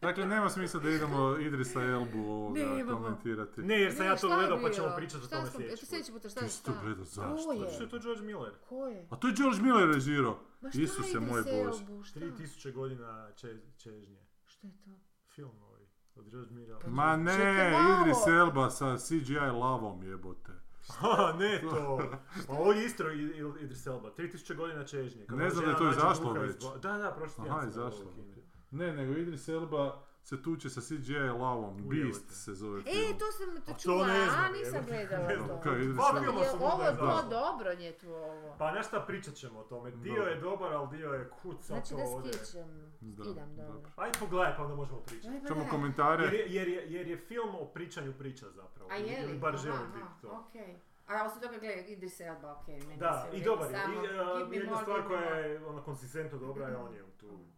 S3: Dakle, nema smisla da idemo Idrisa Elbu ovoga
S13: Nemamo.
S3: komentirati.
S2: Ne, jer sam ja
S1: šta
S2: to
S1: je
S2: gledao pa
S1: bilo?
S2: ćemo pričati o
S1: Šta
S2: tome
S1: smo- eto,
S2: sljedeći put.
S1: sljedeći put, šta
S3: Ti
S1: je
S3: si to
S1: šta?
S3: gledao, zašto?
S1: Ko je?
S2: Zato što je to George Miller.
S1: Ko je?
S3: A to je George Miller režirao.
S1: Ma šta
S3: Isuse
S1: je
S3: moj
S1: Idris
S3: Bože.
S1: Elbu, šta?
S2: 3000 godina če, čežnje.
S1: Šta je to?
S2: Film ovaj. Od George Miller.
S1: Pa
S3: Ma
S1: Čekaj,
S3: ne,
S1: malo.
S3: Idris Elba sa CGI lavom jebote.
S2: Ha, ne to. Pa ovo je istro I- I- Idris Elba. 3000 godina čežnje. Kad
S3: Ne znam da je
S2: žena
S3: to
S2: nađe
S3: izašlo
S2: duha iz
S3: već.
S2: ba- Da, da, prošli tjedan
S3: Aha,
S2: sam
S3: izašlo.
S2: gledao u kinu.
S3: Ne, nego Idris Elba se tuče sa CGI lavom.
S2: Ujebote.
S3: Beast se zove film.
S1: E, to sam
S2: A to
S1: to čula,
S2: ne znam,
S1: a nisam
S2: jebote.
S1: gledala
S2: Ne
S1: to.
S3: Kao Pa Idris
S2: Dva
S3: Elba.
S2: filma
S1: Je,
S2: su mu
S1: ovo je
S2: gledali.
S1: to dobro nije tu ovo.
S2: Pa nešto pričat ćemo o tome. Dio
S3: Dobro.
S2: je dobar, ali dio je kuca
S1: Znači
S2: to
S1: da
S2: ode.
S1: skičem,
S3: Da,
S1: skidam
S3: dobro.
S1: dobro.
S2: Ajde pogledaj pa onda možemo pričati.
S1: Aj, pa
S3: Čemo
S1: da.
S2: Jer
S3: komentare.
S2: je, jer, je, jer je film o pričanju priča zapravo.
S1: A je li?
S2: Ili bar
S1: Aha,
S2: želi
S1: aha,
S2: biti to.
S1: okej. A osim toga, gledaj, Idris Elba, okej, meni
S2: Da,
S1: sve u
S2: i
S1: redu,
S2: dobar je.
S1: samo
S2: I,
S1: give
S2: uh,
S1: me
S2: jedna
S1: more,
S2: stvar
S1: give me
S2: koja
S1: more.
S2: je ono, konsistentno dobra je on je u tu. Ono,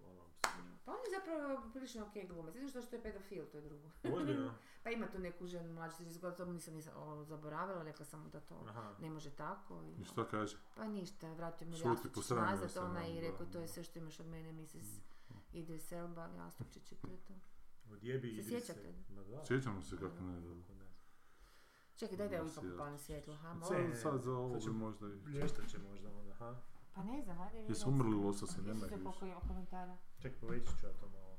S1: Pa on je zapravo prilično okej glumac, jedino što što je pedofil, to je drugo.
S2: ozbiljno.
S1: Pa ima tu neku ženu mlađu 30 godina, to mu nisam nisam o, zaboravila, rekla sam mu da to
S2: Aha.
S1: ne može tako. I,
S3: I šta kaže?
S1: Pa ništa, vratio mi
S3: Šuti,
S1: Jastučić
S3: posramio se, ono,
S1: nazad, ona
S3: da, Mm.
S1: i rekao
S3: da,
S1: to je
S3: da.
S1: sve što imaš od mene, Mrs. Idris Elba, Jastupčić i to je to.
S2: Odjebi
S1: Se
S2: Idrisa.
S1: sjećate?
S2: Ma da.
S3: Sjećamo se kako ne. da.
S2: Kako ne.
S1: Čekaj, daj da ja
S3: Mrs.
S1: ipak upalim svjetlo, ha, molim.
S2: Ne,
S3: Sad, sad za ovo
S2: sad
S3: bi
S2: ćemo-
S3: možda i...
S2: Lještat će možda onda, ha?
S1: Pa ne znam, ajde vi
S3: Jesu
S1: recite.
S3: umrli lososi, nema
S1: Isuse,
S3: ih više.
S1: koliko ima komentara.
S2: Ček, povećat ću ja to malo.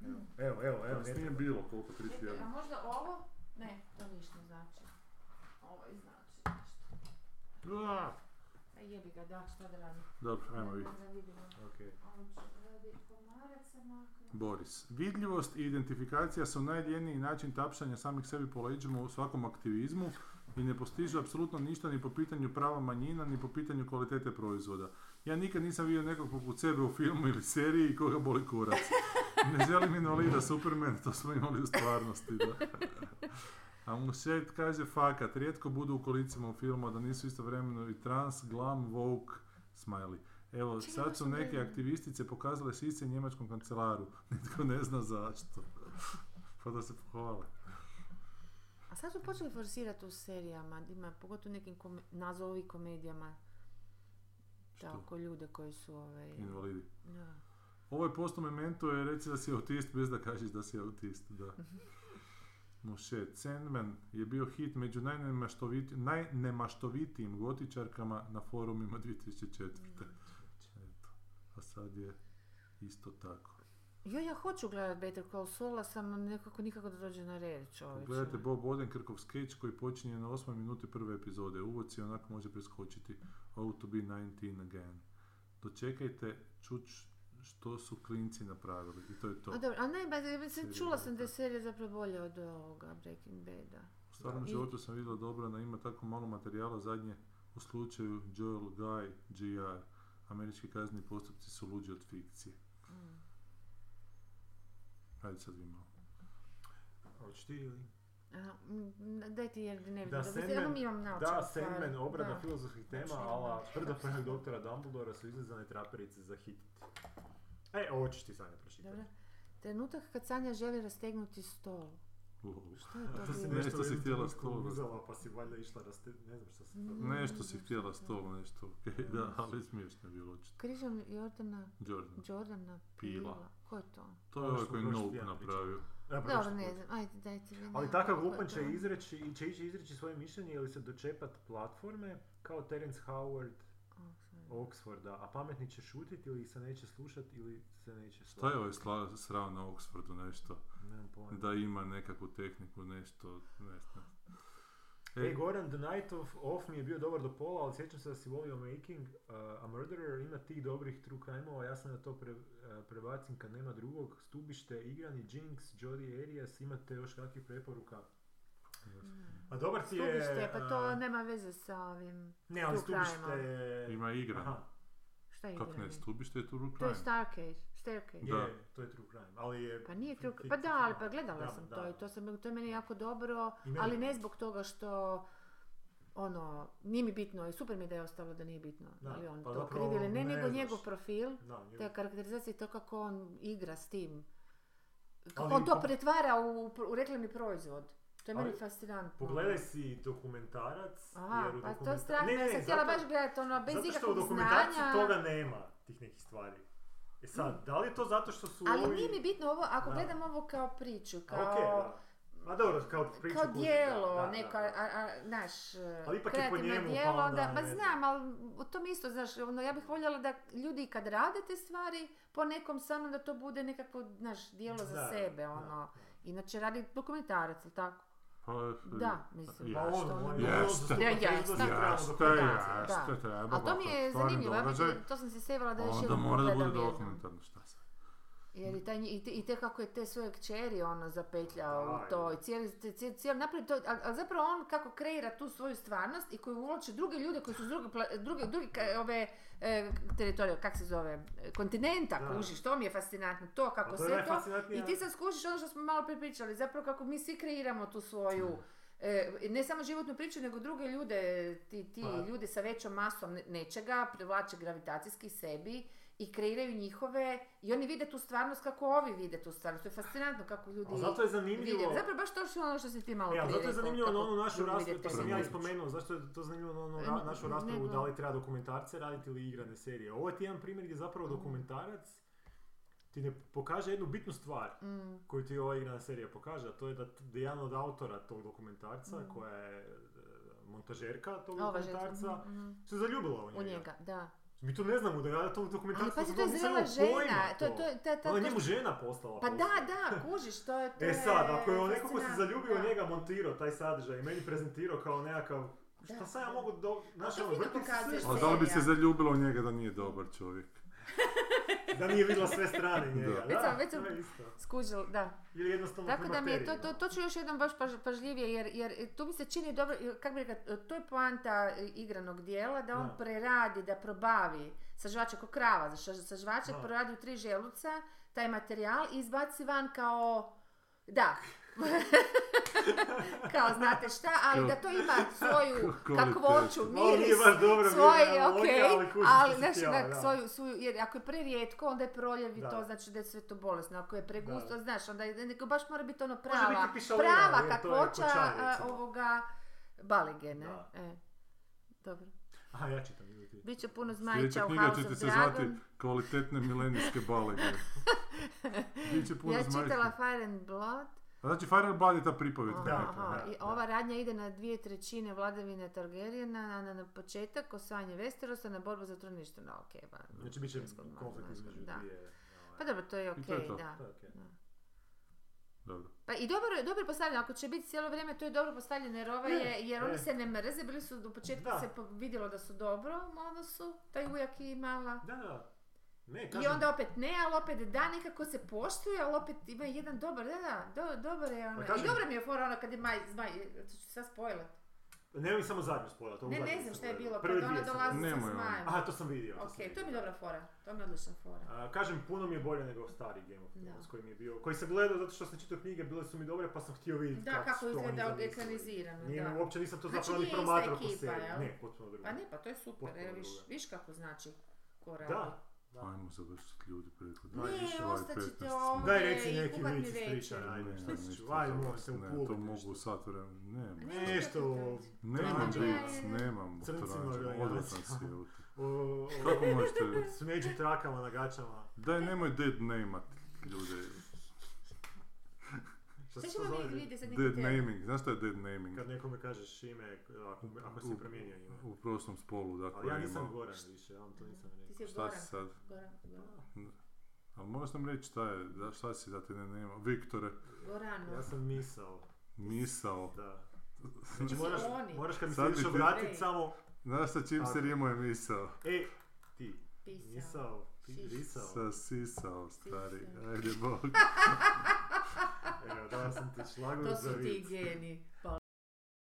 S2: Evo, Evo, evo, evo. ne
S3: Nas Pa nije
S2: treba.
S3: bilo koliko, tri
S1: A
S3: tjedna.
S1: možda ovo? Ne, to ništa ne znači. Ovo i znači nešto.
S3: Ah,
S1: A je jebi ga, da, šta da radim.
S3: Dobro, ajmo vi.
S14: Onda vidimo.
S2: Ok.
S14: Hoću radit komaraca makro.
S3: Boris. Vidljivost i identifikacija su najljeniji način tapšanja samih sebi po leđima u svakom aktivizmu i ne postižu apsolutno ništa ni po pitanju prava manjina, ni po pitanju kvalitete proizvoda. Ja nikad nisam vidio nekog poput sebe u filmu ili seriji koga boli kurac. Ne želim invalida Superman, to smo imali u stvarnosti, da. A Mušet kaže fakat, rijetko budu u kolicima u filmu, a da nisu istovremeno i trans, glam, woke, smiley. Evo,
S14: Čekaj,
S3: sad
S14: baš
S3: su
S14: sam
S3: neke
S14: gledala.
S3: aktivistice pokazale sise njemačkom kancelaru. Nitko ne zna zašto. pa da se pohvale.
S1: A sad su počeli forsirati u serijama, ima, pogotovo nekim kome, nazovi komedijama,
S3: Što?
S1: tako ljude koji su ovaj...
S3: Invalidi.
S1: Da.
S3: Ovo je posto memento je reci da si autist bez da kažeš da si autist, da. Mušet, Sandman je bio hit među najnemaštoviti, najnemaštovitijim gotičarkama na forumima 2004. Eto, a sad je isto tako.
S1: Jo, ja hoću gledat Better Call Saul, a sam nekako nikako da dođe na red čovječe.
S3: Pogledajte Bob Odenkirkov skeč koji počinje na 8. minuti prve epizode. Uvod si onako može preskočiti. How to be 19 again. Dočekajte, čuć što su klinci napravili. I to je to.
S1: A dobro, a ne, ba, ja sam
S3: Serija
S1: čula sam da je
S3: Breaking Bad.
S1: serija zapravo bolja od ovoga Breaking Bada.
S3: U stvarnom
S1: I-
S3: životu sam vidjela dobro da ima tako malo materijala zadnje u slučaju Joel Guy G.R. Američki kazni postupci su luđi od fikcije.
S1: Mm.
S3: Hajde sad vi malo.
S2: Hoćeš ti ili?
S1: Aha, m, m, daj ti jer ne vidim.
S2: Da,
S1: dobro,
S2: Sandman-
S1: evo mi imam naočale,
S2: Da,
S1: stvarno.
S2: Sandman, obrada
S1: Da.
S2: filozofskih tema,
S1: Znači,
S2: ala
S1: nemam
S2: prda
S1: šta.
S2: prvog doktora Dumbledora su izlezane traperice za hit. E, ovo ćeš ti Sanja pročitati.
S1: Dobro. Trenutak kad Sanja želi rastegnuti stol.
S3: Uhu.
S1: Što je to?
S2: To si
S1: bilo?
S3: ne-
S2: nešto
S3: Nešto si
S2: u jednom
S3: htjela
S2: trenutku
S3: stolu
S2: uzela, pa si valjda išla raste... Ne znam što si to...
S1: Mm.
S3: Nešto si htjela stol, nešto. okej, da, ali smiješno je bilo očito.
S1: Križom Jordana,
S3: Jordan.
S1: Jordana
S3: Pila.
S1: Ko je to?
S3: To je
S2: Ono
S3: ovaj
S2: što
S3: koji
S2: prošli
S3: Nope
S2: tjedan
S3: napravio.
S2: E, pa
S1: Dobro,
S2: nešto
S1: ne
S2: drugo.
S1: znam, ajde dajte mi.
S2: Ali
S1: ne,
S2: takav
S1: ko je
S2: glupan
S1: to?
S2: će izreći, i će ići izreći svoje mišljenje ili se dočepat platforme kao Terence Howard
S1: Oxford.
S2: Oxforda, a pametni će šutit ili ih se neće slušat ili se neće slušat.
S3: Šta je ovaj sla- srao na Oxfordu nešto?
S2: Nemam pojma.
S3: Da ima nekakvu tehniku, nešto, ne znam.
S2: Ej,
S3: E,
S2: Goran, The Night of Off mi je bio dobar do pola, ali sjećam se da si volio Making uh, a Murderer, ima tih dobrih true crime-ova, ja sam na to pre- uh, prebacim kad nema drugog, Stubište, Igrani, Jinx, Jody Arias, imate još kakvih preporuka? A dobar ti je...
S1: Mm. Stubište, pa to
S2: uh,
S1: nema veze sa ovim.
S2: Ne, ali
S1: true
S2: Stubište
S1: crime-a.
S2: je...
S3: ima igra.
S2: Aha,
S1: Šta je
S3: Kak ne,
S1: igranje?
S3: stubište je tu
S1: To je
S3: rukajem.
S1: Starcase, Staircase.
S2: je,
S3: Da.
S2: to je true crime, ali je...
S1: Pa nije true,
S2: Fikcija.
S1: pa da, ali pa gledala
S2: Da,
S1: sam
S2: da.
S1: to i to, sam, to je meni jako dobro,
S2: I meni.
S1: ali ne zbog toga što ono, nije mi bitno i super mi da je ostalo da nije bitno,
S2: Da,
S1: ali on
S2: pa
S1: to
S2: zapravo
S1: krivi ili ne,
S2: ne
S1: nego
S2: znaš.
S1: njegov profil,
S2: Da, nije-
S1: te karakterizacije i to kako on igra s tim. Kako
S2: Ali
S1: on to
S2: po-
S1: pretvara u, u reklamni proizvod. To je meni
S2: Ali
S1: fascinantno.
S2: Pogledaj si dokumentarac,
S1: Aha,
S2: jer u
S1: pa to je
S2: dokumenta-
S1: strah,
S2: Ne,
S1: ja
S2: ne,
S1: sam htjela
S2: zato-
S1: baš gledati ono, bez
S2: zato što u
S1: ikakvog
S2: dokumentarcu
S1: znanja.
S2: toga nema tih nekih stvari. E sad, da li je to zato što su
S1: Ali
S2: ovi...
S1: nije mi bitno ovo, ako
S2: Da.
S1: gledam ovo kao priču,
S2: A,
S1: kao...
S2: okej, da. Ma dobro, kao priču
S1: kao
S2: kužim,
S1: dijelo,
S2: da, da,
S1: neko,
S2: da.
S1: a, a, znaš,
S2: Ali ipak je po
S1: kreativno
S2: njemu, pa
S1: dijelo,
S2: onda,
S1: da,
S2: ne
S1: ma
S2: znam.
S1: znam, ali u tom isto, znaš, ono, ja bih voljela da ljudi kad rade te stvari, po nekom samo da to bude nekako, znaš, dijelo za
S2: Da,
S1: sebe,
S2: da,
S1: ono,
S2: da.
S1: inac radi dokumentarac, ili tako?
S3: Pa,
S1: Da, mislim.
S2: Pa
S3: Jeste.
S2: ono, ono, ono,
S3: Jeste.
S2: zastupa
S1: Ne,
S2: te
S1: jeste,
S2: izlaze pravo do
S3: Jeste,
S2: konca.
S1: da.
S3: jeste, treba.
S1: A to mi je
S3: gledat stvarni
S1: zanimljivo, ja bi-
S3: događaj,
S1: to sam se sevala da još
S3: Onda
S1: jednom
S3: mora da bude
S1: pogledam jednom.
S3: dokumentarno, šta sad?
S1: Jer i, taj, nje- i, te, i te kako je te svoje kćeri ono zapetljao
S2: Da,
S1: u to i cijeli, cijeli, cijeli napravi to, ali zapravo on kako kreira tu svoju stvarnost i koji uvlači druge ljude koji su s druge, pla- druge, druge ka- ove e, teritorije, kak se zove, e, kontinenta,
S2: Da.
S1: kužiš, to mi je fascinantno, to
S2: Pa
S1: kako
S2: to je
S1: sve to,
S2: najfascinantnija-
S1: i ti sad skužiš ono što smo malo prije pričali, zapravo kako mi svi kreiramo tu svoju, e, ne samo životnu priču, nego druge ljude, ti, ti
S2: Pa.
S1: ljudi sa većom masom ne- nečega privlače gravitacijski sebi i kreiraju njihove, i oni vide tu stvarnost kako ovi vide tu stvarnost. To je fascinantno kako ljudi
S2: Ali zato je zanimljivo...
S1: vide. Zapravo baš to što ono što si ti malo
S2: E,
S1: prije
S2: ali zato je
S1: rekao,
S2: zanimljivo na
S1: kako
S2: onu našu
S1: ljudi
S2: raspravu,
S1: vide
S2: to
S1: te
S2: sam ja i
S1: ljude.
S2: spomenuo, zašto je to zanimljivo na onu
S1: E,
S2: ra- našu
S1: ne,
S2: raspravu
S1: ne.
S2: da li treba dokumentarce raditi ili igrane serije. Ovo je ti jedan primjer gdje zapravo
S1: Mm.
S2: dokumentarac ti ne pokaže jednu bitnu stvar
S1: Mm,
S2: koju ti ova igrana serija pokaže, a to je da, t- da jedan od autora tog dokumentarca, koja je e, montažerka tog
S1: Mm. ova žena,
S2: dokumentarca,
S1: mhm, mhm.
S2: se zaljubila u njega.
S1: U njega, da.
S2: Mi to ne znamo da ja tog
S1: Ali
S2: dokumentarca
S1: pazi, to je
S2: nisam
S1: zrela
S2: imao
S1: žena.
S2: pojma
S1: To, to, to, to,
S2: Ona je
S1: to-
S2: njemu žena poslala.
S1: Pa da,
S2: poslije.
S1: da, kužiš, to je to
S2: E sad, ako je on neko ko se
S1: fascinantno,
S2: zaljubio u
S1: da.
S2: njega montirao taj sadržaj i meni prezentirao kao nekakav Šta sam ja mogu do... Znaš,
S1: to
S2: ono,
S1: fino
S2: vrtim se
S1: pokazuješ.
S2: sve.
S3: A da li bi se zaljubilo u njega da nije dobar čovjek?
S2: Da nije vidjela sve strane njega.
S3: Da.
S2: Da,
S1: Već sam- već sam-
S2: to je isto.
S1: Skužil, da.
S2: Ili jednostavno
S1: Tako da mi je to, to,
S2: klimakterij.
S1: to ću još jednom baš paž- pažljivije, jer, jer tu mi se čini dobro, kako bi rekla, to je poanta e, igranog dijela, da on
S2: Da.
S1: preradi, da probavi sažvača ko krava, za- sažvača
S2: Da.
S1: proradi u tri želuca taj materijal i izbaci van kao, da, kao znate šta, ali da to ima svoju
S3: Kvalitetu.
S1: kakvoću,
S2: Ovo nije
S1: miris,
S2: baš dobro
S1: svoje,
S2: vrijeme,
S1: okej,
S2: analogija, ali kužiš
S1: ali
S2: što si
S1: znaš,
S2: htjela,
S1: da,
S2: da.
S1: svoju, svoju, jer ako je prerijetko, onda je proljevi
S2: Da.
S1: to, znači da je sve to bolesno, ako je pregusto,
S2: Da.
S1: znaš, onda je, nego baš mora biti ono prava,
S2: biti pišalina,
S1: prava
S2: jer to je
S1: kakvoća
S2: kočaj,
S1: a,
S2: recimo.
S1: ovoga balige, ne?
S2: Da.
S1: E. Dobro.
S2: Aha, ja čitam. ili ti.
S1: Biće puno
S3: Sljedeća
S1: zmajića u
S3: knjiga
S1: House
S3: će
S1: of
S3: se zvati
S1: Dragon.
S3: Kvalitetne milenijske balege. Biće puno
S1: Ja
S3: zmajki.
S1: čitala Fire and Blood.
S3: A znači, Fire Blood je ta pripovetka
S1: Aha,
S3: neka.
S1: aha.
S2: da,
S1: I
S2: da.
S1: ova radnja ide na dvije trećine vladavine Targaryena, na, na, na početak, osvajanje Westerosa, na borbu za tronište. No, okej, ba.
S2: Znači, bit će
S1: Kinskog mora,
S2: konflikt
S1: znaš,
S2: između
S1: da.
S2: dvije... ovaj.
S1: Pa dobro, to je
S3: I
S1: okej,
S3: to je to.
S1: da.
S2: To je okej.
S3: Dobro.
S1: Pa i dobro, je- dobro je postavljeno, ako će biti cijelo vrijeme, to je dobro postavljeno jer ova je, jer
S2: je.
S1: oni se ne mrze, bili su, u početku
S2: Da.
S1: se po- vidjelo da su dobro, onda su, taj ujak i mala.
S2: Da, da. Ne,
S1: I
S2: kažem,
S1: onda opet ne, ali opet da, nekako se poštuje, ali opet ima jedan dobar, da, da, do, dobar je ono.
S2: Pa
S1: I
S2: kažem-
S1: dobra mi je fora ono kad je maj, zmaj, to ću sad spojlat.
S2: Ne, mi samo zadnju spojila, to
S1: Ne, ne znam šta je bilo, kad ona dolazi sa
S3: Nemoj ono.
S1: zmajem.
S2: Aha, to sam vidio. sam
S1: Ok, to
S2: vidio.
S1: mi je dobra fora, to mi je odlična fora.
S2: A, kažem, puno mi je bolje nego stari Game of Thrones
S1: Da.
S2: koji mi je bio, koji sam gledao zato što sam čitao knjige, bile su mi dobre pa sam htio vidjeti
S1: Da, kako
S2: su to oni
S1: izgleda
S2: zamislili.
S1: ekranizirano,
S2: Nije,
S1: da.
S2: Uopće nisam to
S1: Znači,
S2: zapravo ni
S1: nije ista
S2: promatrao po
S1: ekipa,
S2: seriji.
S1: jel?
S2: Ne, potpuno drugo.
S1: Pa ne, pa to je super,
S2: Potpuno
S1: evo viš,
S2: druga.
S1: viš kako znači ko radi.
S2: Da. da.
S3: Ajmo završiti ljudi preko
S1: Ne,
S3: 20, ovaj
S1: ostat ćete
S3: 15
S1: ovdje.
S2: Daj
S1: je
S2: reci
S1: i
S2: neki
S1: kuhat mi
S2: vic iz
S1: večer.
S2: priče,
S3: Ne,
S2: ajde,
S3: ne,
S2: šta
S3: ništa
S2: ćeš, ajde, moram se
S3: za- ne, to
S2: upulit,
S3: mogu u
S2: nešto.
S3: sat vremena, nemam.
S1: Ne,
S2: Nešto o-
S3: Nemam
S2: Crnci
S3: bic,
S1: imaju-
S3: nemam
S2: Crnci imaju
S3: botranđa,
S2: organizaciju.
S3: odvratan si evo te.
S2: o- o-
S3: Kako možete,
S2: s među trakama na gačama.
S3: daj nemoj dead namat ljude.
S1: Šta
S2: Šta se
S1: ćemo
S2: to
S1: mi
S2: zove?
S1: vidjeti sad neki
S3: Dead
S1: termin?
S3: naming, znaš šta je dead naming?
S2: Kad nekome kažeš ime, ako, ako si promijenio ime.
S3: U prostom spolu, dakle.
S2: Ali ja nisam
S3: imam-
S2: Goran više, ja vam to nisam
S1: Ti
S2: rekao.
S1: si
S3: Šta
S1: Goran,
S3: si sad?
S1: Goran, Goran.
S3: Ali moraš nam reći šta je, da, šta si da te ne nema. Viktore,
S1: Gorano.
S2: Ja sam misao,
S3: misao.
S2: da. Znači moraš,
S1: oni.
S2: moraš kad mi se
S3: Sad
S2: ideš
S3: bi ti-
S2: obratit
S1: Ej.
S2: samo,
S3: Znaš sa čim se
S2: Tako.
S3: rimuje misao?
S2: ej, ti,
S1: Pisao.
S2: misao, ti,
S1: Sisao.
S2: risao.
S3: Sa sisao, stari.
S1: Sisao.
S3: Ajde, bog.
S2: Evo, dao sam ti šlagu
S1: To
S2: za
S1: su ti
S2: vic.
S1: geni. Pa